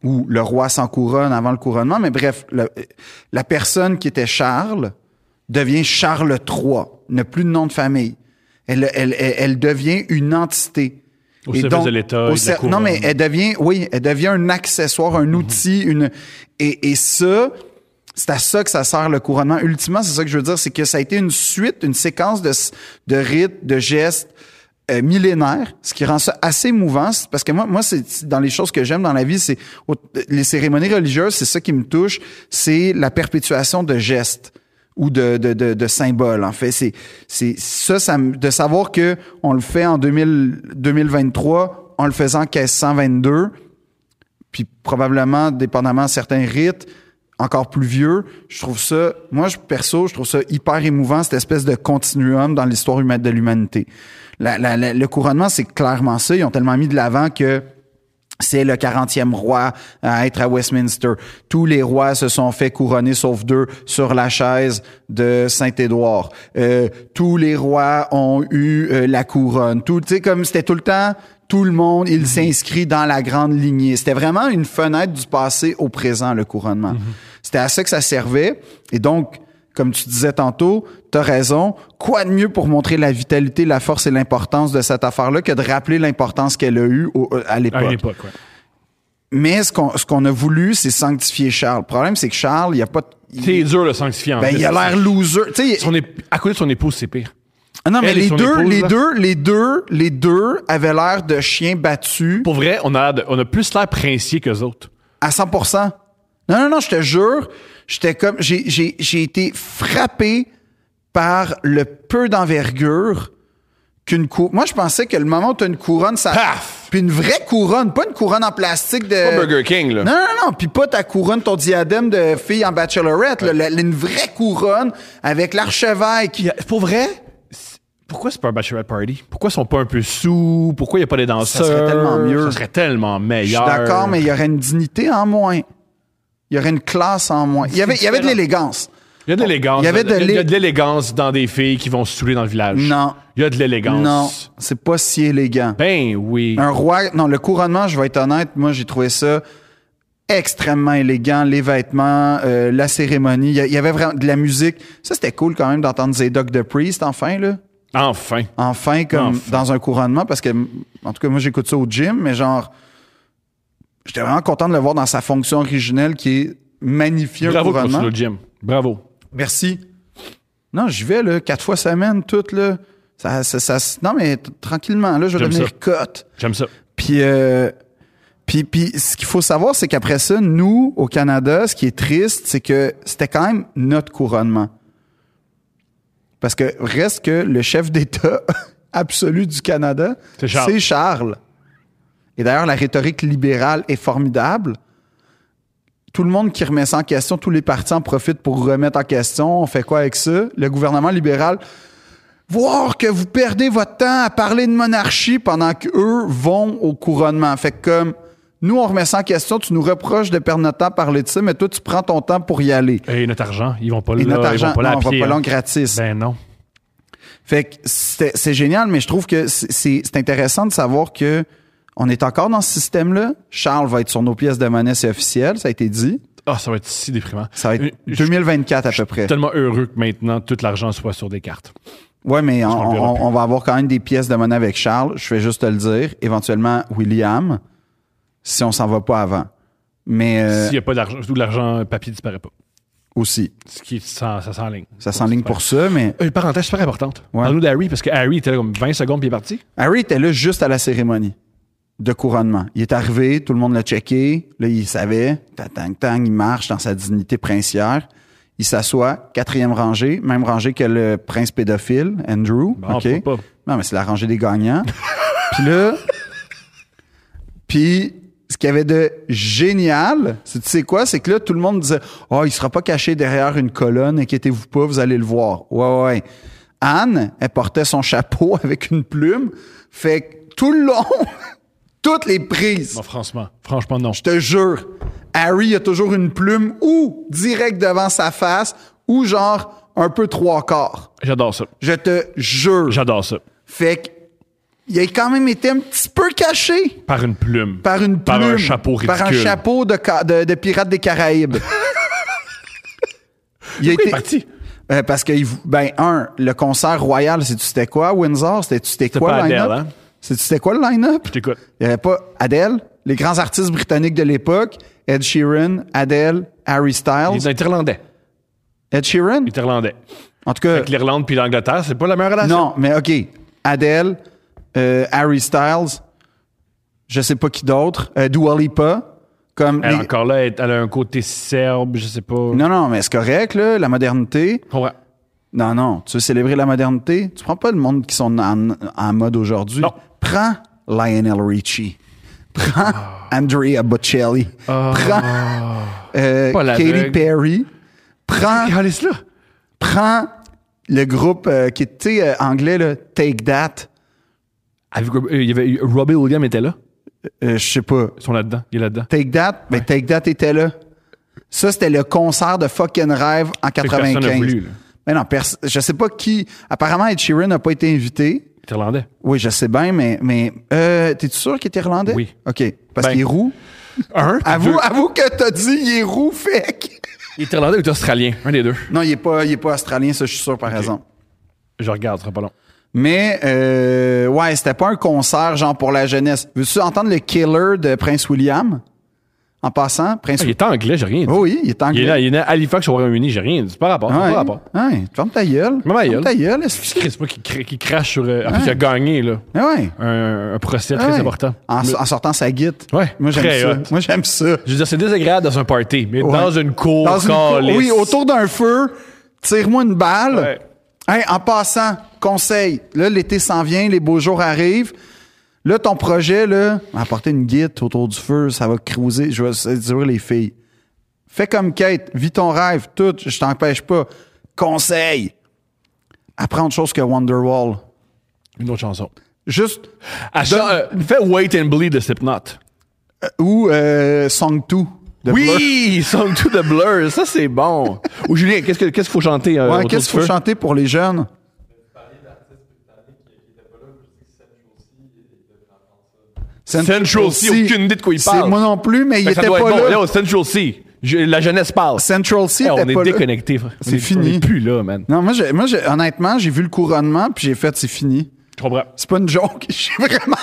Speaker 2: ou le roi sans couronne avant le couronnement, mais bref, le- la personne qui était Charles devient Charles III, n'a plus de nom de famille. Elle, elle, elle, elle devient une entité.
Speaker 1: Au service de l'État et de la
Speaker 2: ser-
Speaker 1: couronne.
Speaker 2: Non, mais elle devient, oui, elle devient un accessoire, un outil, une. Et, et ça, c'est à ça que ça sert le couronnement. Ultimement, c'est ça que je veux dire, c'est que ça a été une suite, une séquence de, s- de rites, de gestes euh, millénaires, ce qui rend ça assez mouvant. c'est- Parce que moi, moi, c'est c'est dans les choses que j'aime dans la vie, c'est au- les cérémonies religieuses, c'est ça qui me touche, c'est la perpétuation de gestes ou de, de, de, de symboles. En fait, c'est c'est ça, ça me- de savoir que on le fait en 2000, 2023, on le faisait en 1522 puis probablement, dépendamment de certains rites, encore plus vieux, je trouve ça, moi, je, perso, je trouve ça hyper émouvant, cette espèce de continuum dans l'histoire humaine de l'humanité. La- la- la- le couronnement, c'est clairement ça. Ils ont tellement mis de l'avant que c'est le 40e roi à être à Westminster. Tous les rois se sont fait couronner, sauf deux, sur la chaise de Saint-Édouard. Euh, tous les rois ont eu euh, la couronne. Tout, tu sais, comme c'était tout le temps, tout le monde, il s'inscrit dans la grande lignée. C'était vraiment une fenêtre du passé au présent, le couronnement. C'était à ça que ça servait. Et donc, comme tu disais tantôt, t'as raison. Quoi de mieux pour montrer la vitalité, la force et l'importance de cette affaire-là que de rappeler l'importance qu'elle a eue au- euh, à
Speaker 1: À
Speaker 2: l'époque.
Speaker 1: une époque, ouais.
Speaker 2: Mais ce qu'on ce qu'on a voulu, c'est sanctifier Charles. Le problème, c'est que Charles, il a pas. de- il-
Speaker 1: C'est dur, le sanctifiant. en
Speaker 2: ben,
Speaker 1: fait.
Speaker 2: il a l'air loser. Tu sais, il-
Speaker 1: Son ép- À côté de son épouse, c'est pire.
Speaker 2: Ah non, mais
Speaker 1: elle et
Speaker 2: les
Speaker 1: son
Speaker 2: deux,
Speaker 1: épouse,
Speaker 2: les
Speaker 1: là.
Speaker 2: deux, les deux, les deux avaient l'air de chiens battus
Speaker 1: Pour vrai, on a, l'air de- on a plus l'air princier qu'eux autres.
Speaker 2: à 100 Non, non, non, je te jure, j'étais comme, j'ai, j'ai, j'ai été frappé par le peu d'envergure qu'une couronne. Moi, je pensais que le moment où t'as une couronne, ça.
Speaker 1: Paf!
Speaker 2: Puis une vraie couronne, pas une couronne en plastique de.
Speaker 1: Pas Burger King, là.
Speaker 2: Euh, Non, non, non. Puis pas ta couronne, ton diadème de fille en bachelorette. là, la- la- une vraie couronne avec l'archevêque.
Speaker 1: Pour vrai? Pourquoi c'est pas un bachelorette party? Pourquoi ils sont pas un peu sous? Pourquoi il n'y a pas des danseurs?
Speaker 2: serait tellement mieux.
Speaker 1: Ça serait tellement
Speaker 2: Je
Speaker 1: meilleur.
Speaker 2: suis d'accord, mais il y aurait une dignité en moins. Il y aurait une classe en moins. Il y avait, il y avait de
Speaker 1: différent.
Speaker 2: l'élégance.
Speaker 1: Il y a de l'élégance.
Speaker 2: Il y avait de
Speaker 1: il y a
Speaker 2: l'é-
Speaker 1: de l'élégance dans des filles qui vont se saouler dans le village.
Speaker 2: Non.
Speaker 1: Il y a de l'élégance.
Speaker 2: Non, c'est pas si élégant.
Speaker 1: Ben oui.
Speaker 2: Un roi, non, le couronnement, je vais être honnête, moi j'ai trouvé ça extrêmement élégant, les vêtements, euh, la cérémonie, il y a- il y avait vraiment de la musique. Ça c'était cool quand même d'entendre Zedok the Priest enfin là.
Speaker 1: Enfin.
Speaker 2: Enfin comme
Speaker 1: Enfin.
Speaker 2: dans un couronnement parce que en tout cas moi j'écoute ça au gym mais genre j'étais vraiment content de le voir dans sa fonction originelle qui est magnifier un
Speaker 1: Bravo pour
Speaker 2: couronnement.
Speaker 1: le gym. Bravo.
Speaker 2: Merci. Non, j'y vais là quatre fois semaine toute là. Ça, ça, ça, non, mais t- tranquillement, là, je vais
Speaker 1: J'aime
Speaker 2: devenir
Speaker 1: ça.
Speaker 2: cote.
Speaker 1: J'aime ça.
Speaker 2: Puis, euh, puis, puis ce qu'il faut savoir, c'est qu'après ça, nous, au Canada, ce qui est triste, c'est que c'était quand même notre couronnement. Parce que reste que le chef d'État absolu du Canada,
Speaker 1: C'est Charles.
Speaker 2: Charles. Et d'ailleurs, la rhétorique libérale est formidable. Tout le monde qui remet ça en question, tous les partis en profitent pour remettre en question. On fait quoi avec ça? Le gouvernement libéral, voir que vous perdez votre temps à parler de monarchie pendant qu'eux vont au couronnement. Fait que comme nous, on remet ça en question, tu nous reproches de perdre notre temps à parler de ça, mais toi, tu prends ton temps pour y aller.
Speaker 1: Et notre argent, ils vont pas
Speaker 2: Et
Speaker 1: là,
Speaker 2: notre
Speaker 1: ils
Speaker 2: argent,
Speaker 1: vont pas là à
Speaker 2: non, on
Speaker 1: pied,
Speaker 2: va pas
Speaker 1: hein.
Speaker 2: long gratis.
Speaker 1: Ben non.
Speaker 2: Fait que c'était- c'est génial, mais je trouve que c'est- c'est c'est intéressant de savoir que on est encore dans ce système-là. Charles va être sur nos pièces de monnaie, c'est officiel, ça a été dit.
Speaker 1: Ah, ça va être si déprimant.
Speaker 2: Ça va être
Speaker 1: Euh, je suis
Speaker 2: 2024 à peu près.
Speaker 1: tellement heureux que maintenant, tout l'argent soit sur des cartes.
Speaker 2: Ouais, mais on,
Speaker 1: on le verra
Speaker 2: on-
Speaker 1: plus.
Speaker 2: on va avoir quand même des pièces de monnaie avec Charles. Je vais juste te le dire. Éventuellement, William, si on s'en va pas avant. Mais euh,
Speaker 1: S'il n'y a pas d'argent, tout l'argent euh, papier disparaît pas.
Speaker 2: aussi,
Speaker 1: Ce qui ça, ça s'enligne. Euh,
Speaker 2: ça s'enligne pour ça, mais
Speaker 1: Une parenthèse super importante.
Speaker 2: Ouais.
Speaker 1: Parle-nous d'Harry, parce que Harry était là comme 20 secondes puis il est parti.
Speaker 2: Harry était là juste à la cérémonie de couronnement. Il est arrivé, tout le monde l'a checké. Là, il savait. Tang, tang, il marche dans sa dignité princière. Il s'assoit, quatrième rangée, même rangée que le prince pédophile, Andrew.
Speaker 1: Bon,
Speaker 2: OK.
Speaker 1: pourquoi pas.
Speaker 2: Non, mais c'est la rangée des gagnants. puis là, puis ce qu'il y avait de génial, c'est tu sais quoi, c'est que là, tout le monde disait « Oh, il sera pas caché derrière une colonne, inquiétez-vous pas, vous allez le voir. » Ouais, ouais, ouais. Anne, elle portait son chapeau avec une plume, fait que tout le long, toutes les prises,
Speaker 1: Non, franchement. Franchement, non.
Speaker 2: je te jure, Harry a toujours une plume ou direct devant sa face ou genre un peu trois quarts.
Speaker 1: J'adore ça.
Speaker 2: Je te jure.
Speaker 1: J'adore ça.
Speaker 2: Fait que, il a quand même été un petit peu caché
Speaker 1: Par une plume.
Speaker 2: par une plume.
Speaker 1: Par un chapeau ridicule.
Speaker 2: Par un chapeau de, ca- de, de pirate des Caraïbes.
Speaker 1: Pourquoi il
Speaker 2: il a
Speaker 1: est
Speaker 2: été-
Speaker 1: parti?
Speaker 2: Euh, parce que, il vou- ben, un, le concert royal, c'est-tu c'était quoi, Windsor? C'était-tu c'était
Speaker 1: C'était
Speaker 2: quoi,
Speaker 1: pas
Speaker 2: le line-up?
Speaker 1: Adele, hein?
Speaker 2: C'est-tu c'était quoi, le line-up?
Speaker 1: Je t'écoute.
Speaker 2: Il n'y avait pas Adele, les grands artistes britanniques de l'époque, Ed Sheeran, Adele, Harry
Speaker 1: Il
Speaker 2: Styles.
Speaker 1: est irlandais.
Speaker 2: Ed Sheeran?
Speaker 1: Il est irlandais.
Speaker 2: En tout cas,
Speaker 1: Avec l'Irlande puis l'Angleterre, c'est pas la meilleure relation.
Speaker 2: Non, mais OK. Adele, euh, Harry Styles, je sais pas qui d'autre, euh, Dua Lipa, comme
Speaker 1: Elle,
Speaker 2: les-
Speaker 1: encore là, elle, elle a un côté serbe, je sais pas.
Speaker 2: Non, non, mais c'est correct, là, la modernité.
Speaker 1: Comprends.
Speaker 2: Non, non, tu veux célébrer la modernité? Tu prends pas le monde qui sont en, en mode aujourd'hui.
Speaker 1: Non.
Speaker 2: Prends Lionel Richie. Prends
Speaker 1: Ah.
Speaker 2: Andrea Bocelli. Prends euh,
Speaker 1: Pas
Speaker 2: Katy
Speaker 1: l'aveugle.
Speaker 2: Perry. Prends
Speaker 1: Calisse là.
Speaker 2: prends le groupe euh, qui est tu sais, euh, anglais, là, Take That.
Speaker 1: Avec, euh, il y avait eu- Robbie Williams était là.
Speaker 2: Euh, Je sais pas.
Speaker 1: Ils sont là-dedans. Il est là-dedans.
Speaker 2: Take That, ben Take That était là. Ça, c'était le concert de fucking rêve en
Speaker 1: que personne
Speaker 2: 95.
Speaker 1: n'a voulu, là.
Speaker 2: mais non, pers- je sais pas qui. Apparemment, Ed Sheeran n'a pas été invité.
Speaker 1: Il est irlandais.
Speaker 2: Oui, je sais bien, mais, mais euh, t'es-tu sûr qu'il est irlandais?
Speaker 1: Oui.
Speaker 2: OK. Parce
Speaker 1: Ben.
Speaker 2: qu'il est roux.
Speaker 1: Un.
Speaker 2: Avoue,
Speaker 1: deux.
Speaker 2: avoue que t'as dit il est roux, fake.
Speaker 1: Il est irlandais ou il est australien. Un des deux.
Speaker 2: Non, il est pas, il est pas australien, ça, je suis sûr, par exemple.
Speaker 1: Je regarde, ce sera pas long.
Speaker 2: Mais, euh, ouais, c'était pas un concert, genre, pour la jeunesse. Veux-tu entendre le killer de Prince William? En passant, Prince
Speaker 1: Ah, il
Speaker 2: William.
Speaker 1: est anglais, j'ai rien dit.
Speaker 2: Oh oui, il est anglais.
Speaker 1: Il est là, il est né à Halifax au Royaume-Uni, j'ai rien dit. C'est pas rapport. c'est
Speaker 2: Ah Ouais.
Speaker 1: Pas rapport.
Speaker 2: Ouais, ferme ta gueule.
Speaker 1: Ferme ma gueule.
Speaker 2: ta gueule. est-ce que-
Speaker 1: Chris, pas qui, cra- qui crache sur. euh, En plus, il a gagné, là.
Speaker 2: Ah ouais.
Speaker 1: Un, un procès
Speaker 2: Ah
Speaker 1: très
Speaker 2: ouais.
Speaker 1: important.
Speaker 2: En, en sortant sa guite.
Speaker 1: Ouais,
Speaker 2: Moi, j'aime
Speaker 1: très
Speaker 2: ça.
Speaker 1: hot.
Speaker 2: Moi, j'aime ça.
Speaker 1: Je veux dire, c'est désagréable dans un party, mais dans
Speaker 2: Ouais.
Speaker 1: une cour,
Speaker 2: Dans une cour-
Speaker 1: calisse.
Speaker 2: Oui, autour d'un feu, tire-moi une balle.
Speaker 1: Ouais.
Speaker 2: Hey, en passant, conseil. Là, l'été s'en vient, les beaux jours arrivent. Là, ton projet, là, apporter une guite autour du feu, ça va cruiser. Je vais séduire les filles. Fais comme Kate, vis ton rêve, tout, je t'empêche pas. Conseil. Apprends autre chose que Wonderwall.
Speaker 1: Une autre chanson.
Speaker 2: Juste,
Speaker 1: Ah, ça, euh, fais Wait and Bleed de Slipknot.
Speaker 2: ou euh, Song 2 de Blur.
Speaker 1: Oui, Song to the Blur, ça c'est bon. Ou Julien, qu'est-ce que- qu'est-ce qu'il faut chanter euh,
Speaker 2: Ouais,
Speaker 1: autour
Speaker 2: Qu'est-ce
Speaker 1: du
Speaker 2: qu'il faut
Speaker 1: feu?
Speaker 2: chanter pour les jeunes?
Speaker 1: Central Sea, aucune idée de quoi il
Speaker 2: C'est
Speaker 1: parle.
Speaker 2: Moi non plus, mais il
Speaker 1: Fait que
Speaker 2: était
Speaker 1: Ben, ça doit
Speaker 2: pas
Speaker 1: être bon.
Speaker 2: là.
Speaker 1: Yo, Central Sea, je- la jeunesse parle.
Speaker 2: Central Sea
Speaker 1: Hey, on
Speaker 2: était pas
Speaker 1: est
Speaker 2: là.
Speaker 1: déconnecté. frère. On
Speaker 2: C'est
Speaker 1: est-
Speaker 2: fini.
Speaker 1: On est plus là, man.
Speaker 2: Non, moi, j'ai- moi j'ai- honnêtement, j'ai vu le couronnement, puis j'ai fait, c'est fini.
Speaker 1: Je comprends.
Speaker 2: C'est pas une joke. J'ai vraiment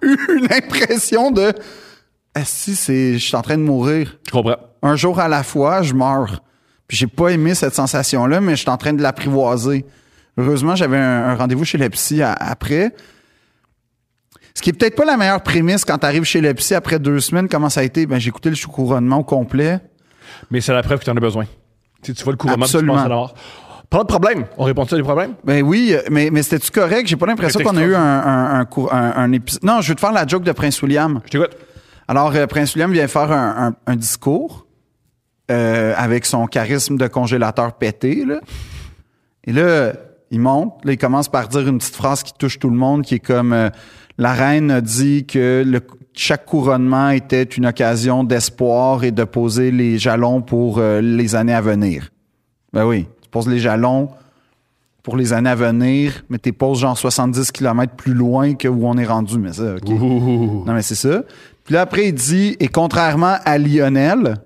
Speaker 2: eu une impression de... Ah si, c'est- je suis en train de mourir.
Speaker 1: Je comprends.
Speaker 2: un jour à la fois, je meurs. Puis j'ai pas aimé cette sensation-là, mais je suis en train de l'apprivoiser. Heureusement, j'avais un, un rendez-vous chez le psy à- après. Ce qui est peut-être pas la meilleure prémisse quand t'arrives chez le psy après deux semaines, comment ça a été? Ben, j'ai écouté le couronnement au complet.
Speaker 1: Mais c'est la preuve que tu en as besoin. Tu, sais, tu vois le couronnement, tu
Speaker 2: Absolument.
Speaker 1: penses à l'avoir. Pas de problème. On répond à des problèmes?
Speaker 2: Ben oui, euh, mais, mais c'était-tu correct? J'ai pas l'impression
Speaker 1: C'était
Speaker 2: qu'on a eu un, un, un, cour- un- un épisode. Non, je vais te faire la joke de Prince William.
Speaker 1: Je t'écoute.
Speaker 2: Alors, euh, Prince William vient faire un, un- un discours euh, avec son charisme de congélateur pété. Là. Et là, il monte. Là, il commence par dire une petite phrase qui touche tout le monde, qui est comme euh, La reine a dit que le- chaque couronnement était une occasion d'espoir et de poser les jalons pour euh, les années à venir. » Ben oui, tu poses les jalons pour les années à venir, mais tu les poses genre 70 km plus loin que où on est rendu. Mais ça, OK.
Speaker 1: Ouh.
Speaker 2: Non, mais c'est ça. Puis là, après, il dit, et contrairement à Lionel,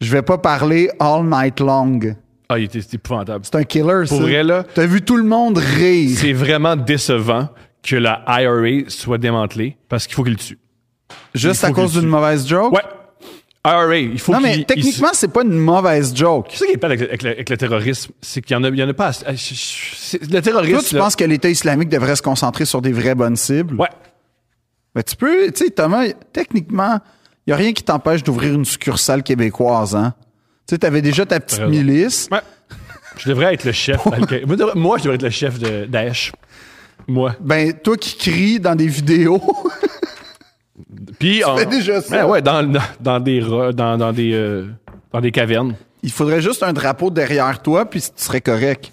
Speaker 2: je vais pas parler all night long.
Speaker 1: Ah, il était c'était épouvantable.
Speaker 2: C'est un killer, ça.
Speaker 1: Pour vrai, là,
Speaker 2: T'as vu tout le monde rire.
Speaker 1: c'est vraiment décevant que la IRA soit démantelée parce qu'il faut qu'il le tue.
Speaker 2: Juste
Speaker 1: il
Speaker 2: à
Speaker 1: faut
Speaker 2: cause
Speaker 1: qu'il
Speaker 2: d'une mauvaise joke.
Speaker 1: Ouais. IRA, il faut
Speaker 2: Non,
Speaker 1: qu'il...
Speaker 2: mais
Speaker 1: il-
Speaker 2: techniquement, c'est pas une mauvaise joke.
Speaker 1: C'est ça qui est pas avec, le- avec le- avec le terrorisme, c'est qu'il y en a, il y en a pas. assez- Ah, c'est- Le terrorisme.
Speaker 2: Toi, tu
Speaker 1: là-
Speaker 2: penses que l'État islamique devrait se concentrer sur des vraies bonnes cibles?
Speaker 1: Ouais.
Speaker 2: Mais tu peux, tu sais, Thomas, techniquement, il n'y a rien qui t'empêche d'ouvrir une succursale québécoise, hein? Tu sais, t'avais déjà ta petite
Speaker 1: raison.
Speaker 2: milice.
Speaker 1: Ouais. Je devrais être le chef. Al- Qaïda. Moi, je devrais- Moi, je devrais être le chef de Daesh. Moi.
Speaker 2: Ben, toi qui cries dans des vidéos.
Speaker 1: Puis en-
Speaker 2: fais déjà ça.
Speaker 1: Ouais, ouais, dans, dans, dans des ra- dans, dans des euh, dans des cavernes.
Speaker 2: Il faudrait juste un drapeau derrière toi, puis tu serais correct.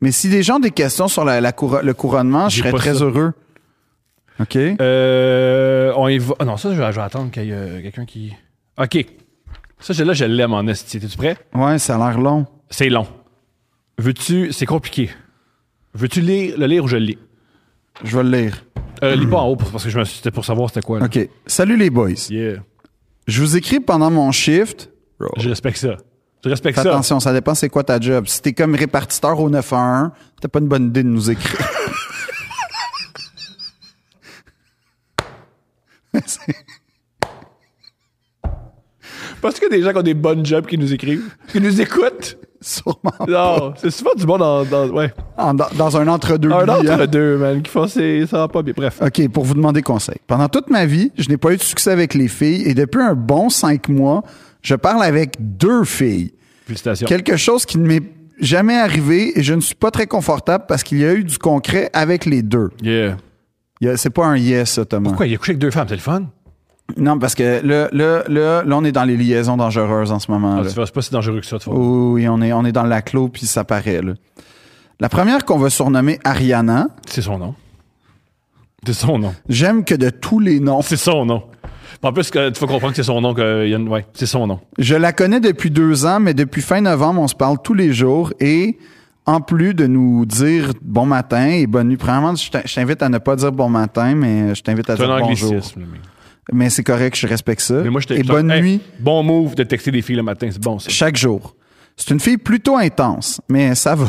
Speaker 2: Mais si les gens ont des questions sur la, la couro- le couronnement, je
Speaker 1: J'ai
Speaker 2: serais
Speaker 1: pas
Speaker 2: très
Speaker 1: ça.
Speaker 2: heureux. OK?
Speaker 1: Euh, on y va. ah non, ça, je vais, je vais attendre qu'il y ait euh, quelqu'un qui. OK. Ça, je- là, je l'aime en esti. Es-tu prêt?
Speaker 2: ouais, ça a l'air long.
Speaker 1: C'est long. Veux-tu. C'est compliqué. Veux-tu lire, le lire ou je le lis?
Speaker 2: Je vais le lire.
Speaker 1: Euh, lis pas en haut pour- parce que je me suis- c'était pour savoir c'était quoi. là.
Speaker 2: Hmm. OK. Salut les boys.
Speaker 1: Yeah.
Speaker 2: Je vous écris pendant mon shift.
Speaker 1: Je respecte ça. Je respecte
Speaker 2: Fais
Speaker 1: ça.
Speaker 2: attention, ça dépend c'est quoi ta job. Si t'es comme répartiteur au 911, t'as pas une bonne idée de nous écrire.
Speaker 1: Parce que des gens qui ont des bonnes jobs qui nous écrivent, qui nous écoutent.
Speaker 2: Sûrement.
Speaker 1: Non, c'est souvent du monde dans, dans- ouais.
Speaker 2: En- dans, dans un entre-deux.
Speaker 1: un
Speaker 2: clients.
Speaker 1: entre deux, man, qui font c'est- ça va pas bien. Bref.
Speaker 2: OK, pour vous demander conseil. Pendant toute ma vie, je n'ai pas eu de succès avec les filles et depuis un bon cinq mois, je parle avec deux filles.
Speaker 1: Félicitations.
Speaker 2: Quelque chose qui ne m'est jamais arrivé et je ne suis pas très confortable parce qu'il y a eu du concret avec les deux.
Speaker 1: Yeah.
Speaker 2: Il y a- C'est pas un yes, ça, Thomas.
Speaker 1: Pourquoi il a couché avec deux femmes, c'est le fun?
Speaker 2: Non, parce que là, là, là, là, on est dans les liaisons dangereuses en ce moment.
Speaker 1: Ah,
Speaker 2: là.
Speaker 1: tu vois, c'est pas si dangereux que ça, de fois.
Speaker 2: Oui, on est, on est dans la clos puis ça paraît. là. La première qu'on va surnommer Ariana,
Speaker 1: C'est son nom. C'est son nom.
Speaker 2: j'aime que de tous les noms,
Speaker 1: C'est son nom. En plus, que, tu vas comprendre que c'est son nom. Que, il y a une- ouais, c'est son nom.
Speaker 2: Je la connais depuis deux ans, mais depuis fin novembre, on se parle tous les jours et en plus de nous dire bon matin et bonne nuit, premièrement, je t'in- je t'invite à ne pas dire bon matin, mais je t'invite à
Speaker 1: C'est un
Speaker 2: dire bonjour.
Speaker 1: anglicisme. Mais,
Speaker 2: Mais c'est correct, je respecte ça.
Speaker 1: mais moi, je te-
Speaker 2: et bonne
Speaker 1: Hey,
Speaker 2: nuit
Speaker 1: Bon move de texter des filles le matin, c'est bon, ça.
Speaker 2: chaque jour. C'est une fille plutôt intense, mais ça va.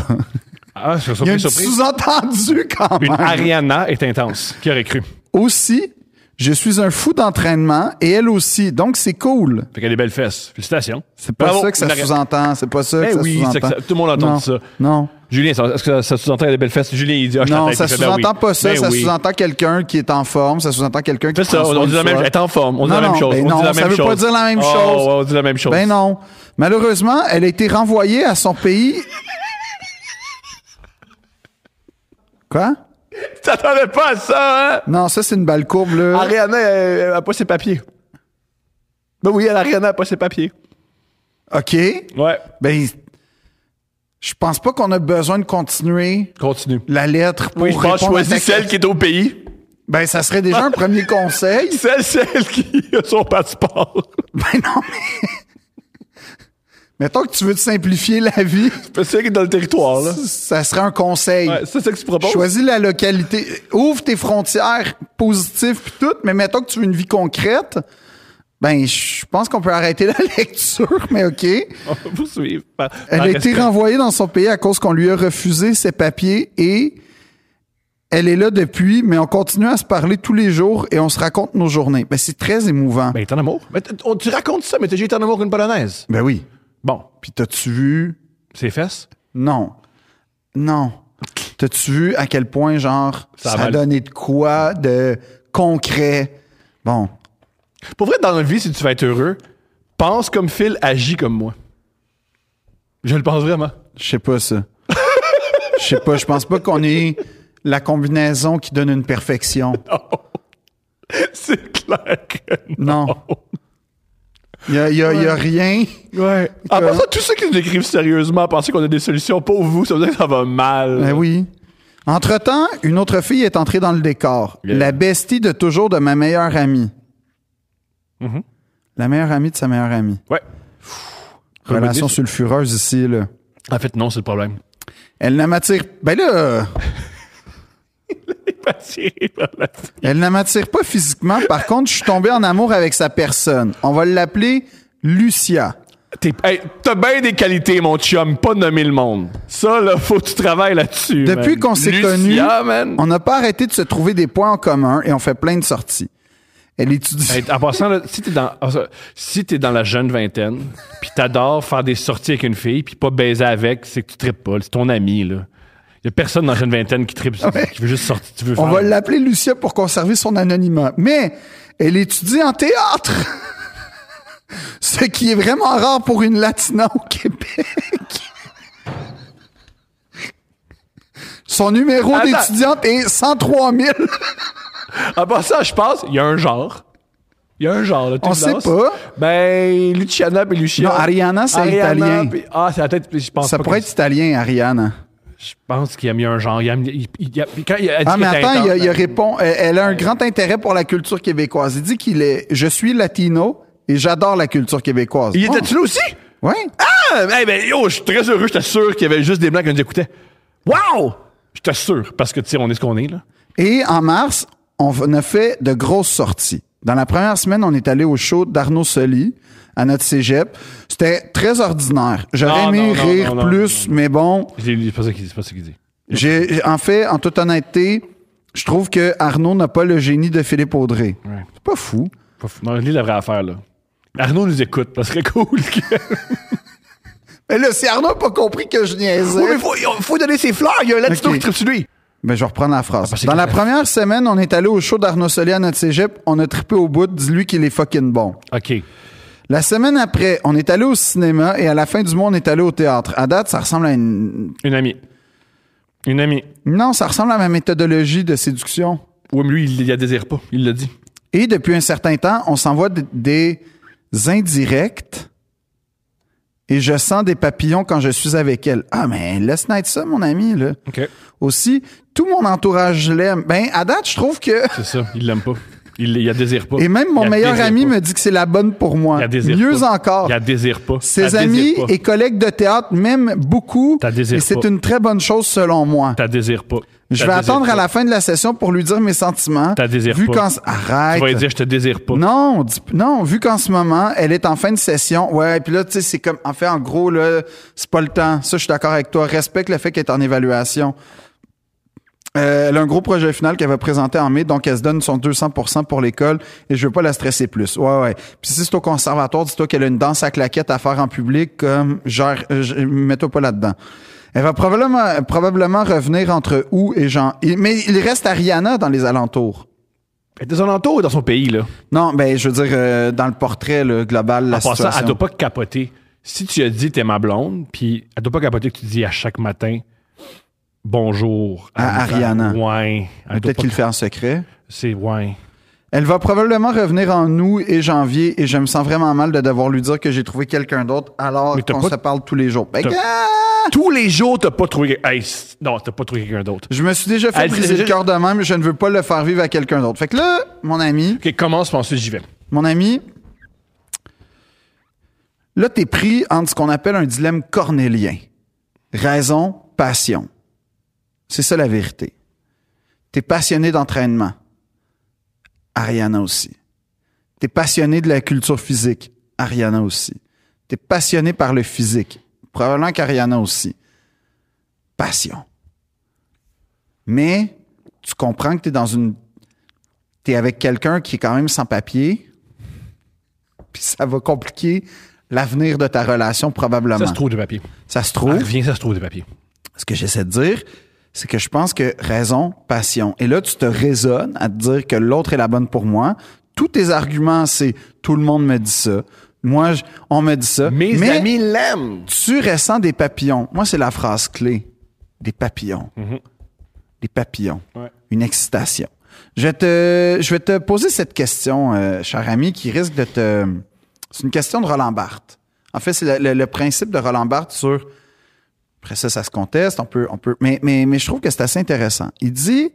Speaker 1: Ah, c'est
Speaker 2: Il y a un
Speaker 1: surprise,
Speaker 2: petit
Speaker 1: surprise.
Speaker 2: sous-entendu quand
Speaker 1: Une
Speaker 2: même.
Speaker 1: Ariana est intense. Qui aurait cru?
Speaker 2: Aussi, je suis un fou d'entraînement et elle aussi, donc c'est cool.
Speaker 1: Fait qu'elle a des belles fesses. Félicitations.
Speaker 2: C'est pas
Speaker 1: Bravo,
Speaker 2: ça que ça
Speaker 1: une Ariana.
Speaker 2: sous-entend. C'est pas ça
Speaker 1: Eh
Speaker 2: que ça
Speaker 1: oui, c'est
Speaker 2: sous-entend.
Speaker 1: que ça- tout le monde a entendu
Speaker 2: Non,
Speaker 1: ça.
Speaker 2: Non.
Speaker 1: Julien, ça- est-ce que ça, ça sous-entend des belles fesses? Julien, il dit, ah, je
Speaker 2: Non,
Speaker 1: t'attaque,
Speaker 2: ça
Speaker 1: il fait, ben
Speaker 2: sous-entend
Speaker 1: oui.
Speaker 2: pas ça.
Speaker 1: Ben
Speaker 2: ça
Speaker 1: oui.
Speaker 2: sous-entend quelqu'un qui est en forme. Ça sous-entend quelqu'un qui
Speaker 1: C'est ça,
Speaker 2: prend
Speaker 1: on,
Speaker 2: soin
Speaker 1: on dit
Speaker 2: de
Speaker 1: la
Speaker 2: soi.
Speaker 1: même Elle est en forme, on dit
Speaker 2: Non,
Speaker 1: la même
Speaker 2: non,
Speaker 1: chose.
Speaker 2: ben
Speaker 1: on dit
Speaker 2: non,
Speaker 1: la
Speaker 2: ça
Speaker 1: même
Speaker 2: veut
Speaker 1: chose.
Speaker 2: pas dire la même
Speaker 1: Oh,
Speaker 2: chose.
Speaker 1: ouais, on dit la même chose.
Speaker 2: Ben non. Malheureusement, elle a été renvoyée à son pays. Quoi?
Speaker 1: T'attendais pas à ça, hein?
Speaker 2: Non, ça, c'est une balle courbe, là.
Speaker 1: Ariana, elle, elle a pas ses papiers. Ben oui, elle, Ariana a pas ses papiers.
Speaker 2: OK.
Speaker 1: Ouais.
Speaker 2: Ben, je pense pas qu'on a besoin de continuer
Speaker 1: Continue.
Speaker 2: la lettre pour
Speaker 1: Oui, je pense
Speaker 2: répondre à ta
Speaker 1: choisis celle qui est au pays.
Speaker 2: Ben, ça serait déjà un premier conseil.
Speaker 1: Celle, celle qui a son passeport.
Speaker 2: Ben non, mais... Mettons que tu veux te simplifier la vie.
Speaker 1: C'est celle qui est dans le territoire, là.
Speaker 2: ça serait un conseil.
Speaker 1: Ouais, c'est ça que tu proposes?
Speaker 2: Choisis la localité. Ouvre tes frontières positives puis tout, mais mettons que tu veux une vie concrète, ben je pense qu'on peut arrêter la lecture, mais OK.
Speaker 1: On va poursuivre. par-
Speaker 2: Elle
Speaker 1: par
Speaker 2: a été
Speaker 1: respect.
Speaker 2: renvoyée dans son pays à cause qu'on lui a refusé ses papiers et elle est là depuis, mais on continue à se parler tous les jours et on se raconte nos journées. Ben, c'est très émouvant.
Speaker 1: Ben, elle est en amour. Mais t- on- tu racontes ça, mais t'as déjà été en amour qu'une polonaise.
Speaker 2: Ben oui.
Speaker 1: Bon,
Speaker 2: Puis t'as-tu vu
Speaker 1: ses fesses?
Speaker 2: Non. Non. T'as-tu vu à quel point, genre,
Speaker 1: Ça
Speaker 2: ça,
Speaker 1: a
Speaker 2: a
Speaker 1: mal-
Speaker 2: donné de quoi de concret? Bon.
Speaker 1: Pour vrai, dans la vie, si tu veux être heureux, pense comme Phil, agis comme moi. Je le pense vraiment.
Speaker 2: Je sais pas ça. Je sais pas, je pense pas qu'on ait la combinaison qui donne une perfection.
Speaker 1: C'est clair que
Speaker 2: Non. Il y a, y a- y a rien.
Speaker 1: Ouais. En passant, tous ceux qui nous écrivent sérieusement penser qu'on a des solutions pour vous, ça veut dire que ça va mal.
Speaker 2: Ben oui. Entre-temps, une autre fille est entrée dans le décor.
Speaker 1: Bien.
Speaker 2: La bestie de toujours de ma meilleure amie.
Speaker 1: Mhm.
Speaker 2: La meilleure amie de sa meilleure amie.
Speaker 1: Ouais.
Speaker 2: Relation
Speaker 1: Comme
Speaker 2: sulfureuse ici, là.
Speaker 1: En fait, non, c'est le problème.
Speaker 2: Elle ne m'attire... Ben là... Elle ne m'attire pas physiquement. Par contre, je suis tombé en amour avec sa personne. On va l'appeler Lucia.
Speaker 1: T'es- hey, T'as bien des qualités, mon chum, pas nommer le monde. Ça, là, faut que tu travailles là-dessus.
Speaker 2: Depuis
Speaker 1: man.
Speaker 2: qu'on s'est
Speaker 1: Lucia,
Speaker 2: connus,
Speaker 1: man.
Speaker 2: on n'a pas arrêté de se trouver des points en commun et on fait plein de sorties. Elle étudie...
Speaker 1: Hey, en passant, là, si t'es dans, en- si t'es dans la jeune vingtaine, puis t'adores faire des sorties avec une fille, puis pas baiser avec, c'est que tu tripes pas. là. C'est ton ami, là. Y a personne dans la jeune vingtaine qui tripe, qui veut juste sortir. Tu veux
Speaker 2: On
Speaker 1: faire-
Speaker 2: va l'appeler Lucia pour conserver son anonymat. Mais elle étudie en théâtre, ce qui est vraiment rare pour une Latina au Québec. Son numéro
Speaker 1: Attends.
Speaker 2: d'étudiante est 103 000.
Speaker 1: En passant, je pense, il y a un genre. Il y a un genre. Là, tu
Speaker 2: On
Speaker 1: le
Speaker 2: sait
Speaker 1: lances.
Speaker 2: pas.
Speaker 1: Ben, Luciana et Lucia.
Speaker 2: Non, Ariana, c'est
Speaker 1: Ariana,
Speaker 2: italien.
Speaker 1: puis- ah, c'est la tête. puis Je pense
Speaker 2: Ça
Speaker 1: pas
Speaker 2: pourrait
Speaker 1: que-
Speaker 2: être italien, Ariane.
Speaker 1: Je pense qu'il a mis un genre. Il a mis- il- il- il a- quand il a dit
Speaker 2: Ah, mais
Speaker 1: qu'il était
Speaker 2: attends, il,
Speaker 1: intense,
Speaker 2: a- il a répond. euh, Elle a un grand intérêt pour la culture québécoise. Il dit qu'il est. Je suis latino et j'adore la culture québécoise.
Speaker 1: Il
Speaker 2: Oh.
Speaker 1: était-tu là aussi?
Speaker 2: Ouais.
Speaker 1: Ah! Eh ben, yo, je suis très heureux. J'étais sûr qu'il y avait juste des blancs qui nous écoutaient. Wow! J'étais sûr. Parce que, tu sais, on est ce qu'on est, là.
Speaker 2: Et en mars, on v- on a fait de grosses sorties. Dans la première semaine, on est allé au show d'Arnaud Soli à notre cégep. C'était très ordinaire. J'aurais
Speaker 1: Non,
Speaker 2: aimé
Speaker 1: non, non,
Speaker 2: rire
Speaker 1: non, non,
Speaker 2: plus, mais bon,
Speaker 1: C'est c'est pas ça qu'il dit. c'est pas ça qu'il dit.
Speaker 2: j'ai, j'ai- en fait, en toute honnêteté, je trouve que Arnaud n'a pas le génie de Philippe Audrey.
Speaker 1: Ouais.
Speaker 2: C'est pas fou.
Speaker 1: Pas fou. Non, lis la vraie affaire, là. Arnaud nous écoute. Ça serait cool. que-
Speaker 2: Mais là, si Arnaud n'a pas compris que je niaisais.
Speaker 1: Oui, mais faut, faut donner ses fleurs. Il y a un latino
Speaker 2: Ok.
Speaker 1: qui tripe sur lui.
Speaker 2: Ben, je vais reprendre la phrase.
Speaker 1: Ah, parce que-
Speaker 2: Dans la première semaine, on est allé au show d'Arnaud Soli à notre cégep. On a trippé au bout. Dis-lui qu'il est fucking bon.
Speaker 1: OK.
Speaker 2: La semaine après, on est allé au cinéma et à la fin du mois, on est allé au théâtre. À date, ça ressemble à une...
Speaker 1: Une amie. Une amie.
Speaker 2: Non, ça ressemble à ma méthodologie de séduction.
Speaker 1: Oui, mais lui, il la désire pas. Il le dit.
Speaker 2: Et depuis un certain temps, on s'envoie d- des indirects et je sens des papillons quand je suis avec elle. Ah, mais laisse naître ça, mon ami, là.
Speaker 1: OK.
Speaker 2: Aussi, tout mon entourage l'aime. Ben, à date, je trouve que...
Speaker 1: C'est ça. Il l'aime pas. Il, il la désire pas.
Speaker 2: Et même mon
Speaker 1: Il la
Speaker 2: meilleur
Speaker 1: désire
Speaker 2: ami
Speaker 1: pas.
Speaker 2: me dit que c'est la bonne pour
Speaker 1: Il
Speaker 2: moi.
Speaker 1: la désire
Speaker 2: Mieux
Speaker 1: pas.
Speaker 2: encore,
Speaker 1: Il la désire pas. Il
Speaker 2: Ah, Ses
Speaker 1: la
Speaker 2: amis
Speaker 1: désire pas.
Speaker 2: et collègues de théâtre m'aiment beaucoup
Speaker 1: T'as désire
Speaker 2: et c'est
Speaker 1: pas.
Speaker 2: une très bonne chose selon moi.
Speaker 1: T'as désire pas.
Speaker 2: Je
Speaker 1: T'as
Speaker 2: vais
Speaker 1: désire
Speaker 2: attendre à
Speaker 1: pas.
Speaker 2: la fin de la session pour lui dire mes sentiments.
Speaker 1: T'as désire
Speaker 2: vu
Speaker 1: pas.
Speaker 2: qu'en-
Speaker 1: Tu vas lui
Speaker 2: Arrête.
Speaker 1: dire, je te désire pas.
Speaker 2: Non, dis- non, vu qu'en ce moment, elle est en fin de session. Ouais, puis là, tu sais, c'est comme, en fait, en gros, là, c'est pas le temps. Ça, je suis d'accord avec toi. Respecte le fait qu'elle est en évaluation. Euh, elle a un gros projet final qu'elle va présenter en mai, donc elle se donne son 200% pour l'école et je veux pas la stresser plus. Ouais, ouais. Puis si c'est au conservatoire, dis-toi qu'elle a une danse à claquettes à faire en public, comme, genre, euh, je- mets-toi pas là-dedans. Elle va probablement, probablement revenir entre août et genre, mais il reste Ariana dans les alentours.
Speaker 1: Elle est dans son entour ou dans son pays, là.
Speaker 2: Non, ben je veux dire euh, dans le portrait là, global la
Speaker 1: en passant,
Speaker 2: situation.
Speaker 1: elle doit pas capoter. Si tu as dit, t'es ma blonde, puis elle doit pas capoter que tu dis à chaque matin, bonjour.
Speaker 2: À
Speaker 1: Anne-
Speaker 2: Ariana.
Speaker 1: Ouais. Elle doit
Speaker 2: Peut-être
Speaker 1: pas-
Speaker 2: qu'il le fait en secret.
Speaker 1: C'est ouais.
Speaker 2: Elle va probablement revenir en août et janvier et je me sens vraiment mal de devoir lui dire que j'ai trouvé quelqu'un d'autre alors
Speaker 1: Mais t'as
Speaker 2: qu'on
Speaker 1: pas-
Speaker 2: se parle tous les jours. Ben,
Speaker 1: T'as-
Speaker 2: gars!
Speaker 1: Tous les jours, t'as pas trouvé. Hey, c- non, t'as pas trouvé quelqu'un d'autre.
Speaker 2: Je me suis déjà fait
Speaker 1: Elle-
Speaker 2: briser le cœur de même, je ne veux pas le faire vivre à quelqu'un d'autre. Fait que là, mon ami,
Speaker 1: Ok, commence, puis ensuite j'y vais.
Speaker 2: mon ami, là, t'es pris entre ce qu'on appelle un dilemme cornélien. Raison, passion. C'est ça la vérité. T'es passionné d'entraînement. Ariana aussi. T'es passionné de la culture physique. Ariana aussi. T'es passionné par le physique. Probablement qu'Ariana aussi. Passion. Mais tu comprends que t'es dans une... T'es avec quelqu'un qui est quand même sans papier puis ça va compliquer l'avenir de ta relation, probablement.
Speaker 1: Ça se trouve du papier.
Speaker 2: Ça se
Speaker 1: Ah,
Speaker 2: trouve.
Speaker 1: Reviens, ça se trouve du papier.
Speaker 2: Ce que j'essaie de dire, c'est que je pense que raison, passion. Et là, tu te raisonnes à te dire que l'autre est la bonne pour moi. Tous tes arguments, c'est tout le monde me dit ça. Moi, je- on me dit ça.
Speaker 1: Mes
Speaker 2: Mais
Speaker 1: amis l'aiment.
Speaker 2: tu ressens des papillons. Moi, c'est la phrase clé. Des papillons.
Speaker 1: Mm-hmm.
Speaker 2: Des papillons.
Speaker 1: Ouais.
Speaker 2: Une excitation. Je vais te, je vais te poser cette question, euh, cher ami, qui risque de te. C'est une question de Roland Barthes. En fait, c'est le, le- le principe de Roland Barthes sur. Après ça, ça se conteste. On peut, on peut. Mais, mais, mais je trouve que c'est assez intéressant. Il dit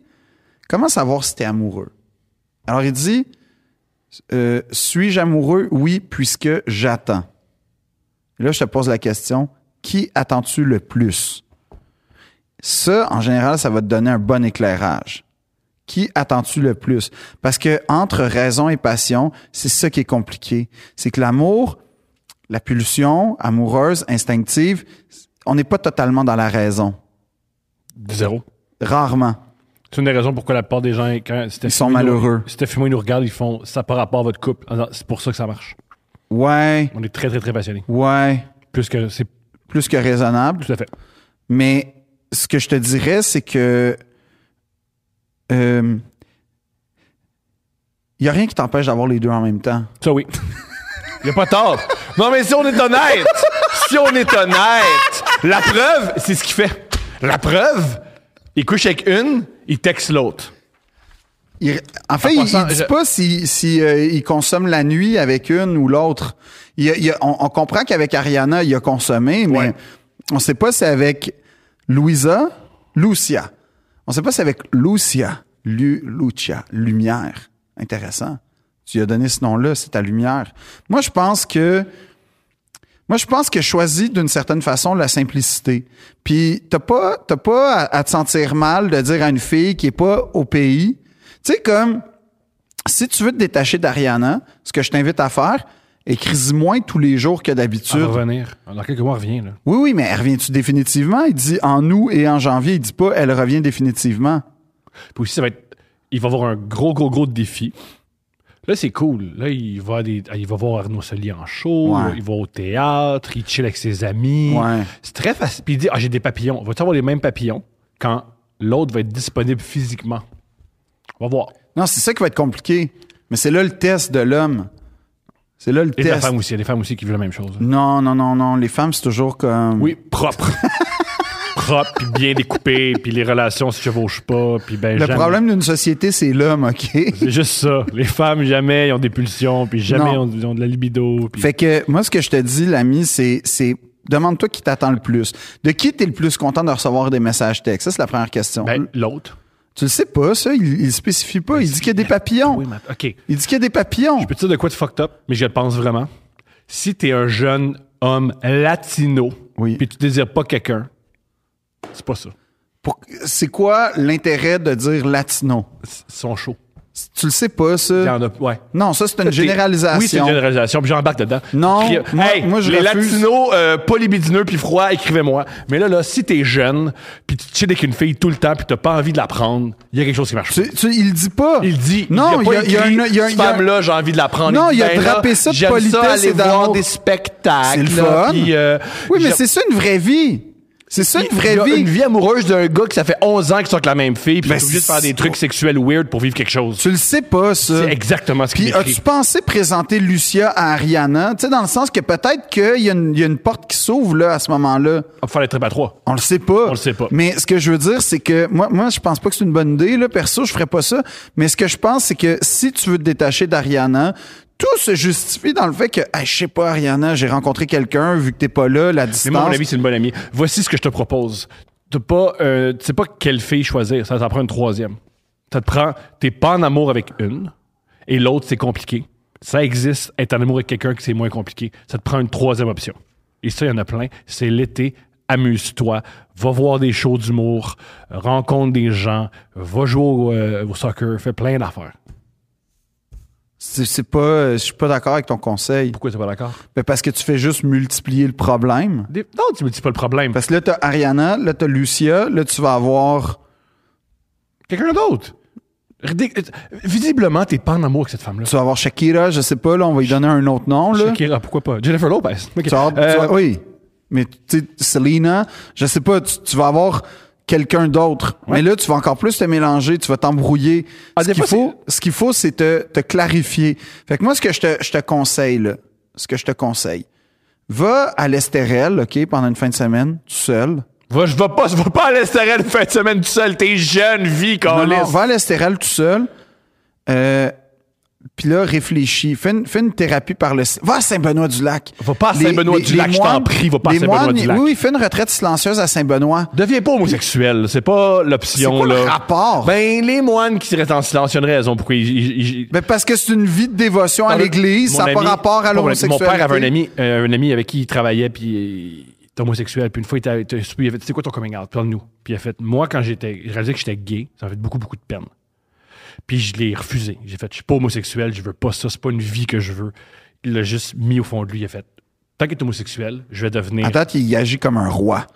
Speaker 2: comment savoir si t'es amoureux. Alors il dit euh, suis-je amoureux Oui, puisque j'attends. Et Là, je te pose la question qui attends-tu le plus Ça, en général, ça va te donner un bon éclairage. Qui attends-tu le plus Parce que entre raison et passion, c'est ça qui est compliqué. C'est que l'amour, la pulsion amoureuse, instinctive, on n'est pas totalement dans la raison.
Speaker 1: Zéro.
Speaker 2: Rarement.
Speaker 1: C'est une des raisons pourquoi la plupart des gens, quand Steph
Speaker 2: Ils sont
Speaker 1: Fumé nous-
Speaker 2: malheureux.
Speaker 1: Steph Fumé nous regarde, ils font ça par rapport à votre couple. Ah non, C'est pour ça que ça marche.
Speaker 2: Ouais,
Speaker 1: On est très, très, très passionnés.
Speaker 2: ouais,
Speaker 1: Plus que c'est
Speaker 2: plus que raisonnable.
Speaker 1: tout à fait.
Speaker 2: Mais ce que je te dirais, c'est que il n'y a rien qui t'empêche d'avoir les deux en même temps.
Speaker 1: Ça, oui. Il a pas tort. Non, mais si on est honnête, si on est honnête, la preuve, c'est ce qu'il fait. La preuve, il couche avec une, il texte l'autre.
Speaker 2: Il- en fait,
Speaker 1: En
Speaker 2: il,
Speaker 1: passant,
Speaker 2: il dit
Speaker 1: je-
Speaker 2: pas si, si euh, il consomme la nuit avec une ou l'autre. Il y a- il y a- on, on comprend qu'avec Ariana, il a consommé, mais
Speaker 1: Ouais.
Speaker 2: on sait pas si avec Louisa, Lucia. On sait pas si avec Lucia, Lu, Lucia, lumière. Intéressant. Tu lui as donné ce nom-là, c'est ta lumière. Moi, je pense que moi, je pense que je choisis d'une certaine façon la simplicité. Puis t'as pas, t'as pas à, à te sentir mal de dire à une fille qui est pas au pays. Tu sais comme si tu veux te détacher d'Ariana, ce que je t'invite à faire, écris moins tous les jours que
Speaker 1: On va
Speaker 2: d'habitude.
Speaker 1: revenir. Dans quelques mois, on revient, là.
Speaker 2: Oui, oui, mais elle revient-tu définitivement? Il dit en août et en janvier, il dit pas elle revient définitivement.
Speaker 1: Puis aussi, ça va être. Il va avoir un gros, gros, gros défi. Là, c'est cool. Là, il va, à des- il va voir Arnaud Soli en show,
Speaker 2: Ouais.
Speaker 1: il va au théâtre, il chill avec ses amis.
Speaker 2: Ouais.
Speaker 1: C'est très facile. Puis il dit Ah, j'ai des papillons. Va-tu avoir les mêmes papillons quand l'autre va être disponible physiquement On va voir.
Speaker 2: Non, c'est ça qui va être compliqué. Mais c'est là le test de l'homme. C'est là le
Speaker 1: Et la
Speaker 2: test.
Speaker 1: femme aussi. Il y a des femmes aussi qui veulent la même chose.
Speaker 2: Non, non, non, non. Les femmes, c'est toujours comme.
Speaker 1: Oui, propre. propre, puis bien découpé, puis les relations se chevauchent pas, puis ben
Speaker 2: Le
Speaker 1: jamais-
Speaker 2: problème d'une société, c'est l'homme, OK?
Speaker 1: C'est juste ça. Les femmes, jamais, ils ont des pulsions, puis jamais, ils
Speaker 2: Non.
Speaker 1: ont, ils ont de la libido. Puis...
Speaker 2: Fait que moi, ce que je te dis, l'ami, c'est, c'est demande-toi qui t'attend le plus. De qui t'es le plus content de recevoir des messages textes? Ça, c'est la première question.
Speaker 1: Ben, l'autre.
Speaker 2: tu le sais pas, ça? Il, il spécifie pas. Il dit qu'il y a des papillons.
Speaker 1: Oui, mais OK.
Speaker 2: Il dit qu'il y a des papillons.
Speaker 1: Je peux te dire de quoi de fucked up, mais je le pense vraiment. Si t'es un jeune homme latino,
Speaker 2: Oui.
Speaker 1: puis tu désires pas quelqu'un, c'est pas ça.
Speaker 2: Pour- c'est quoi l'intérêt de dire latino?
Speaker 1: C- Ils sont chauds.
Speaker 2: Tu le sais pas, ça?
Speaker 1: Il y en a. Ouais.
Speaker 2: Non, ça, c'est une
Speaker 1: Oui, c'est
Speaker 2: généralisation.
Speaker 1: une généralisation, puis j'embarque dedans.
Speaker 2: Non,
Speaker 1: Crie-
Speaker 2: moi-
Speaker 1: hey,
Speaker 2: moi, je
Speaker 1: les
Speaker 2: refuse.
Speaker 1: latinos, euh, pas libidineux puis froids, écrivez-moi. Mais là, là, si t'es jeune, puis tu te chilles avec une fille tout le temps, puis t'as pas envie de la prendre, il y a quelque chose qui marche. pas.
Speaker 2: Tu- tu- il dit pas.
Speaker 1: Il dit,
Speaker 2: Non,
Speaker 1: il y a, pas écrit,
Speaker 2: une- il y a-
Speaker 1: cette
Speaker 2: il y a-
Speaker 1: femme-là, j'ai envie de la prendre.
Speaker 2: Non,
Speaker 1: dit,
Speaker 2: il a
Speaker 1: ben là,
Speaker 2: drapé ça de
Speaker 1: j'aime
Speaker 2: politesse
Speaker 1: aller
Speaker 2: et
Speaker 1: voir
Speaker 2: d'amour.
Speaker 1: des spectacles.
Speaker 2: C'est le
Speaker 1: là,
Speaker 2: fun.
Speaker 1: puis, euh,
Speaker 2: Oui, mais
Speaker 1: j'ai-
Speaker 2: c'est ça une vraie vie. C'est ça une vraie
Speaker 1: il y a
Speaker 2: vie.
Speaker 1: Une vie amoureuse d'un gars qui ça fait 11 ans qu'ils sont avec la même fille, puis
Speaker 2: Ben,
Speaker 1: t'es obligé de faire
Speaker 2: c'est-
Speaker 1: des trucs sexuels weird pour vivre quelque chose.
Speaker 2: Tu le sais pas, ça.
Speaker 1: C'est exactement ce qu'il
Speaker 2: Puis
Speaker 1: écrit.
Speaker 2: as-tu pensé présenter Lucia à Ariana? Tu sais, dans le sens que peut-être qu'il y, a une- il y a une porte qui s'ouvre là à ce moment-là.
Speaker 1: On va faire les tripes à trois.
Speaker 2: On le sait pas.
Speaker 1: On le sait pas.
Speaker 2: Mais ce que je veux dire, c'est que moi, moi, je pense pas que c'est une bonne idée. Là, perso, je ferais pas ça. Mais ce que je pense, c'est que si tu veux te détacher d'Ariana, tout se justifie dans le fait que, hey, je sais pas, Ariana, j'ai rencontré quelqu'un, vu que t'es pas là,
Speaker 1: Mais
Speaker 2: la
Speaker 1: moi, à
Speaker 2: distance.
Speaker 1: mon avis, c'est une bonne amie. Voici ce que je te propose. T'as pas, euh, tu sais pas quelle fille choisir. Ça t'en prend une troisième. Ça te prend, t'es pas en amour avec une, et l'autre, c'est compliqué. Ça existe, être en amour avec quelqu'un que c'est moins compliqué. Ça te prend une troisième option. Et ça, il y en a plein. C'est l'été, amuse-toi, va voir des shows d'humour, rencontre des gens, va jouer au, euh, au soccer, fais plein d'affaires.
Speaker 2: c'est c'est pas, euh, je suis pas d'accord avec ton conseil.
Speaker 1: Pourquoi t'es pas d'accord?
Speaker 2: Ben, parce que tu fais juste multiplier le problème.
Speaker 1: Des- Non, tu me dis pas le problème.
Speaker 2: Parce que là, t'as Ariana, là, t'as Lucia, là, tu vas avoir.
Speaker 1: Quelqu'un d'autre. Ridic- Visiblement, t'es pas en amour avec cette femme-là.
Speaker 2: Tu vas avoir Shakira, je sais pas, là, on va lui donner un autre nom. Là.
Speaker 1: Shakira, pourquoi pas? Jennifer Lopez. Ok.
Speaker 2: Tu vas avoir- tu
Speaker 1: Euh,
Speaker 2: vas- oui. Mais tu sais, Selena, je sais pas, tu, tu vas avoir quelqu'un d'autre. Mais là, tu vas encore plus te mélanger, tu vas t'embrouiller.
Speaker 1: Ah,
Speaker 2: ce
Speaker 1: des
Speaker 2: qu'il
Speaker 1: fois,
Speaker 2: faut, ce qu'il faut, c'est te, te clarifier. Fait que moi, ce que je te, je te conseille, là, ce que je te conseille, va à l'Estérel, OK, pendant une fin de semaine, tout seul.
Speaker 1: Va, je vais pas, je vais pas à l'Estérel fin de semaine tout seul. T'es jeune, vie,
Speaker 2: Non, non,
Speaker 1: câlisse.
Speaker 2: va à l'Estérel tout seul. Euh, puis là, réfléchis. Fais une, fais une thérapie par le. Va à Saint-Benoît-du-Lac.
Speaker 1: Va pas à
Speaker 2: Les-
Speaker 1: Saint-Benoît-du-Lac,
Speaker 2: les-
Speaker 1: je t'en
Speaker 2: les
Speaker 1: prie, va pas à
Speaker 2: les
Speaker 1: Saint-Benoît-du-Lac.
Speaker 2: moines- Oui, oui, fais une retraite silencieuse à Saint-Benoît.
Speaker 1: Deviens pas homosexuel, c'est pas
Speaker 2: C'est
Speaker 1: l'option,
Speaker 2: quoi le
Speaker 1: là.
Speaker 2: rapport? Ben,
Speaker 1: Ben, les moines qui restent en silence, il y a une raison pourquoi ils- ils- ils-
Speaker 2: parce que c'est une vie de dévotion à
Speaker 1: Mon
Speaker 2: l'Église, ça n'a pas
Speaker 1: ami-
Speaker 2: rapport à
Speaker 1: mon- Mon
Speaker 2: l'homosexualité.
Speaker 1: père avait un ami, euh, un ami avec qui il travaillait, puis il était homosexuel. Puis une fois, il était- il était souper, il avait dit C'est quoi ton coming out Parle-nous. Puis il a fait Moi, quand j'étais, je réalisais que j'étais gay, ça m'a fait beaucoup, beaucoup de peine. Puis je l'ai refusé. J'ai fait Je suis pas homosexuel, je veux pas ça, c'est pas une vie que je veux. Il l'a juste mis au fond de lui. Il a fait Tant que t'es homosexuel, je vais devenir,
Speaker 2: À date, il agit comme un roi,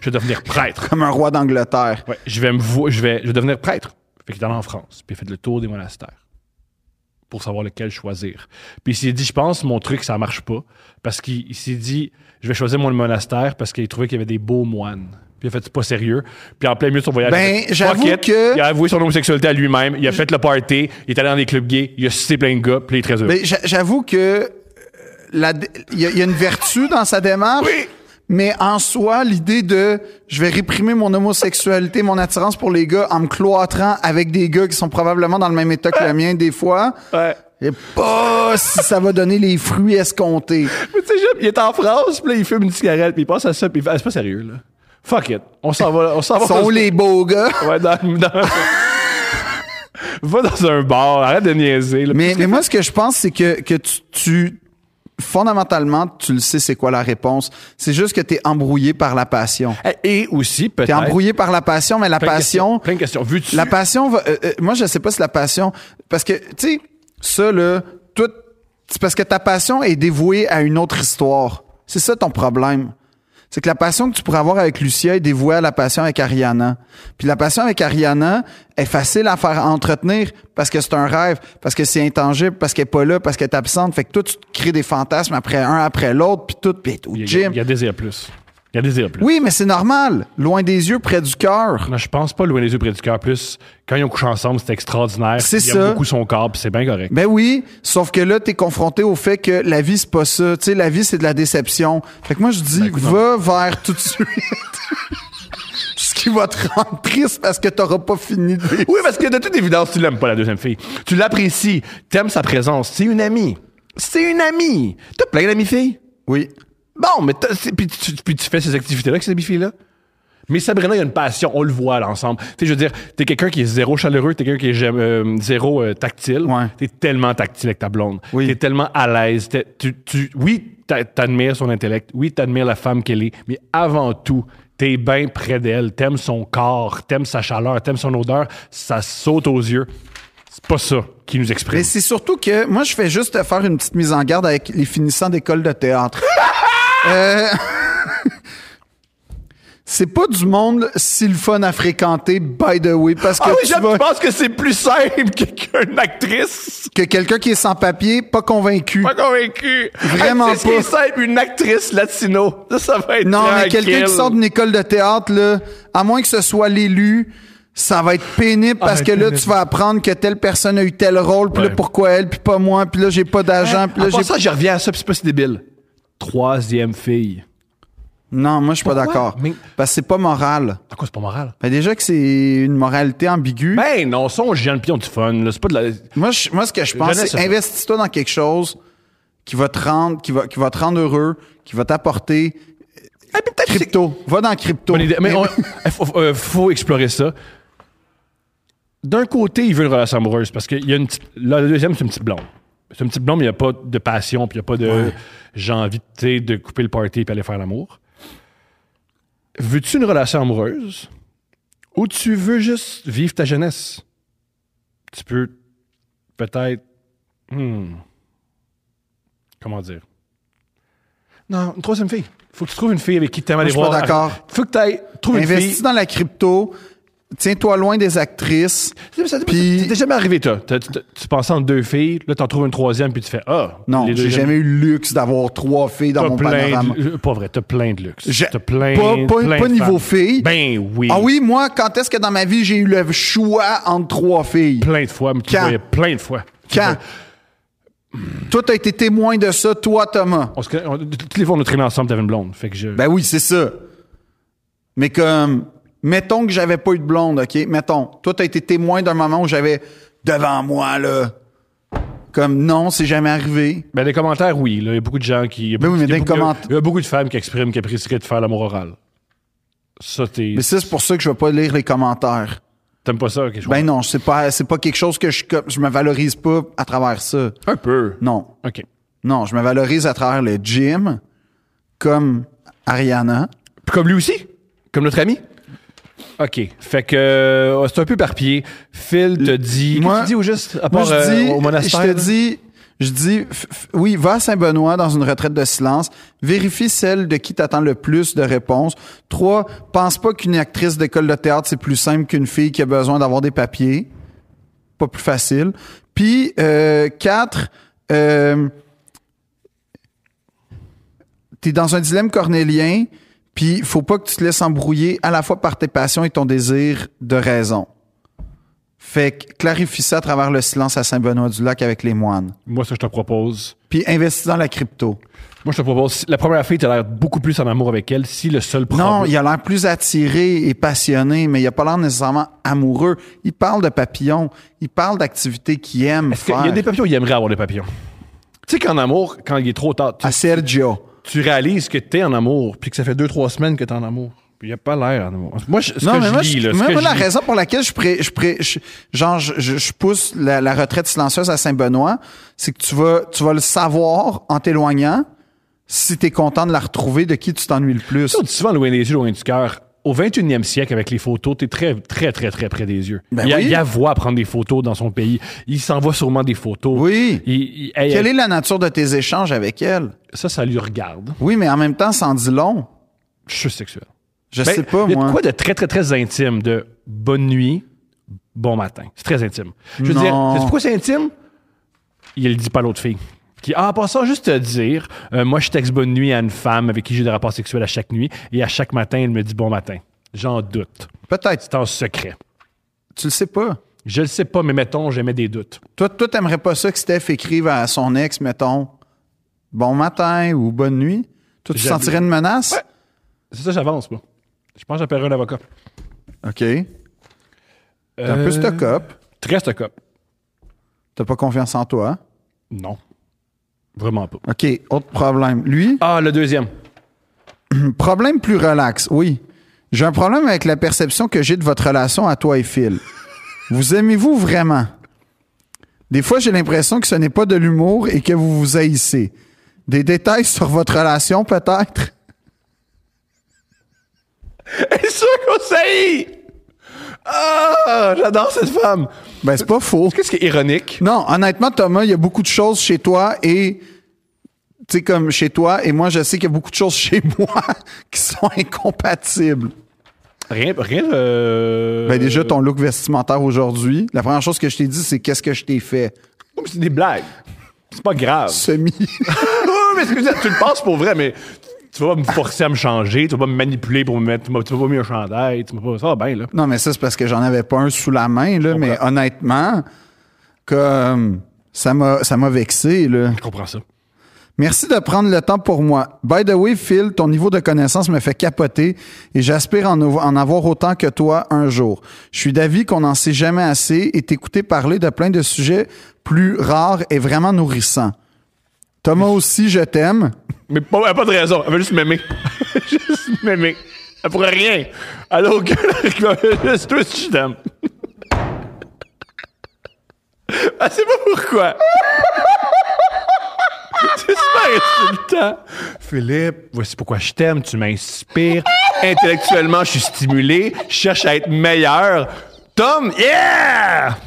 Speaker 1: je vais devenir prêtre.
Speaker 2: comme un roi d'Angleterre.
Speaker 1: Ouais, je vais me vo- je vais, je vais devenir prêtre. Fait qu'il est allé en France, puis il a fait le tour des monastères pour savoir lequel choisir. Puis il s'est dit, je pense, mon truc, ça marche pas, parce qu'il il s'est dit, je vais choisir mon monastère parce qu'il trouvait qu'il y avait des beaux moines. Puis il a fait, c'est pas sérieux. Puis en plein milieu de son voyage,
Speaker 2: Ben,
Speaker 1: il a fait,
Speaker 2: j'avoue
Speaker 1: fuck it.
Speaker 2: que-
Speaker 1: Il a avoué son homosexualité à lui-même, il a fait le party, il est allé dans des clubs gays, il a cité plein de gars, puis il est très heureux.
Speaker 2: Ben, j'a- J'avoue que euh, la dé- il y, a- il y a une vertu dans sa démarche.
Speaker 1: Oui.
Speaker 2: Mais en soi, l'idée de je vais réprimer mon homosexualité, mon attirance pour les gars en me cloîtrant avec des gars qui sont probablement dans le même état que le mien des fois,
Speaker 1: Ouais.
Speaker 2: je sais pas si ça va donner les fruits escomptés.
Speaker 1: Mais tu sais, j'aime, il est en France, puis là, il fume une cigarette, puis il passe à ça, puis il fait, Ah, c'est pas sérieux, là. Fuck it. On s'en va, on s'en va.
Speaker 2: Sont où les beaux gars?
Speaker 1: Ouais, dans, dans- Va dans un bar, arrête de niaiser. là.
Speaker 2: Mais, mais moi, ce que je pense, c'est que, que tu, tu- fondamentalement, tu le sais, c'est quoi la réponse. C'est juste que t'es embrouillé par la passion.
Speaker 1: Et aussi, peut-être.
Speaker 2: T'es embrouillé par la passion, mais la
Speaker 1: Plein de questions,
Speaker 2: passion,
Speaker 1: Plein de questions. Vu-tu.
Speaker 2: la passion va, euh, euh, moi, je sais pas si la passion, parce que, tu sais, ça, là, tout, c'est parce que ta passion est dévouée à une autre histoire. C'est ça ton problème. C'est que la passion que tu pourrais avoir avec Lucia est dévouée à la passion avec Ariana. Puis la passion avec Ariana est facile à faire à entretenir parce que c'est un rêve, parce que c'est intangible, parce qu'elle est pas là, parce qu'elle est absente. Fait que toi, tu te crées des fantasmes après un, après l'autre, puis tout, puis elle est au
Speaker 1: Il y, a,
Speaker 2: gym.
Speaker 1: il y a désir plus. Il y a désir plus.
Speaker 2: Oui, mais c'est normal. Loin des yeux, près du cœur.
Speaker 1: Non, je pense pas loin les yeux près du cœur. Plus, quand ils ont couché ensemble, c'était extraordinaire.
Speaker 2: C'est
Speaker 1: il aime
Speaker 2: ça.
Speaker 1: beaucoup son corps, puis c'est bien correct.
Speaker 2: Ben oui, sauf que là, t'es confronté au fait que la vie, c'est pas ça. Tu sais, la vie, c'est de la déception. Fait que moi, je dis,
Speaker 1: Ben,
Speaker 2: va vers tout de suite. Ce qui va te rendre triste parce que t'auras pas fini de vivre.
Speaker 1: Oui, parce que de toute évidence, tu l'aimes pas, la deuxième fille. Tu l'apprécies. T'aimes sa présence. C'est une amie. C'est une amie. T'as plein d'amis filles.
Speaker 2: Oui.
Speaker 1: Bon, mais t'as- c'est- puis tu, puis tu fais ces activités-là avec ces filles-là. Mais Sabrina, il y a une passion, on le voit là, ensemble. Tu sais, je veux dire, t'es quelqu'un qui est zéro chaleureux, t'es quelqu'un qui est jamais- euh, zéro euh, tactile.
Speaker 2: Ouais.
Speaker 1: T'es tellement tactile avec ta blonde.
Speaker 2: Oui.
Speaker 1: T'es tellement à l'aise. T'es- Tu, tu, oui, t'a- t'admires son intellect. Oui, t'admires la femme qu'elle est. Mais avant tout, t'es bien près d'elle. T'aimes son corps, t'aimes sa chaleur, t'aimes son odeur. Ça saute aux yeux. C'est pas ça qui nous exprime.
Speaker 2: Mais c'est surtout que moi, je fais juste te faire une petite mise en garde avec les finissants d'école de théâtre. Euh, c'est pas du monde si le fun à fréquenter, by the way, parce que
Speaker 1: Ah oui,
Speaker 2: tu
Speaker 1: j'aime-
Speaker 2: vas-
Speaker 1: je pense que c'est plus simple que- qu'une actrice.
Speaker 2: que quelqu'un qui est sans papier, pas convaincu.
Speaker 1: Pas convaincu.
Speaker 2: Vraiment
Speaker 1: C'est ce qui
Speaker 2: pas.
Speaker 1: est simple, une actrice latino. Ça, ça va être
Speaker 2: Non, mais
Speaker 1: tranquille.
Speaker 2: quelqu'un qui sort d'une école de théâtre, là, à moins que ce soit l'élu, ça va être pénible parce
Speaker 1: ouais,
Speaker 2: que là,
Speaker 1: pénible.
Speaker 2: tu vas apprendre que telle personne a eu tel rôle, puis
Speaker 1: Ouais.
Speaker 2: là, pourquoi elle, puis pas moi, puis là, j'ai pas d'agent, puis là,
Speaker 1: Hein? En
Speaker 2: j'ai...
Speaker 1: passant, je reviens à ça, puis c'est pas si débile. Troisième fille.
Speaker 2: Non, moi, je suis pas
Speaker 1: Pourquoi?
Speaker 2: d'accord.
Speaker 1: Mais-
Speaker 2: Parce que c'est pas moral.
Speaker 1: À quoi c'est pas moral?
Speaker 2: Ben, déjà que c'est une moralité ambiguë.
Speaker 1: Ben non, ça, on gêne puis on du fun. là. C'est pas de la...
Speaker 2: Moi, je- moi, ce que je pense,
Speaker 1: Jeunesse,
Speaker 2: c'est
Speaker 1: ça.
Speaker 2: investis-toi dans quelque chose qui va te rendre, qui va, qui va te rendre heureux, qui va t'apporter. Crypto. Va dans crypto.
Speaker 1: Bonne idée. Mais on- eh, faut, euh, faut explorer ça. D'un côté, il veut une relation amoureuse parce que il y a une petite- la deuxième, c'est une petite blonde. C'est une petite blonde, mais il n'y a pas de passion, puis il n'y a pas de j'ai envie tu sais, de couper le party puis aller faire l'amour. Veux-tu une relation amoureuse ou tu veux juste vivre ta jeunesse? Tu peux peut-être. hmm, comment dire? Non, une troisième fille. Faut que tu trouves une fille avec qui tu aimes aller
Speaker 2: je suis pas
Speaker 1: voir.
Speaker 2: d'accord.
Speaker 1: Faut que tu ailles. Trouve une
Speaker 2: Investis
Speaker 1: fille.
Speaker 2: dans la crypto. Tiens-toi loin des actrices. Puis-
Speaker 1: Puis, t'es jamais arrivé, toi. T'as- t'as- Tu penses en deux filles, là, t'en trouves une troisième, puis tu fais Ah,
Speaker 2: Non,
Speaker 1: les deux
Speaker 2: j'ai
Speaker 1: jeunes-
Speaker 2: jamais eu le luxe d'avoir trois filles dans
Speaker 1: T'as
Speaker 2: mon
Speaker 1: plein
Speaker 2: panorama.
Speaker 1: de, Pas vrai, t'as plein de luxe.
Speaker 2: J'ai-
Speaker 1: T'as plein,
Speaker 2: pas, pas-
Speaker 1: plein
Speaker 2: pas
Speaker 1: de
Speaker 2: niveau
Speaker 1: femmes.
Speaker 2: filles.
Speaker 1: Ben oui.
Speaker 2: Ah oui, moi, quand est-ce que dans ma vie j'ai eu le choix entre trois filles?
Speaker 1: Plein de fois, mais tu
Speaker 2: Quand?
Speaker 1: voyais plein de fois. Tu
Speaker 2: Quand?
Speaker 1: voyais-
Speaker 2: Toi, t'as été témoin de ça, toi, Thomas.
Speaker 1: On se connaît- on- toutes les fois, on a traîné ensemble, t'avais une blonde. Fait que je.
Speaker 2: Ben oui, c'est ça. Mais comme, mettons que j'avais pas eu de blonde, OK? Mettons, toi, t'as été témoin d'un moment où j'avais devant moi, là. Comme, non, c'est jamais arrivé.
Speaker 1: Ben, les commentaires, oui. là. Il y a beaucoup de gens qui. il y a
Speaker 2: Ben oui,
Speaker 1: beaucoup-
Speaker 2: mais
Speaker 1: il y a
Speaker 2: des
Speaker 1: beaucoup-
Speaker 2: commenta-
Speaker 1: Il y a beaucoup de femmes qui expriment qu'elles apprécieraient de faire l'amour oral. Ça, t'es.
Speaker 2: Mais ça, c'est pour ça que je vais pas lire les commentaires.
Speaker 1: T'aimes pas ça, quelque chose?
Speaker 2: Ben non, c'est pas, c'est pas quelque chose que je, co- je me valorise pas à travers ça.
Speaker 1: Un peu.
Speaker 2: Non.
Speaker 1: OK.
Speaker 2: Non, je me valorise à travers le gym, comme Ariana.
Speaker 1: Puis comme lui aussi? Comme notre ami? OK. Fait que euh, c'est un peu par pied. Phil te dit.
Speaker 2: Moi-
Speaker 1: Qu'est-ce que tu dis au juste? À
Speaker 2: Moi,
Speaker 1: part euh,
Speaker 2: je dis,
Speaker 1: au monastère?
Speaker 2: je
Speaker 1: là?
Speaker 2: te dis, je dis, f- f- oui, va à Saint-Benoît dans une retraite de silence. Vérifie celle de qui t'attend le plus de réponses. Trois, pense pas qu'une actrice d'école de théâtre, c'est plus simple qu'une fille qui a besoin d'avoir des papiers. Pas plus facile. Puis, euh, quatre, euh, t'es dans un dilemme cornélien, puis faut pas que tu te laisses embrouiller à la fois par tes passions et ton désir de raison. Fait que clarifie ça à travers le silence à Saint-Benoît-du-Lac avec les moines.
Speaker 1: Moi, ça, je te propose.
Speaker 2: Puis investis dans la crypto.
Speaker 1: Moi, je te propose. La première fille, t'as l'air beaucoup plus en amour avec elle si le seul problème.
Speaker 2: Non, il a l'air plus attiré et passionné, mais il a pas l'air nécessairement amoureux. Il parle de papillons, il parle d'activités qu'il aime
Speaker 1: Est-ce qu'il
Speaker 2: faire.
Speaker 1: y a des papillons, il aimerait avoir des papillons. Tu sais qu'en amour, quand il est trop tard, tu,
Speaker 2: À Sergio.
Speaker 1: tu réalises que t'es en amour, puis que ça fait deux, trois semaines que t'es en amour. Puis il a pas l'air en amour. Moi, je, ce
Speaker 2: Non,
Speaker 1: que
Speaker 2: mais
Speaker 1: je
Speaker 2: moi,
Speaker 1: lis,
Speaker 2: je-
Speaker 1: là, ce
Speaker 2: moi,
Speaker 1: que
Speaker 2: moi,
Speaker 1: je
Speaker 2: la
Speaker 1: lis-
Speaker 2: raison pour laquelle je, pré- je pré- je- genre, je, je- je pousse la, la retraite silencieuse à Saint-Benoît, c'est que tu vas, tu vas le savoir en t'éloignant si tu es content de la retrouver, de qui tu t'ennuies le plus.
Speaker 1: Ça, on dit souvent loin des yeux, loin du cœur. Au 21e siècle, avec les photos, t'es très, très, très, très près des yeux.
Speaker 2: Ben
Speaker 1: il, y a,
Speaker 2: oui.
Speaker 1: il y a voix à prendre des photos dans son pays. Il s'envoie sûrement des photos.
Speaker 2: Oui.
Speaker 1: Il- il- hey,
Speaker 2: Quelle
Speaker 1: hey,
Speaker 2: est la nature de tes échanges avec elle?
Speaker 1: Ça, ça lui regarde.
Speaker 2: Oui, mais en même temps, sans dit long.
Speaker 1: Je suis sexuel.
Speaker 2: Je
Speaker 1: Ben,
Speaker 2: sais pas,
Speaker 1: Il y a de
Speaker 2: moi.
Speaker 1: quoi de très, très, très intime de bonne nuit, bon matin. C'est très intime. Je veux
Speaker 2: Non.
Speaker 1: dire, c'est pourquoi c'est intime? Il le dit pas à l'autre fille. Qui, ah, en passant, juste te dire, euh, moi, je texte bonne nuit à une femme avec qui j'ai des rapports sexuels à chaque nuit et à chaque matin, elle me dit bon matin. J'en doute.
Speaker 2: Peut-être.
Speaker 1: C'est en secret.
Speaker 2: Tu le sais pas.
Speaker 1: Je le sais pas, mais mettons, j'émets des doutes.
Speaker 2: Toi, toi, t'aimerais pas ça que Steph écrive à son ex, mettons, bon matin ou bonne nuit? Toi, tu
Speaker 1: J'avoue.
Speaker 2: sentirais une menace?
Speaker 1: C'est ça, j'avance, moi. Je pense que j'appellerai un avocat. Euh,
Speaker 2: OK. T'es un peu stock-up.
Speaker 1: Très stock-up.
Speaker 2: T'as pas confiance en toi.
Speaker 1: Non. Vraiment pas.
Speaker 2: OK, autre problème. Lui,
Speaker 1: Ah, le deuxième.
Speaker 2: problème plus relax, oui. J'ai un problème avec la perception que j'ai de votre relation à toi et Phil. Vous aimez-vous vraiment? Des fois, j'ai l'impression que ce n'est pas de l'humour et que vous vous haïssez. Des détails sur votre relation, peut-être?
Speaker 1: C'est sûr qu'on s'haït! Ah, j'adore cette femme.
Speaker 2: Ben, c'est pas faux.
Speaker 1: Qu'est-ce qui est ironique?
Speaker 2: Non, honnêtement, Thomas, il y a beaucoup de choses chez toi et. Tu sais, comme chez toi, et moi, je sais qu'il y a beaucoup de choses chez moi qui sont incompatibles.
Speaker 1: Rien, rien. Euh...
Speaker 2: Ben, déjà, ton look vestimentaire aujourd'hui, la première chose que je t'ai dit, c'est qu'est-ce que je t'ai fait?
Speaker 1: Oh, mais c'est des blagues. C'est pas grave.
Speaker 2: Semi.
Speaker 1: Oh, mais excusez, tu le penses pour vrai, mais tu vas pas me forcer à me changer, tu vas pas me manipuler pour me mettre. Tu m'as tu m'as pas mis un chandail, tu m'as pas. Ça va bien, là.
Speaker 2: non, mais ça, c'est parce que j'en avais pas un sous la main, là, mais
Speaker 1: comprends.
Speaker 2: honnêtement, comme. Ça m'a, ça m'a vexé, là.
Speaker 1: Je comprends ça.
Speaker 2: Merci de prendre le temps pour moi. By the way, Phil, ton niveau de connaissance me fait capoter et j'aspire en, avo- en avoir autant que toi un jour. Je suis d'avis qu'on n'en sait jamais assez et t'écouter parler de plein de sujets plus rares est vraiment nourrissant. Thomas aussi, je t'aime.
Speaker 1: Mais pas, elle a pas de raison. Elle veut juste m'aimer. juste m'aimer. Elle pourrait rien. Elle a aucun argument. Juste toi, si je t'aime. Elle sait pas pourquoi. C'est super insultant. Philippe, voici pourquoi je t'aime. Tu m'inspires. Intellectuellement, je suis stimulé. Je cherche à être meilleur. Tom, yeah!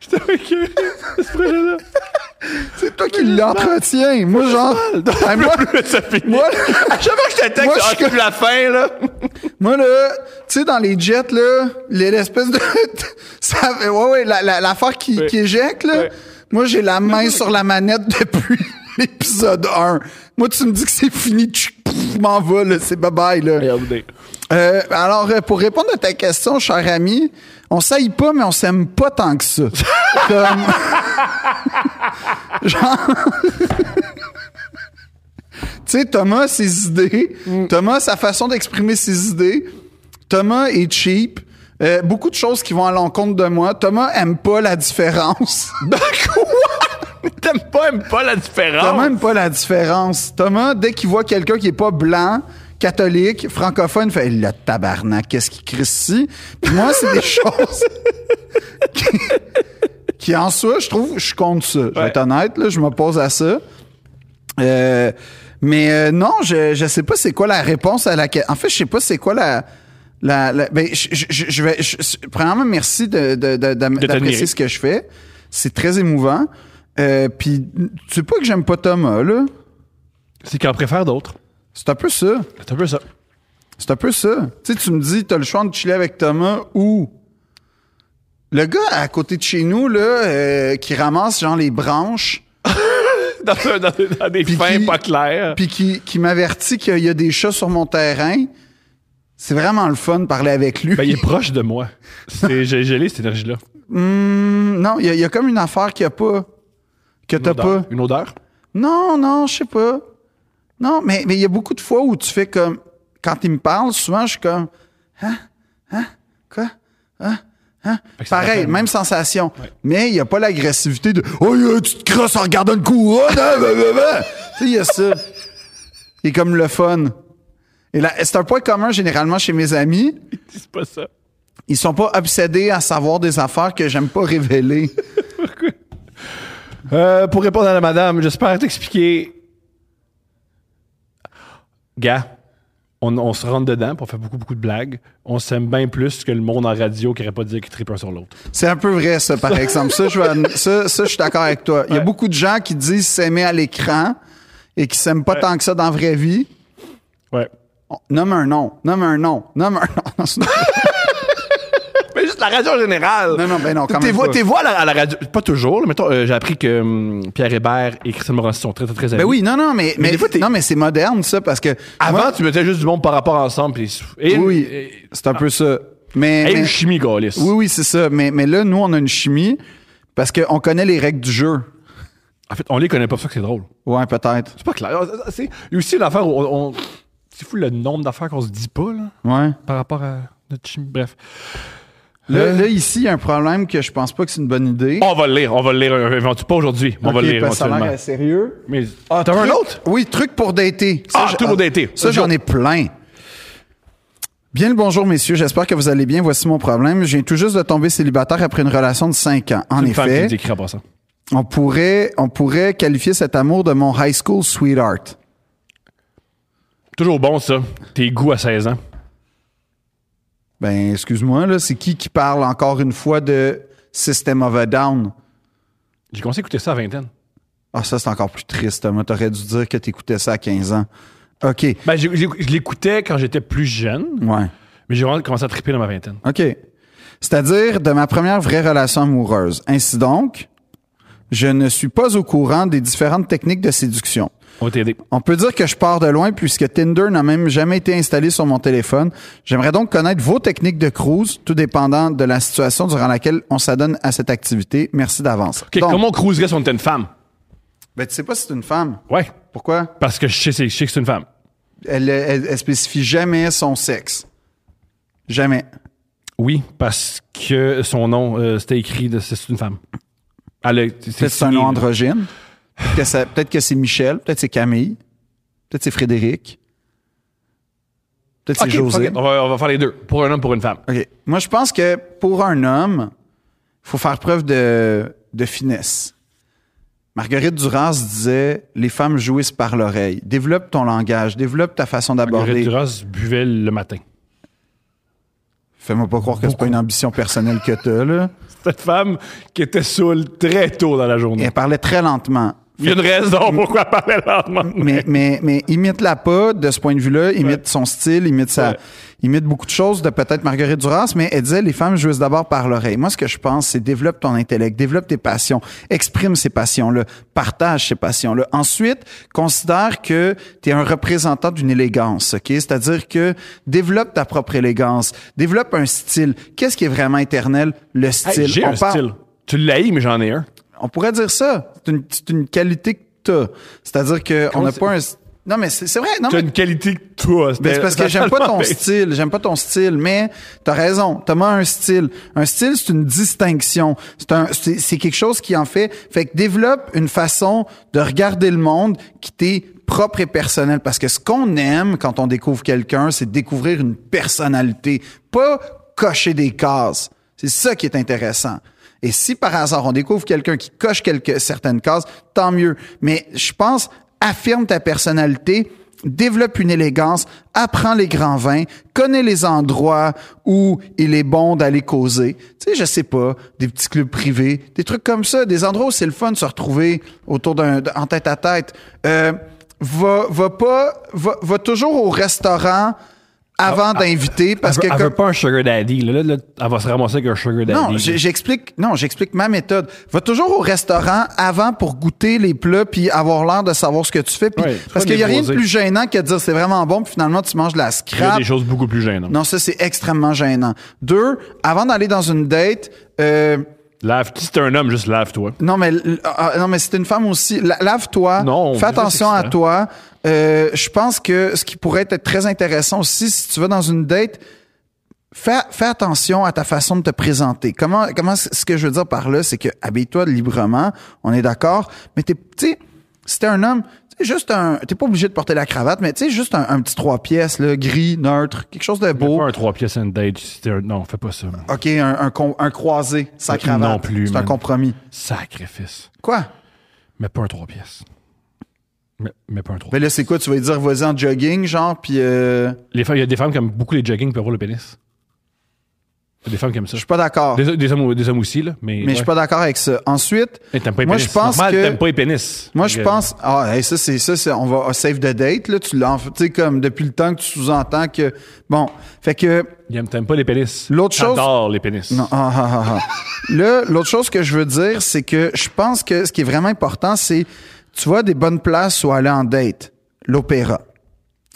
Speaker 1: Je t'avais écœuré, ce projet-là.
Speaker 2: C'est toi toi qui l'entretiens. Moi, genre. Hey, moi,
Speaker 1: ça finit.
Speaker 2: moi,
Speaker 1: À chaque fois que je te texte,
Speaker 2: Moi, je
Speaker 1: ah,
Speaker 2: suis
Speaker 1: c'est plus la fin, là.
Speaker 2: moi, là, tu sais, dans les jets, là, les- l'espèce de. ça, fait- ouais, ouais, la- la- l'affaire qui,
Speaker 1: Ouais.
Speaker 2: qui éjecte, là.
Speaker 1: Ouais.
Speaker 2: Moi, j'ai la main sur la manette depuis l'épisode 1. Moi, tu me dis que c'est fini, tu pff, m'en vas, là, c'est bye-bye, là.
Speaker 1: Regardez.
Speaker 2: Euh, alors, euh, pour répondre à ta question, cher ami, on s'aille pas, mais on s'aime pas tant que ça. Comme- Genre... tu sais, Thomas, ses idées. Thomas, sa façon d'exprimer ses idées. Thomas est cheap. Euh, beaucoup de choses qui vont à l'encontre de moi. Thomas aime pas la différence.
Speaker 1: T'aimes pas, aimes pas la différence.
Speaker 2: Thomas aime pas la différence. Thomas, dès qu'il voit quelqu'un qui est pas blanc, catholique, francophone, il fait le tabarnak, qu'est-ce qu'il crie ici? Puis moi, c'est des choses qui- qui, en soi, je trouve, je compte ça. Je vais
Speaker 1: Ouais.
Speaker 2: être honnête, là, je m'oppose à ça. Euh, mais euh, non, je, je sais pas c'est quoi la réponse à la que- En fait, je sais pas c'est quoi la. la, la- ben, je, je- je- je vais. je- je- premièrement, merci de, de, de- d'am- d'apprécier
Speaker 1: t'admirer.
Speaker 2: ce que je fais. C'est très émouvant. Euh, Puis, tu sais pas que j'aime pas Thomas, là?
Speaker 1: C'est qu'il en préfère d'autres.
Speaker 2: C'est un peu ça.
Speaker 1: C'est un peu ça.
Speaker 2: C'est un peu ça. Tu sais, tu me dis, t'as le choix de chiller avec Thomas ou. Le gars à côté de chez nous, là, euh, qui ramasse, genre, les branches.
Speaker 1: Dans, un- dans des- dans des
Speaker 2: Puis
Speaker 1: fins
Speaker 2: qui-
Speaker 1: pas claires.
Speaker 2: puis qui, qui m'avertit qu'il y a des chats sur mon terrain, c'est vraiment le fun de parler avec lui.
Speaker 1: Ben, il est proche de moi. C'est, j'ai, j'ai l'ai, cette énergie-là.
Speaker 2: Hum, non, il y, a- il y a comme une affaire qu'il n'y a pas. Que
Speaker 1: Une
Speaker 2: t'as
Speaker 1: odeur.
Speaker 2: pas.
Speaker 1: Une odeur.
Speaker 2: Non, non, je sais pas. Non, mais mais il y a beaucoup de fois où tu fais comme. Quand il me parle, souvent, je suis comme. Hein? Hein? Quoi? Hein? Hein?
Speaker 1: Fait que ça
Speaker 2: Pareil,
Speaker 1: rappelle-
Speaker 2: même sensation. Mais il n'y a pas l'agressivité de Oh, euh, tu te crosses en regardant le couronne! hein, bah, bah, bah. tu sais, il y a ça. Et comme le fun. Et là, c'est un point commun généralement chez mes amis.
Speaker 1: C'est pas ça.
Speaker 2: Ils sont pas obsédés à savoir des affaires que j'aime pas révéler.
Speaker 1: Euh, pour répondre à la madame, j'espère t'expliquer. Gars, on, on se rentre dedans, puis on fait beaucoup, beaucoup de blagues. On s'aime bien plus que le monde en radio qui n'aurait pas dit qu'ils trippent un sur l'autre.
Speaker 2: C'est un peu vrai, ça, par exemple. Ça, je, vais adm- ça, ça, je suis d'accord avec toi. Il y a
Speaker 1: Ouais.
Speaker 2: beaucoup de gens qui disent s'aimer à l'écran et qui s'aiment pas tant que ça dans la vraie vie.
Speaker 1: Ouais.
Speaker 2: On- Nomme un nom, nomme un nom, nomme un nom. Non, c'est-
Speaker 1: Mais juste la radio en général.
Speaker 2: Non, non, ben non, quand
Speaker 1: Tes
Speaker 2: même
Speaker 1: voix,
Speaker 2: pas.
Speaker 1: tes voix à, la, à la radio. Pas toujours, là. Mettons, euh, j'ai appris que hum, Pierre Hébert et Christine Morancy sont très, très, très amis.
Speaker 2: ben oui, non, non, mais, mais,
Speaker 1: des fois, t'es- Ah,
Speaker 2: non, mais c'est moderne, ça, parce que.
Speaker 1: Avant,
Speaker 2: moi-
Speaker 1: tu mettais juste du monde par rapport ensemble. Puis, et,
Speaker 2: oui,
Speaker 1: Et,
Speaker 2: c'est un peu ça. Mais,
Speaker 1: et
Speaker 2: mais-
Speaker 1: Ah. une chimie, Gaulis.
Speaker 2: oui, oui, c'est ça. Mais, mais là, nous, on a une chimie parce qu'on connaît les règles du jeu.
Speaker 1: En fait, on les connaît pas, c'est pour ça que c'est drôle.
Speaker 2: Ouais, peut-être.
Speaker 1: C'est pas clair. C'est il y a aussi une affaire où on. on- c'est fou le nombre d'affaires qu'on se dit pas, là,
Speaker 2: Ouais.
Speaker 1: par rapport à notre chimie. Bref.
Speaker 2: Là,
Speaker 1: Euh,
Speaker 2: là, ici, il y a un problème que je pense pas que c'est une bonne idée.
Speaker 1: On va le lire, on va le lire euh, éventuellement. Pas aujourd'hui, mais on va
Speaker 2: Ok,
Speaker 1: le lire
Speaker 2: parce que ça Ah, a
Speaker 1: éventuellement.
Speaker 2: l'air sérieux.
Speaker 1: Mais t'en veux un
Speaker 2: Truc-
Speaker 1: autre?
Speaker 2: Oui, truc pour dater.
Speaker 1: Ah,
Speaker 2: je-
Speaker 1: truc pour dater.
Speaker 2: Ça,
Speaker 1: Let's
Speaker 2: j'en
Speaker 1: go.
Speaker 2: ai plein. Bien le bonjour, messieurs. J'espère que vous allez bien. Voici mon problème. Je viens tout juste de tomber célibataire après une relation de 5 ans. En
Speaker 1: Une femme qui
Speaker 2: effet,
Speaker 1: nous écrit en passant.
Speaker 2: on pourrait, on pourrait qualifier cet amour de mon high school sweetheart.
Speaker 1: Toujours bon, ça. Tes goûts à 16 ans.
Speaker 2: Ben, excuse-moi, là, c'est qui qui parle encore une fois de System of a Down?
Speaker 1: J'ai commencé à écouter ça à vingtaine.
Speaker 2: Ah, ça, c'est encore plus triste, Thomas. T'aurais dû dire que t'écoutais ça à 15 ans. OK. Ouais.
Speaker 1: Ben, j'ai- j'ai- je l'écoutais quand j'étais plus jeune, mais j'ai vraiment commencé à triper dans ma vingtaine.
Speaker 2: OK. C'est-à-dire de ma première vraie relation amoureuse. Ainsi donc, je ne suis pas au courant des différentes techniques de séduction.
Speaker 1: On va t'aider.
Speaker 2: On peut dire que je pars de loin puisque Tinder n'a même jamais été installé sur mon téléphone. J'aimerais donc connaître vos techniques de cruise, tout dépendant de la situation durant laquelle on s'adonne à cette activité. Merci d'avance.
Speaker 1: OK,
Speaker 2: Donc,
Speaker 1: comment on cruiserait si on était une femme?
Speaker 2: ben, tu sais pas si c'est une femme.
Speaker 1: Ouais.
Speaker 2: Pourquoi?
Speaker 1: Parce que je sais, c'est- je sais que c'est une femme.
Speaker 2: Elle, elle, elle spécifie jamais son sexe. Jamais.
Speaker 1: Oui, parce que son nom, euh, c'était écrit de c'est une femme. Elle a-
Speaker 2: Peut-être c'est un
Speaker 1: signé,
Speaker 2: nom
Speaker 1: là.
Speaker 2: androgyne. Peut-être que, ça- peut-être que c'est Michel, peut-être c'est Camille, peut-être c'est Frédéric, peut-être
Speaker 1: Ok,
Speaker 2: c'est
Speaker 1: fuck
Speaker 2: José.
Speaker 1: it. On va, on va faire les deux. Pour un homme, pour une femme.
Speaker 2: OK. Moi, je pense que pour un homme, faut faire preuve de, de finesse. Marguerite Duras disait Les femmes jouissent par l'oreille. Développe ton langage, développe ta façon
Speaker 1: Marguerite
Speaker 2: d'aborder.
Speaker 1: Duras buvait le matin.
Speaker 2: Fais-moi pas croire que c'est pas une ambition personnelle que t'as, là.
Speaker 1: Cette femme qui était saoule très tôt dans la
Speaker 2: Et
Speaker 1: journée.
Speaker 2: elle parlait très lentement.
Speaker 1: Il y a une raison pourquoi parler lentement.
Speaker 2: mais, mais, mais imite-la pas de ce point de vue-là, imite son style, imite sa,
Speaker 1: Ouais.
Speaker 2: imite beaucoup de choses de peut-être Marguerite Duras, mais elle disait les femmes jouissent d'abord par l'oreille. Moi, ce que je pense, c'est développe ton intellect, développe tes passions, exprime ces passions-là, partage ces passions-là. Ensuite, considère que tu es un représentant d'une élégance, ok? C'est-à-dire que développe ta propre élégance, développe un style. Qu'est-ce qui est vraiment éternel? Le style.
Speaker 1: Hey, J'ai
Speaker 2: On
Speaker 1: un
Speaker 2: parle-
Speaker 1: style. Tu l'haïs, mais j'en ai un.
Speaker 2: on pourrait dire ça. C'est une, c'est une qualité que t'as. C'est-à-dire que on n'a
Speaker 1: c'est-
Speaker 2: pas un. Non, mais c'est c'est vrai. Non,
Speaker 1: T'as
Speaker 2: mais,
Speaker 1: une qualité que toi.
Speaker 2: mais c'est
Speaker 1: c'était-
Speaker 2: parce que j'aime pas ton style. J'aime pas ton style. Mais t'as raison. Thomas a un style. Un style, c'est une distinction. C'est un, c'est c'est quelque chose qui en fait. Fait que développe une façon de regarder le monde qui t'est propre et personnelle. Parce que ce qu'on aime quand on découvre quelqu'un, c'est de découvrir une personnalité. Pas cocher des cases. C'est ça qui est intéressant. Et si par hasard on découvre quelqu'un qui coche quelques, certaines cases, tant mieux. Mais je pense, affirme ta personnalité, développe une élégance, apprends les grands vins, connais les endroits où il est bon d'aller causer. Tu sais, je sais pas, des petits clubs privés, des trucs comme ça, des endroits où c'est le fun de se retrouver autour d'un, d- en tête à tête. Euh, va, va pas, va, va toujours au restaurant avant d'inviter parce
Speaker 1: Ah, Elle, veut-
Speaker 2: que
Speaker 1: elle
Speaker 2: comme-
Speaker 1: veut pas un sugar daddy. Là, là, là, elle va se ramasser avec un sugar daddy.
Speaker 2: non, j'ai- j'explique. Non, j'explique ma méthode. Va toujours au restaurant avant pour goûter les plats puis avoir l'air de savoir ce que tu fais. puis-
Speaker 1: Ouais, c'est
Speaker 2: parce
Speaker 1: pas
Speaker 2: qu'il y a rien de
Speaker 1: névrosé.
Speaker 2: plus gênant que de dire c'est vraiment bon puis finalement tu manges de
Speaker 1: Il
Speaker 2: la
Speaker 1: y a
Speaker 2: scrap.
Speaker 1: des choses beaucoup plus gênantes.
Speaker 2: Non, ça c'est extrêmement gênant. Deux, avant d'aller dans une date. euh,
Speaker 1: Lave. Si t'es un homme, juste lave-toi.
Speaker 2: non, mais, l- ah, non, mais c'est une femme aussi. La- Lave-toi.
Speaker 1: Non,
Speaker 2: Fais
Speaker 1: déjà, c'est
Speaker 2: attention à
Speaker 1: excitant.
Speaker 2: toi. Euh, je pense que ce qui pourrait être très intéressant aussi, si tu vas dans une date, fais, fais attention à ta façon de te présenter. Comment, comment c- ce que je veux dire par là, c'est que habille-toi librement, on est d'accord, mais t'es, tu sais, si t'es un homme, tu sais, juste un, t'es pas obligé de porter la cravate, mais tu sais, juste un, un petit trois pièces, là, gris, neutre, quelque chose de beau.
Speaker 1: Pas un trois pièces and date. si t'es un- Non, fais pas ça. man.
Speaker 2: OK, un, un, con- un croisé sans
Speaker 1: Non
Speaker 2: cravate.
Speaker 1: plus,
Speaker 2: C'est un
Speaker 1: man.
Speaker 2: compromis.
Speaker 1: Sacrifice.
Speaker 2: Quoi?
Speaker 1: Mais pas un trois pièces. Mais, mais pas un trois
Speaker 2: Mais là, c'est quoi? Tu vas lui dire, vas-y en jogging, genre, puis euh,
Speaker 1: Les femmes, il y a des femmes qui aiment beaucoup les jogging pour avoir le pénis. Il y a des femmes qui aiment ça.
Speaker 2: je suis pas d'accord.
Speaker 1: Des, des hommes, des hommes aussi, là. Mais,
Speaker 2: Mais je suis pas d'accord avec ça. Ensuite,
Speaker 1: T'aimes pas les
Speaker 2: moi,
Speaker 1: pénis.
Speaker 2: je pense
Speaker 1: Normal,
Speaker 2: que-
Speaker 1: t'aimes pas les pénis.
Speaker 2: moi,
Speaker 1: Fait
Speaker 2: je
Speaker 1: que-
Speaker 2: pense, ah, hey, ça, c'est ça, c'est- on va ah, save the date, là, tu l'en, tu sais, comme depuis le temps que tu sous-entends que, bon, fait que,
Speaker 1: Il aime- T'aimes pas les pénis.
Speaker 2: L'autre chose-
Speaker 1: J'adore les pénis.
Speaker 2: Non, ah, ah, ah, ah. Là, l'autre chose que je veux dire, c'est que je pense que ce qui est vraiment important, c'est tu vois des bonnes places où aller en date. L'opéra.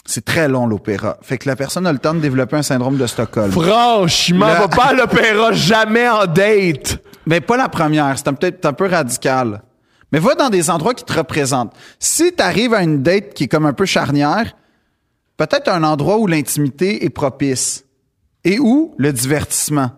Speaker 2: C'est très long, l'opéra. Fait que la personne a le temps de développer un syndrome de Stockholm.
Speaker 1: Franchement,
Speaker 2: Le-
Speaker 1: va pas à l'opéra jamais en date.
Speaker 2: Mais pas la première. C'est un- peut-être un peu radical. Mais va dans des endroits qui te représentent. Si tu arrives à une date qui est comme un peu charnière, peut-être un endroit où l'intimité est propice et où le divertissement.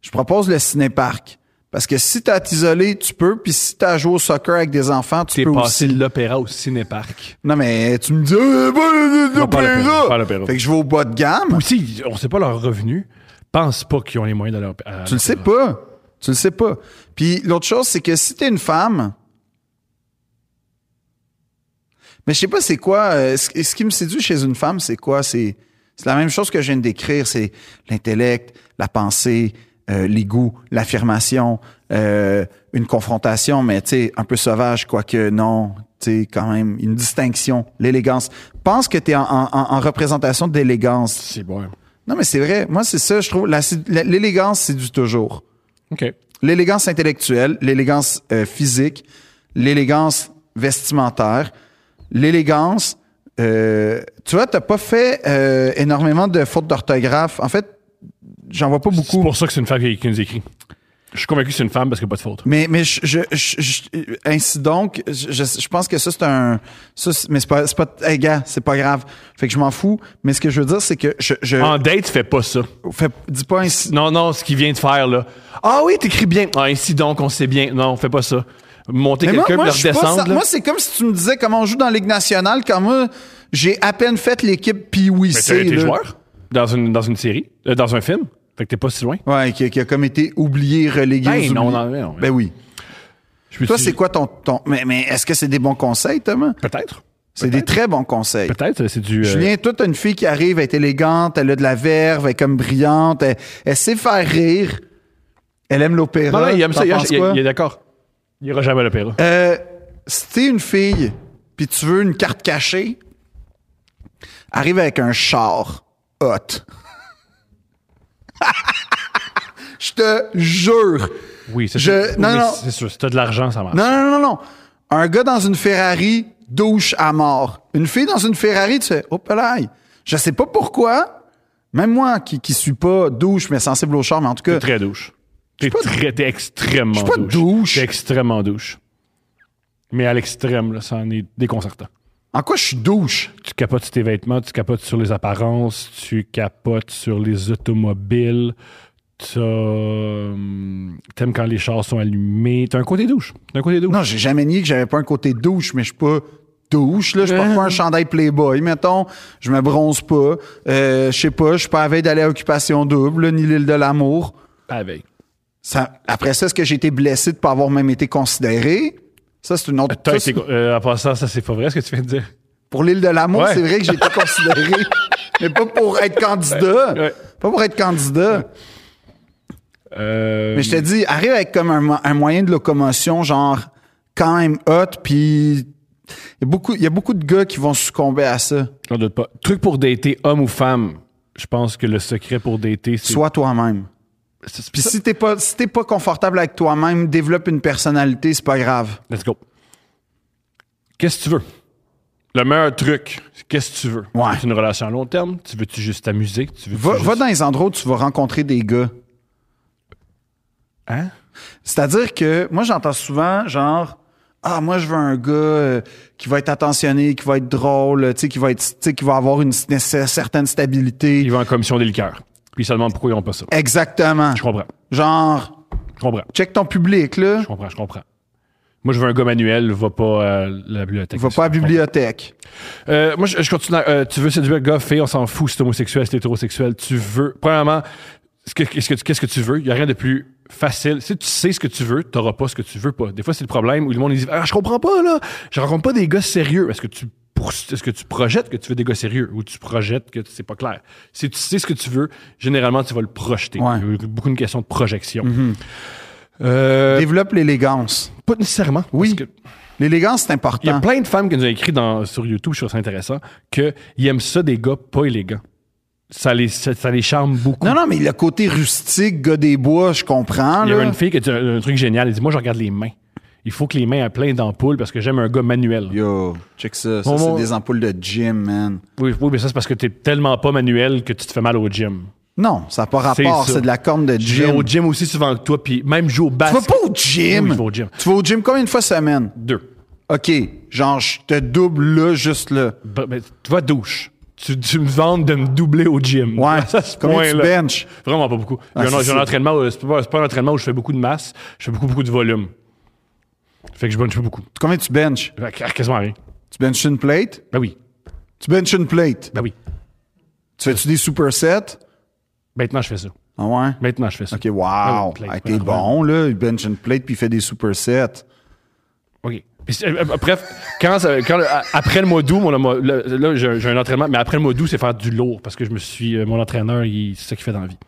Speaker 2: Je propose le ciné-parc. Parce que si t'as à t'isoler, tu peux. Puis si t'as à jouer au soccer avec des enfants, tu
Speaker 1: T'es
Speaker 2: peux
Speaker 1: passé
Speaker 2: aussi.
Speaker 1: de l'opéra au cinéparc.
Speaker 2: Non, mais tu me dis, Eh, bah,
Speaker 1: Non, pas l'opéra, pas
Speaker 2: l'opéra.
Speaker 1: l'opéra.
Speaker 2: eh. Fait que je vais au bas de gamme.
Speaker 1: Aussi, on sait pas leurs revenus. Pense pas qu'ils ont les moyens d'aller à l'opéra.
Speaker 2: Tu le sais pas. Tu le sais pas. Puis l'autre chose, c'est que si t'es une femme. Mais je sais pas c'est quoi. euh, ce, ce qui me séduit chez une femme, c'est quoi? C'est, c'est la même chose que je viens de décrire. C'est l'intellect, la pensée, euh, les goûts, l'affirmation, euh, une confrontation, mais tu sais, un peu sauvage, quoique non. Tu sais, quand même, une distinction, l'élégance. Pense que t'es en, en, en en représentation d'élégance.
Speaker 1: C'est bon.
Speaker 2: Non, mais c'est vrai. Moi, c'est ça, je trouve. la- la- L'élégance, c'est du toujours.
Speaker 1: OK.
Speaker 2: L'élégance intellectuelle, l'élégance euh, physique, l'élégance vestimentaire, l'élégance. euh, tu vois, t'as pas fait euh, énormément de fautes d'orthographe. En fait, j'en vois pas
Speaker 1: C'est
Speaker 2: beaucoup.
Speaker 1: pour ça que c'est une femme qui, qui nous écrit. Je suis convaincu que c'est une femme parce qu'il n'y a pas de faute.
Speaker 2: Mais mais je, je, je- je- ainsi donc, je, je, je pense que ça c'est un ça c'est- mais c'est pas c'est pas hey, gars, c'est pas grave. Fait que je m'en fous. Mais ce que je veux dire c'est que je, je
Speaker 1: En date, tu fais pas ça.
Speaker 2: fais, dis pas ainsi.
Speaker 1: Non, non, ce qu'il vient de faire, là. Ah oui, t'écris bien. Ah, ainsi donc, on sait bien. Non, fais pas ça. Monter
Speaker 2: Mais moi,
Speaker 1: quelqu'un
Speaker 2: moi,
Speaker 1: puis le
Speaker 2: je suis pas
Speaker 1: redescendre.
Speaker 2: ça-
Speaker 1: là.
Speaker 2: moi, c'est comme si tu me disais comment on joue dans la Ligue nationale quand moi, j'ai à peine fait l'équipe Pee-Wee
Speaker 1: Mais t'as
Speaker 2: C.
Speaker 1: été
Speaker 2: là.
Speaker 1: joueur dans une, dans une série, euh, dans un film. Fait que t'es pas si loin.
Speaker 2: Ouais, qui, qui a comme été oublié, relégué.
Speaker 1: Ben
Speaker 2: ou
Speaker 1: non, non,
Speaker 2: oublié.
Speaker 1: non, non.
Speaker 2: Ben oui.
Speaker 1: Je peux-
Speaker 2: Toi, c'est quoi ton. ton mais mais est-ce que c'est des bons conseils, Thomas?
Speaker 1: Peut-être.
Speaker 2: C'est des très bons conseils.
Speaker 1: Peut-être, c'est du. euh,
Speaker 2: Julien, toi, t'as une fille qui arrive, elle est élégante, elle a de la verve, elle est comme brillante, elle, elle sait faire rire, elle aime l'opéra.
Speaker 1: Non, non, il aime
Speaker 2: T'en
Speaker 1: ça. Il,
Speaker 2: penses
Speaker 1: il-
Speaker 2: quoi?
Speaker 1: il est d'accord. Il ira jamais à l'opéra.
Speaker 2: Euh, si t'es une fille, puis tu veux une carte cachée, arrive avec un char hot. Je te jure.
Speaker 1: Oui, c'est
Speaker 2: Je-
Speaker 1: sûr.
Speaker 2: non,
Speaker 1: Oui,
Speaker 2: non.
Speaker 1: C'est sûr. Si t'as de l'argent, ça marche.
Speaker 2: Non, non, non, non. Un gars dans une Ferrari, douche à mort. Une fille dans une Ferrari, tu fais, oh, pelaille. Je sais pas pourquoi. Même moi, qui, qui suis pas douche, mais sensible au char, mais en tout cas,
Speaker 1: T'es très douche. T'es
Speaker 2: suis pas-
Speaker 1: très- t'es extrêmement
Speaker 2: Je suis pas douche.
Speaker 1: T'es extrêmement douche. Mais à l'extrême, là, ça en est déconcertant.
Speaker 2: en quoi je suis douche?
Speaker 1: Tu capotes sur tes vêtements, tu capotes sur les apparences, tu capotes sur les automobiles, t'as, hum, t'aimes quand les chars sont allumés. T'as un côté douche. T'as un côté douche.
Speaker 2: Non, j'ai jamais nié que j'avais pas un côté douche, mais je suis pas douche, là. Je porte
Speaker 1: Ouais.
Speaker 2: pas un chandail Playboy, mettons. Je me bronze pas. Euh, je sais pas, je suis pas à veille d'aller à Occupation Double, là, ni l'île de l'amour.
Speaker 1: Avec.
Speaker 2: Ça- après ça, est-ce que j'ai été blessé de pas avoir même été considéré? Ça, c'est une autre...
Speaker 1: T'as
Speaker 2: ça,
Speaker 1: été-
Speaker 2: c'est-
Speaker 1: euh, en passant, ça, c'est pas vrai ce que tu viens de dire.
Speaker 2: Pour l'île de l'amour,
Speaker 1: Ouais.
Speaker 2: c'est vrai que j'ai été considéré, mais pas pour être candidat.
Speaker 1: Ouais.
Speaker 2: Pas pour être candidat.
Speaker 1: Euh,
Speaker 2: Mais je te dis, arrive avec comme un, mo- un moyen de locomotion, genre quand même hot, puis il y, a beaucoup- il y a beaucoup de gars qui vont succomber à ça.
Speaker 1: j'en doute pas. Truc pour dater, homme ou femme, je pense que le secret pour dater, c'est.
Speaker 2: Sois toi-même.
Speaker 1: c'est-
Speaker 2: Puis
Speaker 1: ça-
Speaker 2: si t'es pas si t'es pas confortable avec toi-même, développe une personnalité, c'est pas grave.
Speaker 1: Let's go. Qu'est-ce que tu veux? Le meilleur truc, c'est qu'est-ce que tu veux?
Speaker 2: Ouais.
Speaker 1: C'est une relation à long terme? Tu veux-tu juste t'amuser? Tu veux
Speaker 2: Va, va dans les endroits où tu vas rencontrer des gars.
Speaker 1: Hein?
Speaker 2: C'est-à-dire que moi, j'entends souvent, genre, ah, moi, je veux un gars euh, qui va être attentionné, qui va être drôle, tu sais, qui va être, tu sais, qui va avoir une, s- une s- certaine
Speaker 1: Il
Speaker 2: stabilité.
Speaker 1: va en commission des liqueurs. Puis ça demande pourquoi ils n'ont pas ça.
Speaker 2: Exactement.
Speaker 1: Je comprends.
Speaker 2: Genre,
Speaker 1: Je comprends.
Speaker 2: check ton public, là.
Speaker 1: Je comprends. Je comprends. Moi, je veux un gars manuel, va pas à la bibliothèque.
Speaker 2: Va pas à la bibliothèque.
Speaker 1: Euh, moi, je, je continue. à- euh, tu veux séduire gars, fille, on s'en fout si t'es homosexuel, si t'es hétérosexuel. Tu veux. Premièrement, ce que- qu'est-ce que, tu- qu'est-ce que tu veux? Il n'y a rien de plus facile. Si tu sais ce que tu veux, t'auras pas ce que tu veux pas. Des fois, c'est le problème où le monde ils disent Ah, je comprends pas, là. Je rencontre pas des gars sérieux. Est-ce que tu. pour- Est-ce que tu projettes que tu veux des gars sérieux ou tu projettes que c'est pas clair? Si tu sais ce que tu veux, généralement, tu vas le projeter.
Speaker 2: Ouais. Mm-hmm.
Speaker 1: Il y a beaucoup une question de projection. Euh,
Speaker 2: Développe l'élégance.
Speaker 1: pas nécessairement.
Speaker 2: Oui.
Speaker 1: parce que-
Speaker 2: L'élégance, c'est
Speaker 1: il y a
Speaker 2: important.
Speaker 1: plein de femmes qui nous ont écrit dans, sur YouTube, je trouve ça intéressant, qu'ils aiment ça des gars pas élégants. Ça les, ça, ça les charme beaucoup.
Speaker 2: Non, non, mais le côté rustique, gars des bois, je comprends,
Speaker 1: Il y avait
Speaker 2: là.
Speaker 1: une fille qui a dit un, un truc génial. Elle dit Moi, je regarde les mains. Il faut que les mains aient plein d'ampoules parce que j'aime un gars manuel.
Speaker 2: Yo, check ça. Ça,
Speaker 1: Bon,
Speaker 2: c'est
Speaker 1: bon.
Speaker 2: des ampoules de gym, man.
Speaker 1: Oui, oui, mais ça, c'est parce que t'es tellement pas manuel que tu te fais mal au gym.
Speaker 2: Non, ça n'a pas
Speaker 1: C'est
Speaker 2: rapport.
Speaker 1: ça.
Speaker 2: C'est de la corne de
Speaker 1: Je vais
Speaker 2: gym.
Speaker 1: au gym aussi souvent que toi, puis même jouer au
Speaker 2: Tu vas
Speaker 1: basket.
Speaker 2: pas au gym.
Speaker 1: Oui, je vais au gym.
Speaker 2: Tu vas au gym combien de fois semaine?
Speaker 1: Deux.
Speaker 2: OK, genre, je te double là, juste là.
Speaker 1: Bah, ben, tu vas douche. Tu, tu me demandes de me doubler au gym.
Speaker 2: Ouais.
Speaker 1: À ce
Speaker 2: Combien tu
Speaker 1: point-là.
Speaker 2: benches?
Speaker 1: Vraiment pas beaucoup.
Speaker 2: Ah,
Speaker 1: J'ai un-
Speaker 2: c'est
Speaker 1: j'ai un
Speaker 2: ça.
Speaker 1: entraînement, où- c'est pas, c'est pas un entraînement où je fais beaucoup de masse, je fais beaucoup, beaucoup de volume. Fait que je benche pas beaucoup.
Speaker 2: Combien tu benches?
Speaker 1: Fait que- Quasiment rien.
Speaker 2: Tu benches une plate?
Speaker 1: Ben oui.
Speaker 2: Tu benches une plate.
Speaker 1: Ben oui.
Speaker 2: Tu fais-tu des supersets?
Speaker 1: Maintenant, je fais ça.
Speaker 2: Ah ouais?
Speaker 1: Maintenant, je fais ça.
Speaker 2: OK, wow.
Speaker 1: Ah plate,
Speaker 2: Hey,
Speaker 1: ouais,
Speaker 2: T'es
Speaker 1: ouais.
Speaker 2: bon, là. Il bench une plate puis il fait des supersets.
Speaker 1: OK. Puis c'est- euh, euh, bref, quand, ça- quand le- à- après le mois d'août, mon- mon- là, là, j'ai j'ai un entraînement, mais après le mois d'août, c'est faire du lourd parce que je me suis. euh, Mon entraîneur, il- c'est ça qu'il fait dans la vie.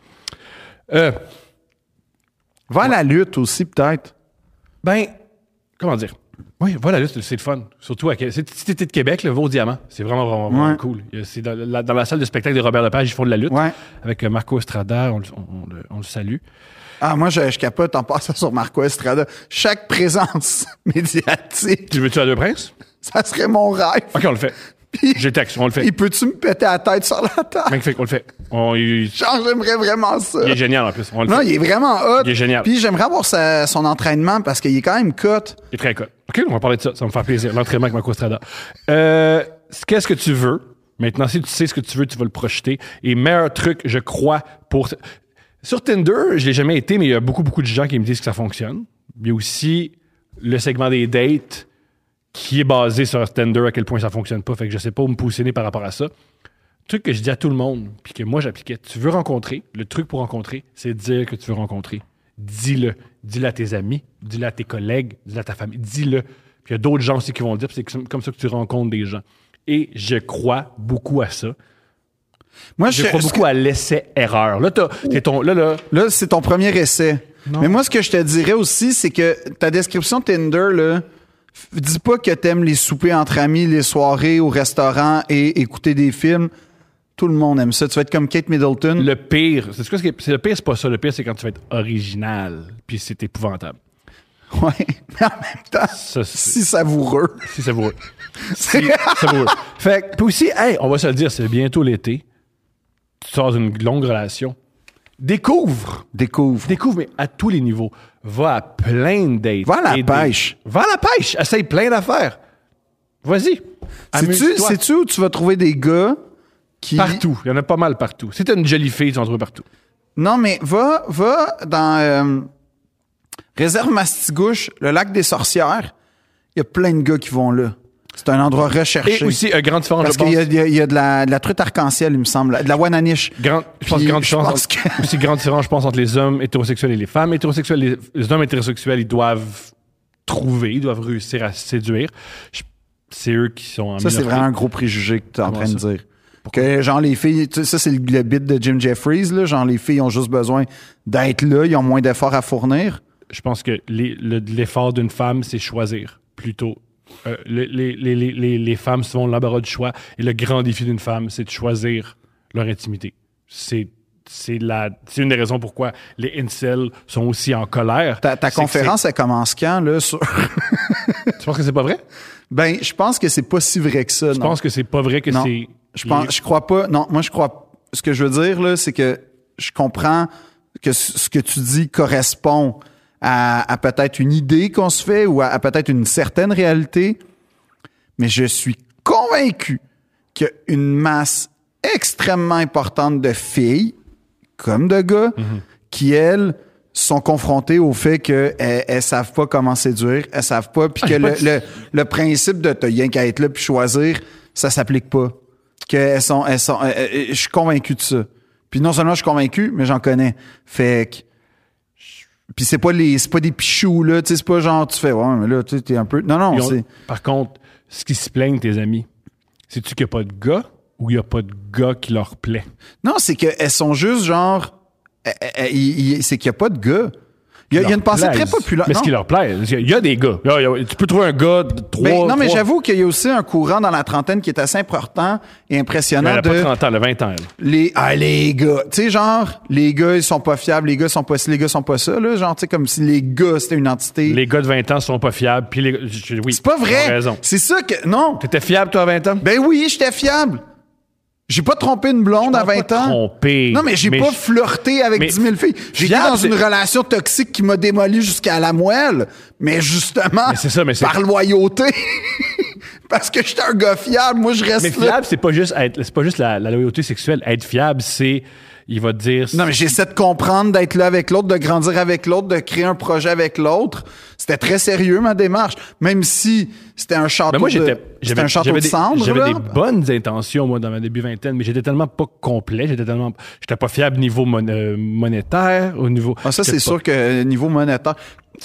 Speaker 1: Euh,
Speaker 2: Va à la lutte aussi, peut-être.
Speaker 1: Ben, comment dire? Oui, voilà, là, c'est c'est le fun. Surtout, à, Qué- c'est- si t'étais de Québec, le Vaux Diamant, c'est vraiment, vraiment, vraiment
Speaker 2: Ouais.
Speaker 1: cool. Il y a- C'est dans la, dans la salle de spectacle de Robert Lepage, ils font de la lutte.
Speaker 2: Ouais.
Speaker 1: Avec euh, Marco Estrada, on, le- on- on le- on le salue.
Speaker 2: Ah, moi, je, je capote en passant sur Marco Estrada. Chaque présence médiatique,
Speaker 1: Tu le veux-tu à Deux Princes?
Speaker 2: ça serait mon rêve.
Speaker 1: OK, on le fait.
Speaker 2: Puis-
Speaker 1: J'ai le texte, on le fait.
Speaker 2: Il peut-tu me péter la tête sur la table?
Speaker 1: Mec, fait qu'on le fait. On- il,
Speaker 2: Genre, j'aimerais vraiment ça.
Speaker 1: il est génial, en plus. On le
Speaker 2: Non,
Speaker 1: fait.
Speaker 2: il est vraiment hot.
Speaker 1: Il est génial.
Speaker 2: Puis j'aimerais avoir sa- son entraînement parce qu'il est quand même cut.
Speaker 1: Il est très cool. OK, on va parler de ça. Ça va me faire plaisir. L'entraînement avec Marco Estrada. Euh, Qu'est-ce que tu veux? Maintenant, si tu sais ce que tu veux, tu vas le projeter. Et meilleur truc, je crois, pour. Sur Tinder, je l'ai jamais été, mais il y a beaucoup, beaucoup de gens qui me disent que ça fonctionne. Il y a aussi le segment des dates qui est basé sur Tinder, à quel point ça fonctionne pas. Fait que je sais pas où me positionner par rapport à ça. Truc que je dis à tout le monde, puis que moi j'appliquais, tu veux rencontrer, le truc pour rencontrer, c'est de dire que tu veux rencontrer. Dis-le. Dis-le à tes amis, dis-le à tes collègues, dis-le à ta famille, dis-le. Puis il y a d'autres gens aussi qui vont le dire, puis c'est comme ça que tu rencontres des gens. Et je crois beaucoup à ça.
Speaker 2: Moi,
Speaker 1: Je crois
Speaker 2: ce
Speaker 1: beaucoup à l'essai-erreur. Là, t'as- t'es ton. Là, là.
Speaker 2: que- Là, c'est ton premier essai.
Speaker 1: Non.
Speaker 2: Mais moi, ce que je te dirais aussi, c'est que ta description Tinder, là, dis pas que t'aimes les soupers entre amis, les soirées au restaurant et écouter des films. Tout le monde aime ça. Tu vas être comme Kate Middleton.
Speaker 1: Le pire, c'est quoi ce qui est- c'est le pire, c'est pas ça. Le pire, c'est quand tu vas être original, puis c'est épouvantable.
Speaker 2: Ouais. Mais en même temps,
Speaker 1: Ça, c'est
Speaker 2: si savoureux.
Speaker 1: c'est savoureux. savoureux. Fait que, puis aussi, hey, on va se le dire, c'est bientôt l'été. Tu sors d'une longue relation. Découvre
Speaker 2: Découvre.
Speaker 1: Découvre, mais à tous les niveaux. Va à plein de dates.
Speaker 2: Va à la
Speaker 1: Et des-
Speaker 2: pêche.
Speaker 1: Va à la pêche. Essaye plein d'affaires. Vas-y.
Speaker 2: C'est-tu,
Speaker 1: Amuse-toi.
Speaker 2: c'est-tu où tu vas trouver des gars qui.
Speaker 1: Partout. Il y en a pas mal partout. Si t'es une jolie fille, tu en trouves partout.
Speaker 2: Non, mais va, va dans euh, Réserve Mastigouche, le lac des sorcières. Il y a plein de gars qui vont là. C'est un endroit
Speaker 1: Et
Speaker 2: recherché.
Speaker 1: aussi, euh, grande différence,
Speaker 2: parce
Speaker 1: je pense.
Speaker 2: qu'il y a, il y a- il y a de, la, de la truite arc-en-ciel, il me semble. De la wananiche.
Speaker 1: Grand- je pense
Speaker 2: Puis,
Speaker 1: grande
Speaker 2: je
Speaker 1: différence
Speaker 2: pense
Speaker 1: entre-
Speaker 2: que-
Speaker 1: aussi grande différence, je pense, entre les hommes hétérosexuels et les femmes hétérosexuelles. Les, les hommes hétérosexuels, ils doivent trouver, ils doivent réussir à séduire. Je- C'est eux qui sont en
Speaker 2: Ça, c'est
Speaker 1: minorité.
Speaker 2: vraiment un gros préjugé que tu es en
Speaker 1: Comment
Speaker 2: train de
Speaker 1: ça?
Speaker 2: dire. Que, genre, les filles, tu sais, ça, c'est le, le bit de Jim Jeffries, là. Genre, les filles ont juste besoin d'être là, ils ont moins d'efforts à fournir.
Speaker 1: je pense que les- le- l'effort d'une femme, c'est choisir plutôt. Euh, les, les- les- les- les- les femmes souvent ont l'embarras du choix et le grand défi d'une femme, c'est de choisir leur intimité. C'est c'est la c'est une des raisons pourquoi les incels sont aussi en colère.
Speaker 2: Ta, ta
Speaker 1: C'est que
Speaker 2: conférence, elle commence quand, là? sur-
Speaker 1: c'est- Tu penses que c'est pas vrai
Speaker 2: ben, je pense que c'est pas si vrai que ça,
Speaker 1: Je
Speaker 2: non.
Speaker 1: pense que c'est pas vrai que
Speaker 2: Non.
Speaker 1: c'est
Speaker 2: Je pense, je crois pas. Non, moi je crois. Ce que je veux dire là, c'est que je comprends que ce ce que tu dis correspond à, à peut-être une idée qu'on se fait ou à, à peut-être une certaine réalité, mais je suis convaincu qu'une masse extrêmement importante de filles comme de gars
Speaker 1: Mhm.
Speaker 2: qui elles sont confrontées au fait que elles, elles savent pas comment séduire, elles savent pas,
Speaker 1: Ah,
Speaker 2: puis que le, le, le principe de t'as rien qu'à être là puis choisir, ça s'applique pas. Que elles sont, elles sont, euh, euh, je suis convaincu de ça. Puis non seulement je suis convaincu, mais j'en connais. Fait que puis c'est pas les, c'est pas des pichous là, tu sais, c'est pas genre tu fais ouais mais là tu sais, t'es un peu, non non
Speaker 1: Ils ont-
Speaker 2: c'est
Speaker 1: Par contre, ce qui se plaignent tes amis, c'est tu qu'il n'y a pas de gars ou il n'y a pas de gars qui leur plaît.
Speaker 2: Non, c'est qu'elles sont juste genre. eh, eh, il- il- C'est qu'il n'y a pas de gars. Il y a, il y a une pensée très
Speaker 1: Plaise.
Speaker 2: populaire.
Speaker 1: Mais
Speaker 2: non.
Speaker 1: ce qui leur plaît, il y a des gars. Il y a- il y a- tu peux trouver un gars de trois.
Speaker 2: Ben, non, mais
Speaker 1: trois-
Speaker 2: j'avoue qu'il y a aussi un courant dans la trentaine qui est assez important et
Speaker 1: Mais
Speaker 2: impressionnant
Speaker 1: Elle a
Speaker 2: de
Speaker 1: pas 30 ans, elle a 20 ans. elle.
Speaker 2: les ah, les gars, tu sais genre les gars ils sont pas fiables, les gars sont pas ci, les gars sont pas ça là, genre tu sais comme si les gars c'était une entité.
Speaker 1: Les gars de 20 ans sont pas fiables. Puis les... gars- je- oui,
Speaker 2: C'est pas
Speaker 1: t'as
Speaker 2: vrai.
Speaker 1: raison.
Speaker 2: C'est ça que non.
Speaker 1: T'étais fiable, toi, à 20 ans?
Speaker 2: Ben oui, j'étais fiable. J'ai pas trompé une blonde à 20 ans.
Speaker 1: Trompé.
Speaker 2: Non, mais j'ai pas
Speaker 1: je-
Speaker 2: flirté avec
Speaker 1: mais-
Speaker 2: 10 000 filles. J'étais
Speaker 1: Fiable,
Speaker 2: dans une
Speaker 1: c'est-
Speaker 2: relation toxique qui m'a démoli jusqu'à la moelle. Mais justement,
Speaker 1: Mais c'est ça, mais c'est-
Speaker 2: par loyauté, parce que j'étais un gars fiable, moi je reste
Speaker 1: Mais
Speaker 2: là.
Speaker 1: fiable, c'est pas juste, être- c'est pas juste la, la loyauté sexuelle. Être fiable, c'est. Il va te dire.
Speaker 2: Non, mais j'essaie de comprendre, d'être là avec l'autre, de grandir avec l'autre, de créer un projet avec l'autre. C'était très sérieux, ma démarche. Même si c'était un château
Speaker 1: Ben moi, j'étais.
Speaker 2: de, c'était
Speaker 1: J'avais
Speaker 2: un château
Speaker 1: j'avais
Speaker 2: de
Speaker 1: des,
Speaker 2: cendres.
Speaker 1: j'avais
Speaker 2: là.
Speaker 1: des bonnes intentions, moi, dans ma début vingtaine, mais j'étais tellement pas complet. J'étais tellement. J'étais pas fiable niveau mon- euh, monétaire, au niveau.
Speaker 2: Ah, ça,
Speaker 1: j'étais
Speaker 2: c'est
Speaker 1: pas-
Speaker 2: sûr que euh, niveau monétaire.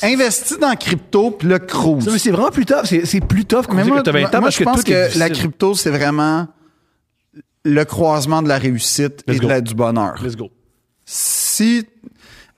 Speaker 2: Investis dans crypto, puis le cruise.
Speaker 1: Ça, mais c'est vraiment plus tough. C'est c'est plus tough qu'on
Speaker 2: Mais
Speaker 1: dit
Speaker 2: moi,
Speaker 1: que t'as 20 ans
Speaker 2: moi,
Speaker 1: parce
Speaker 2: je pense
Speaker 1: tout est
Speaker 2: que la
Speaker 1: difficile.
Speaker 2: crypto, c'est vraiment le croisement de la réussite
Speaker 1: Let's
Speaker 2: et de
Speaker 1: go.
Speaker 2: la- du bonheur.
Speaker 1: Let's go.
Speaker 2: Si,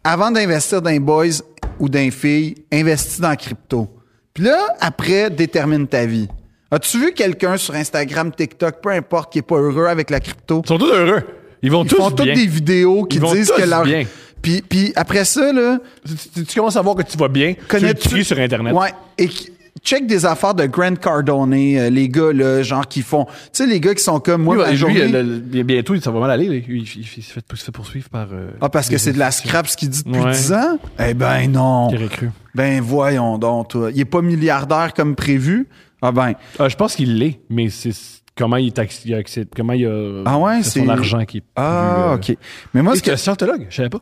Speaker 2: avant d'investir dans les boys ou dans les filles, investis dans la crypto. Puis là, après, détermine ta vie. As-tu vu quelqu'un sur Instagram, TikTok, peu importe, qui est pas heureux avec la crypto?
Speaker 1: Ils sont tous heureux. Ils vont
Speaker 2: Ils
Speaker 1: tous
Speaker 2: font toutes
Speaker 1: bien.
Speaker 2: des vidéos qui
Speaker 1: Ils vont
Speaker 2: disent
Speaker 1: tous
Speaker 2: que leur...
Speaker 1: bien.
Speaker 2: Puis, puis après ça, là,
Speaker 1: Tu, tu- tu commences à voir que tu vas bien.
Speaker 2: Connais-tu-
Speaker 1: tu le dis sur Internet.
Speaker 2: Ouais. Et qui- check des affaires de Grant Cardone, euh, les gars, là, genre, qui font. Tu sais, les gars qui sont comme moi,
Speaker 1: Lui,
Speaker 2: ma
Speaker 1: lui,
Speaker 2: journée-
Speaker 1: le- le- bien- bientôt, ça va mal aller. là. Il, il- il se, fait, il se fait poursuivre par. euh,
Speaker 2: Ah, parce que
Speaker 1: des-
Speaker 2: c'est de la scrap, ce qu'il dit depuis
Speaker 1: Ouais.
Speaker 2: 10 ans? Eh ben non.
Speaker 1: Qui aurait cru.
Speaker 2: Ben voyons donc, toi. Il est pas milliardaire comme prévu. Ah ben,
Speaker 1: Ah, je pense qu'il l'est, mais c'est c'est- comment il, taxe- il accepte, comment il a.
Speaker 2: Ah ouais,
Speaker 1: c'est son
Speaker 2: c'est-
Speaker 1: argent qui. est
Speaker 2: ah,
Speaker 1: plus, euh,
Speaker 2: OK. Mais moi,
Speaker 1: Et
Speaker 2: ce que...
Speaker 1: c'est un scientologue, je savais pas.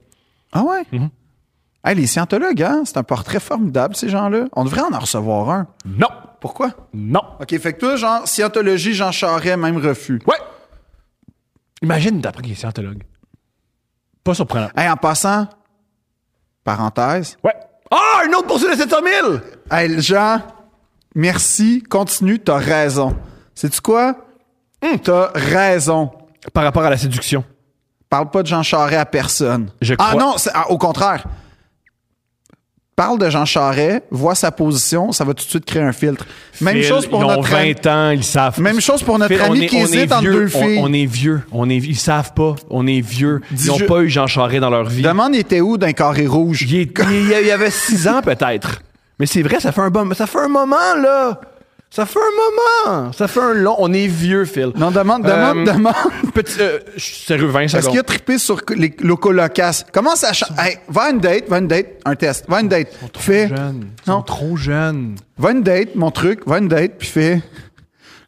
Speaker 2: Ah ouais?
Speaker 1: Mhm.
Speaker 2: Hey, les scientologues, hein? C'est un portrait formidable, ces gens-là. On devrait en en recevoir un.
Speaker 1: Non,
Speaker 2: Pourquoi?
Speaker 1: non.
Speaker 2: OK, fait que toi, genre, scientologie, Jean Charest, même refus.
Speaker 1: Ouais. Imagine d'après qu'il est scientologue. Pas surprenant.
Speaker 2: Hey, en passant, parenthèse,
Speaker 1: Ouais. Ah, une autre poursuite de 700 000!
Speaker 2: Hey, Jean, merci, continue, t'as raison. Sais-tu quoi? T'as raison.
Speaker 1: Par rapport à la séduction.
Speaker 2: Parle pas de Jean Charest à personne.
Speaker 1: Je
Speaker 2: ah
Speaker 1: crois-
Speaker 2: non, c'est- ah, au contraire. parle de Jean Charest, voit sa position, ça va tout de suite créer un filtre. Même
Speaker 1: Phil,
Speaker 2: chose pour
Speaker 1: ils ont
Speaker 2: notre ami.
Speaker 1: 20 ans, ils savent.
Speaker 2: Même chose pour notre
Speaker 1: Phil, on
Speaker 2: ami
Speaker 1: est-
Speaker 2: qui
Speaker 1: on est
Speaker 2: hésite entre
Speaker 1: vieux,
Speaker 2: deux
Speaker 1: on-
Speaker 2: filles.
Speaker 1: On, est vieux, on est, ils savent pas, on est vieux. Ils n'ont
Speaker 2: Dis-je-
Speaker 1: pas eu Jean Charest dans leur vie.
Speaker 2: Demande, il était où d'un carré rouge?
Speaker 1: Il, est- il y a- il y avait 6 ans peut-être. Mais c'est vrai, ça fait un bon, ça fait un moment là. Ça fait un moment, ça fait un long. On est vieux, Phil.
Speaker 2: Non, demande,
Speaker 1: Euh,
Speaker 2: demande, demande.
Speaker 1: Petit, euh, je suis sérieux, 20
Speaker 2: Est-ce qu'il a
Speaker 1: secondes.
Speaker 2: trippé sur les locolocaces? Comment ça change? Hey, va à une date, va à une date, un test. Va à une date. Fais.
Speaker 1: Jeunes. Ils sont
Speaker 2: Non.
Speaker 1: trop jeunes.
Speaker 2: Va à une date, mon truc, va à une date, puis fais.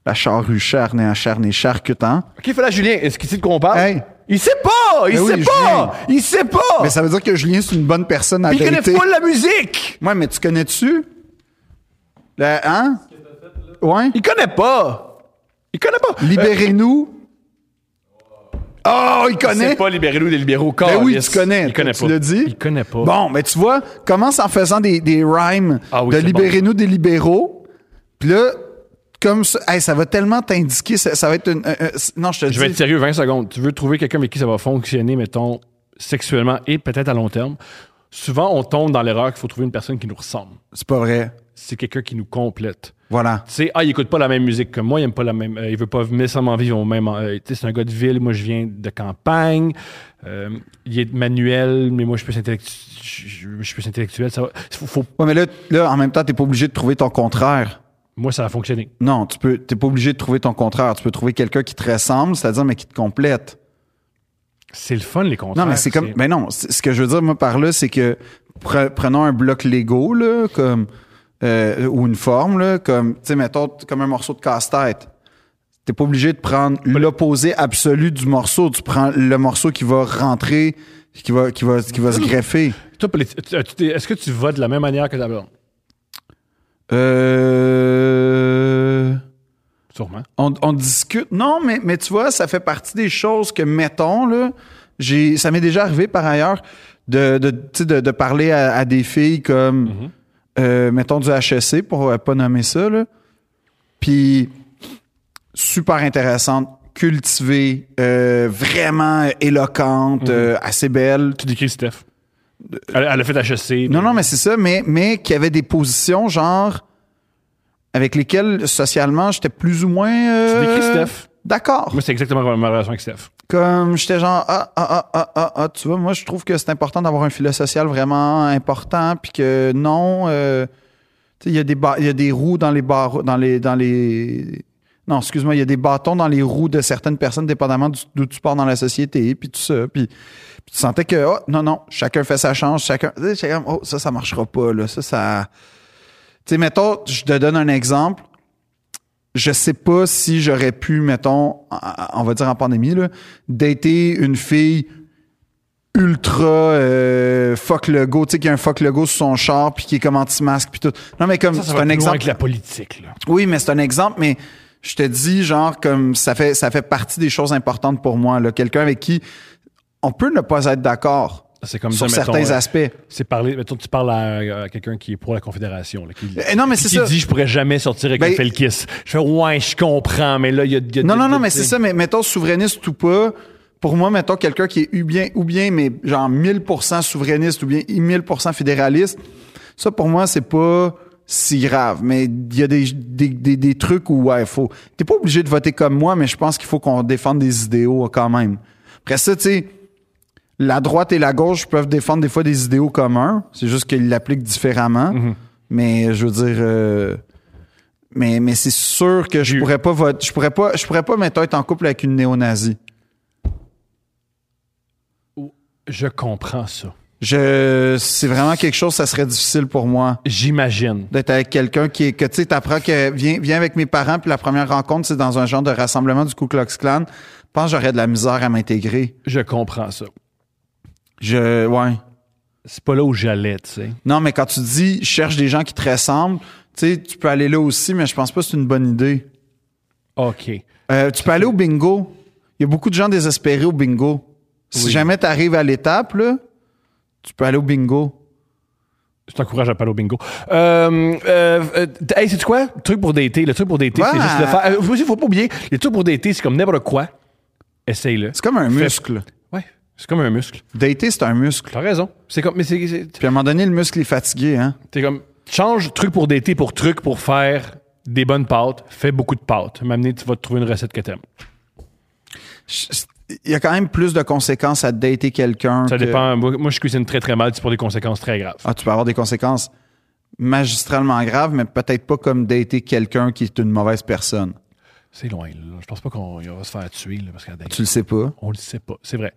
Speaker 2: La charrue charne et acharnée charcutant.
Speaker 1: OK, Fela Julien, est-ce qu'il sait de quoi on parle?
Speaker 2: Hey.
Speaker 1: Il sait pas! Il
Speaker 2: Ben oui,
Speaker 1: sait pas!
Speaker 2: Julien.
Speaker 1: Il sait pas!
Speaker 2: Mais ça veut dire que Julien, c'est une bonne personne à
Speaker 1: Ah. Puis il connaît
Speaker 2: dater.
Speaker 1: pas la musique!
Speaker 2: Ouais, mais tu connais-tu? Le, hein? Ouais.
Speaker 1: Il connaît pas! Il connaît pas! Euh,
Speaker 2: Libérez-nous. Oh, il
Speaker 1: connaît.
Speaker 2: connaît.
Speaker 1: pas Libérez-nous des libéraux.
Speaker 2: Ben oui,
Speaker 1: Caliste.
Speaker 2: tu connais.
Speaker 1: Il connaît
Speaker 2: Tu
Speaker 1: pas.
Speaker 2: l'as dit?
Speaker 1: Il connaît pas.
Speaker 2: Bon, mais tu vois, commence en faisant des, des rhymes
Speaker 1: Ah oui,
Speaker 2: de
Speaker 1: c'est
Speaker 2: Libérez-nous des libéraux. Puis là, comme ça, hey, ça va tellement t'indiquer, ça, ça va être une. euh, euh, c- non, je te
Speaker 1: Je vais
Speaker 2: dis.
Speaker 1: être sérieux, 20 secondes. Tu veux trouver quelqu'un avec qui ça va fonctionner, mettons, sexuellement et peut-être à long terme. Souvent, on tombe dans l'erreur qu'il faut trouver une personne qui nous ressemble.
Speaker 2: C'est pas vrai.
Speaker 1: C'est quelqu'un qui nous complète.
Speaker 2: Voilà.
Speaker 1: Tu sais, ah, il écoute pas la même musique que moi, il aime pas la même. euh, il veut pas nécessairement vivre au même. euh, tu sais, c'est un gars de ville, moi je viens de campagne. Euh, il est manuel, mais moi je suis plus, intellectu- je, je- je suis plus intellectuel. Ça va. Faut- faut-
Speaker 2: Ouais, mais là, là, en même temps, t'es pas obligé de trouver ton contraire.
Speaker 1: moi, ça a fonctionné.
Speaker 2: Non, tu peux, t'es pas obligé de trouver ton contraire. Tu peux trouver quelqu'un qui te ressemble, c'est-à-dire, mais qui te complète.
Speaker 1: C'est le fun, les contrats.
Speaker 2: Non, mais c'est comme. Mais non, c'est- ce que je veux dire, moi, par là, c'est que pre- prenons un bloc Lego, là, comme. euh, ou une forme, là, comme. Tu sais, mettons, t- comme un morceau de casse-tête. T'es pas obligé de prendre l'opposé absolu du morceau. Tu prends le morceau qui va rentrer, qui va, qui va, qui va se greffer.
Speaker 1: Toi, Pauline, tu- tu t'es- Est-ce que tu votes de la même manière que ta blonde?
Speaker 2: Euh.
Speaker 1: Sûrement.
Speaker 2: On, on discute. Non, mais, mais tu vois, ça fait partie des choses que, mettons, là, j'ai, ça m'est déjà arrivé par ailleurs de, de, tu sais, de, de parler à, à des filles comme,
Speaker 1: Mhm.
Speaker 2: euh, mettons, du HSC, pour euh, pas nommer ça, là. Puis, super intéressante, cultivée, euh, vraiment
Speaker 1: Mhm.
Speaker 2: éloquente, euh, assez belle.
Speaker 1: Tu décris Steph. Elle, elle a fait HEC.
Speaker 2: Non, non, mais c'est ça, mais, mais qui avait des positions, genre, avec lesquelles, socialement, j'étais plus ou moins. euh,
Speaker 1: Tu décris Steph.
Speaker 2: D'accord.
Speaker 1: Moi, c'est exactement comme ma relation avec Steph.
Speaker 2: comme j'étais genre ah ah ah ah ah ah tu vois moi je trouve que c'est important d'avoir un filet social vraiment important puis que non euh, tu sais il y a des ba- il y a des roues dans les barreaux dans les dans les non excuse-moi il y a des bâtons dans les roues de certaines personnes dépendamment du- d'où tu pars dans la société puis tout ça puis, puis tu sentais que oh, non non chacun fait sa chance chacun tu sais, chacun oh ça ça marchera pas là ça ça tu sais mettons je te donne un exemple je sais pas si j'aurais pu, mettons, en- on va dire en pandémie, là, dater une fille ultra euh, fuck le go, tu sais, qui a un fuck le go sur son char, puis qui est comme anti-masque, puis tout. Non, mais comme,
Speaker 1: Ça, ça
Speaker 2: c'est
Speaker 1: va
Speaker 2: un
Speaker 1: plus loin
Speaker 2: exemple.
Speaker 1: que la politique. Là.
Speaker 2: Oui, mais c'est un exemple, mais je te dis, genre, comme ça fait, ça fait partie des choses importantes pour moi, là. Quelqu'un avec qui on peut ne pas être d'accord
Speaker 1: C'est comme
Speaker 2: sur
Speaker 1: ça, mettons,
Speaker 2: certains
Speaker 1: euh,
Speaker 2: aspects.
Speaker 1: C'est parler, mettons, tu parles à, à quelqu'un qui est pour la Confédération. là, qui,
Speaker 2: Eh, non, mais c'est
Speaker 1: qui
Speaker 2: ça.
Speaker 1: dit je pourrais jamais sortir avec
Speaker 2: Ben,
Speaker 1: un Felkis. Je fais ouais, je comprends, mais là, il y a. il y a-
Speaker 2: Non,
Speaker 1: il y a-
Speaker 2: non, non, mais c'est ça, mais mettons souverainiste ou pas, pour moi, mettons quelqu'un qui est ou bien, ou bien, mais genre 1000% souverainiste ou bien 1000% fédéraliste, ça pour moi, c'est pas si grave, mais il y a des, des, des, des trucs où, ouais, faut. T'es pas obligé de voter comme moi, mais je pense qu'il faut qu'on défende des idéaux euh, quand même. Après ça, tu sais, la droite et la gauche peuvent défendre des fois des idéaux communs, c'est juste qu'ils l'appliquent différemment, mais je veux dire. euh, mais, mais c'est sûr que je
Speaker 1: J'ai-
Speaker 2: pourrais pas voter. Je pourrais pas, je pourrais pas mettons, être en couple avec une néo-nazie.
Speaker 1: Je comprends ça.
Speaker 2: Je, c'est vraiment quelque chose, ça serait difficile pour moi
Speaker 1: J'imagine.
Speaker 2: d'être avec quelqu'un qui est, que tu sais, t'apprends que viens, viens avec mes parents puis la première rencontre, c'est dans un genre de rassemblement du Ku Klux Klan. Je pense que j'aurais de la misère à m'intégrer.
Speaker 1: Je comprends ça.
Speaker 2: Je, ouais.
Speaker 1: C'est pas là où j'allais, tu sais.
Speaker 2: Non, mais quand tu dis, je cherche des gens qui te ressemblent, tu sais, tu peux aller là aussi, mais je pense pas que c'est une bonne idée.
Speaker 1: OK.
Speaker 2: Euh, tu peux aller au bingo. Il y a beaucoup de gens désespérés au bingo. Si
Speaker 1: Oui.
Speaker 2: jamais tu arrives à l'étape, là, tu peux aller au bingo.
Speaker 1: Je t'encourage à parler au bingo. Euh, euh, euh, hey, c'est quoi? Le truc pour dater. Le truc pour dater, c'est
Speaker 2: Ouais.
Speaker 1: juste le faire. Euh, aussi, faut pas oublier, les trucs pour dater, c'est comme n'importe quoi. Essaye-le.
Speaker 2: C'est comme un
Speaker 1: Fais-
Speaker 2: muscle.
Speaker 1: Ouais. C'est comme un muscle.
Speaker 2: Dater, c'est un muscle.
Speaker 1: T'as raison. C'est comme, mais c'est, c'est-
Speaker 2: Puis à un moment donné, le muscle est fatigué, hein?
Speaker 1: t'es comme, change truc pour dater pour truc pour faire des bonnes pâtes. Fais beaucoup de pâtes. M'amener, tu vas te trouver une recette que t'aimes.
Speaker 2: Je- c'est- Il y a quand même plus de conséquences à dater quelqu'un.
Speaker 1: Ça
Speaker 2: que-
Speaker 1: dépend. Moi, moi, je cuisine très très mal. C'est pour des conséquences très graves.
Speaker 2: Ah, tu peux avoir des conséquences magistralement graves, mais peut-être pas comme dater quelqu'un qui est une mauvaise personne.
Speaker 1: C'est loin. Là. Je pense pas qu'on on va se faire tuer là, parce qu'à date,
Speaker 2: Tu le sais pas.
Speaker 1: on le sait pas. C'est vrai.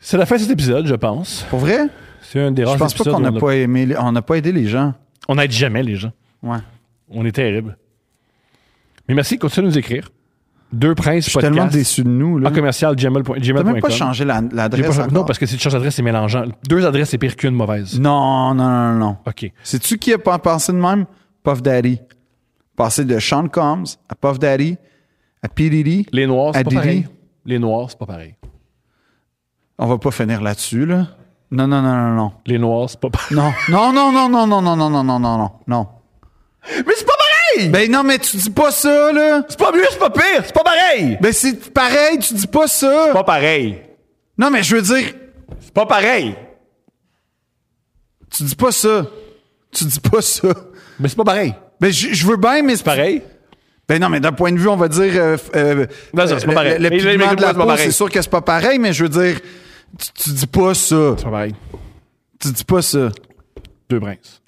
Speaker 1: C'est la fin de cet épisode, je pense.
Speaker 2: Pour vrai?
Speaker 1: C'est un des
Speaker 2: Je
Speaker 1: rares
Speaker 2: pense pas
Speaker 1: épisodes
Speaker 2: qu'on
Speaker 1: où
Speaker 2: n'a
Speaker 1: on a-
Speaker 2: pas aimé, les- on n'a pas aidé les gens.
Speaker 1: On n'aide jamais les gens.
Speaker 2: Ouais.
Speaker 1: On est terrible. Mais merci, continuez de nous écrire. Deux princes
Speaker 2: Je suis tellement déçu de nous, là.
Speaker 1: En commercial, gmail point-
Speaker 2: T'as
Speaker 1: gmail.com.
Speaker 2: même pas changé la-
Speaker 1: Ah, J'ai
Speaker 2: l'adresse
Speaker 1: pas-
Speaker 2: encore.
Speaker 1: Non, parce que si tu changes d'adresse, c'est mélangeant. Deux adresses, c'est pire qu'une mauvaise.
Speaker 2: Non, non, non, non.
Speaker 1: OK.
Speaker 2: C'est-tu qui a pas pensé de même? Puff Daddy. Passé de Sean Combs à Puff Daddy à P. Diddy.
Speaker 1: Les noirs, c'est pas
Speaker 2: Adili.
Speaker 1: pareil. Les noirs, c'est pas pareil.
Speaker 2: On va pas finir là-dessus, là. Non, non, non, non, non.
Speaker 1: Les noirs, c'est pas pareil.
Speaker 2: Non, non, non, non, non, non, non, non, non, non, non, non, non.
Speaker 1: Mais c'est pas pareil!
Speaker 2: Ben non, mais tu dis pas ça, là.
Speaker 1: C'est pas mieux, c'est pas pire! C'est pas pareil!
Speaker 2: Ben c'est pareil, tu dis pas ça.
Speaker 1: Pas pareil!
Speaker 2: Non, mais je veux dire,
Speaker 1: C'est pas pareil!
Speaker 2: tu dis pas ça. Tu dis pas ça.
Speaker 1: Mais c'est pas pareil!
Speaker 2: Ben je je veux bien, mais c'est
Speaker 1: Pareil?
Speaker 2: Ben non, mais d'un point de vue, on va dire. euh, f- euh,
Speaker 1: Non, ça, c'est pas
Speaker 2: le-
Speaker 1: pareil.
Speaker 2: Le, le
Speaker 1: Mais les- les
Speaker 2: pigment de la
Speaker 1: couleurs, c'est pas
Speaker 2: peau,
Speaker 1: pareil.
Speaker 2: c'est sûr que c'est pas pareil, mais je veux dire, tu, tu dis pas ça.
Speaker 1: C'est pas pareil.
Speaker 2: Tu dis pas ça.
Speaker 1: Deux princes.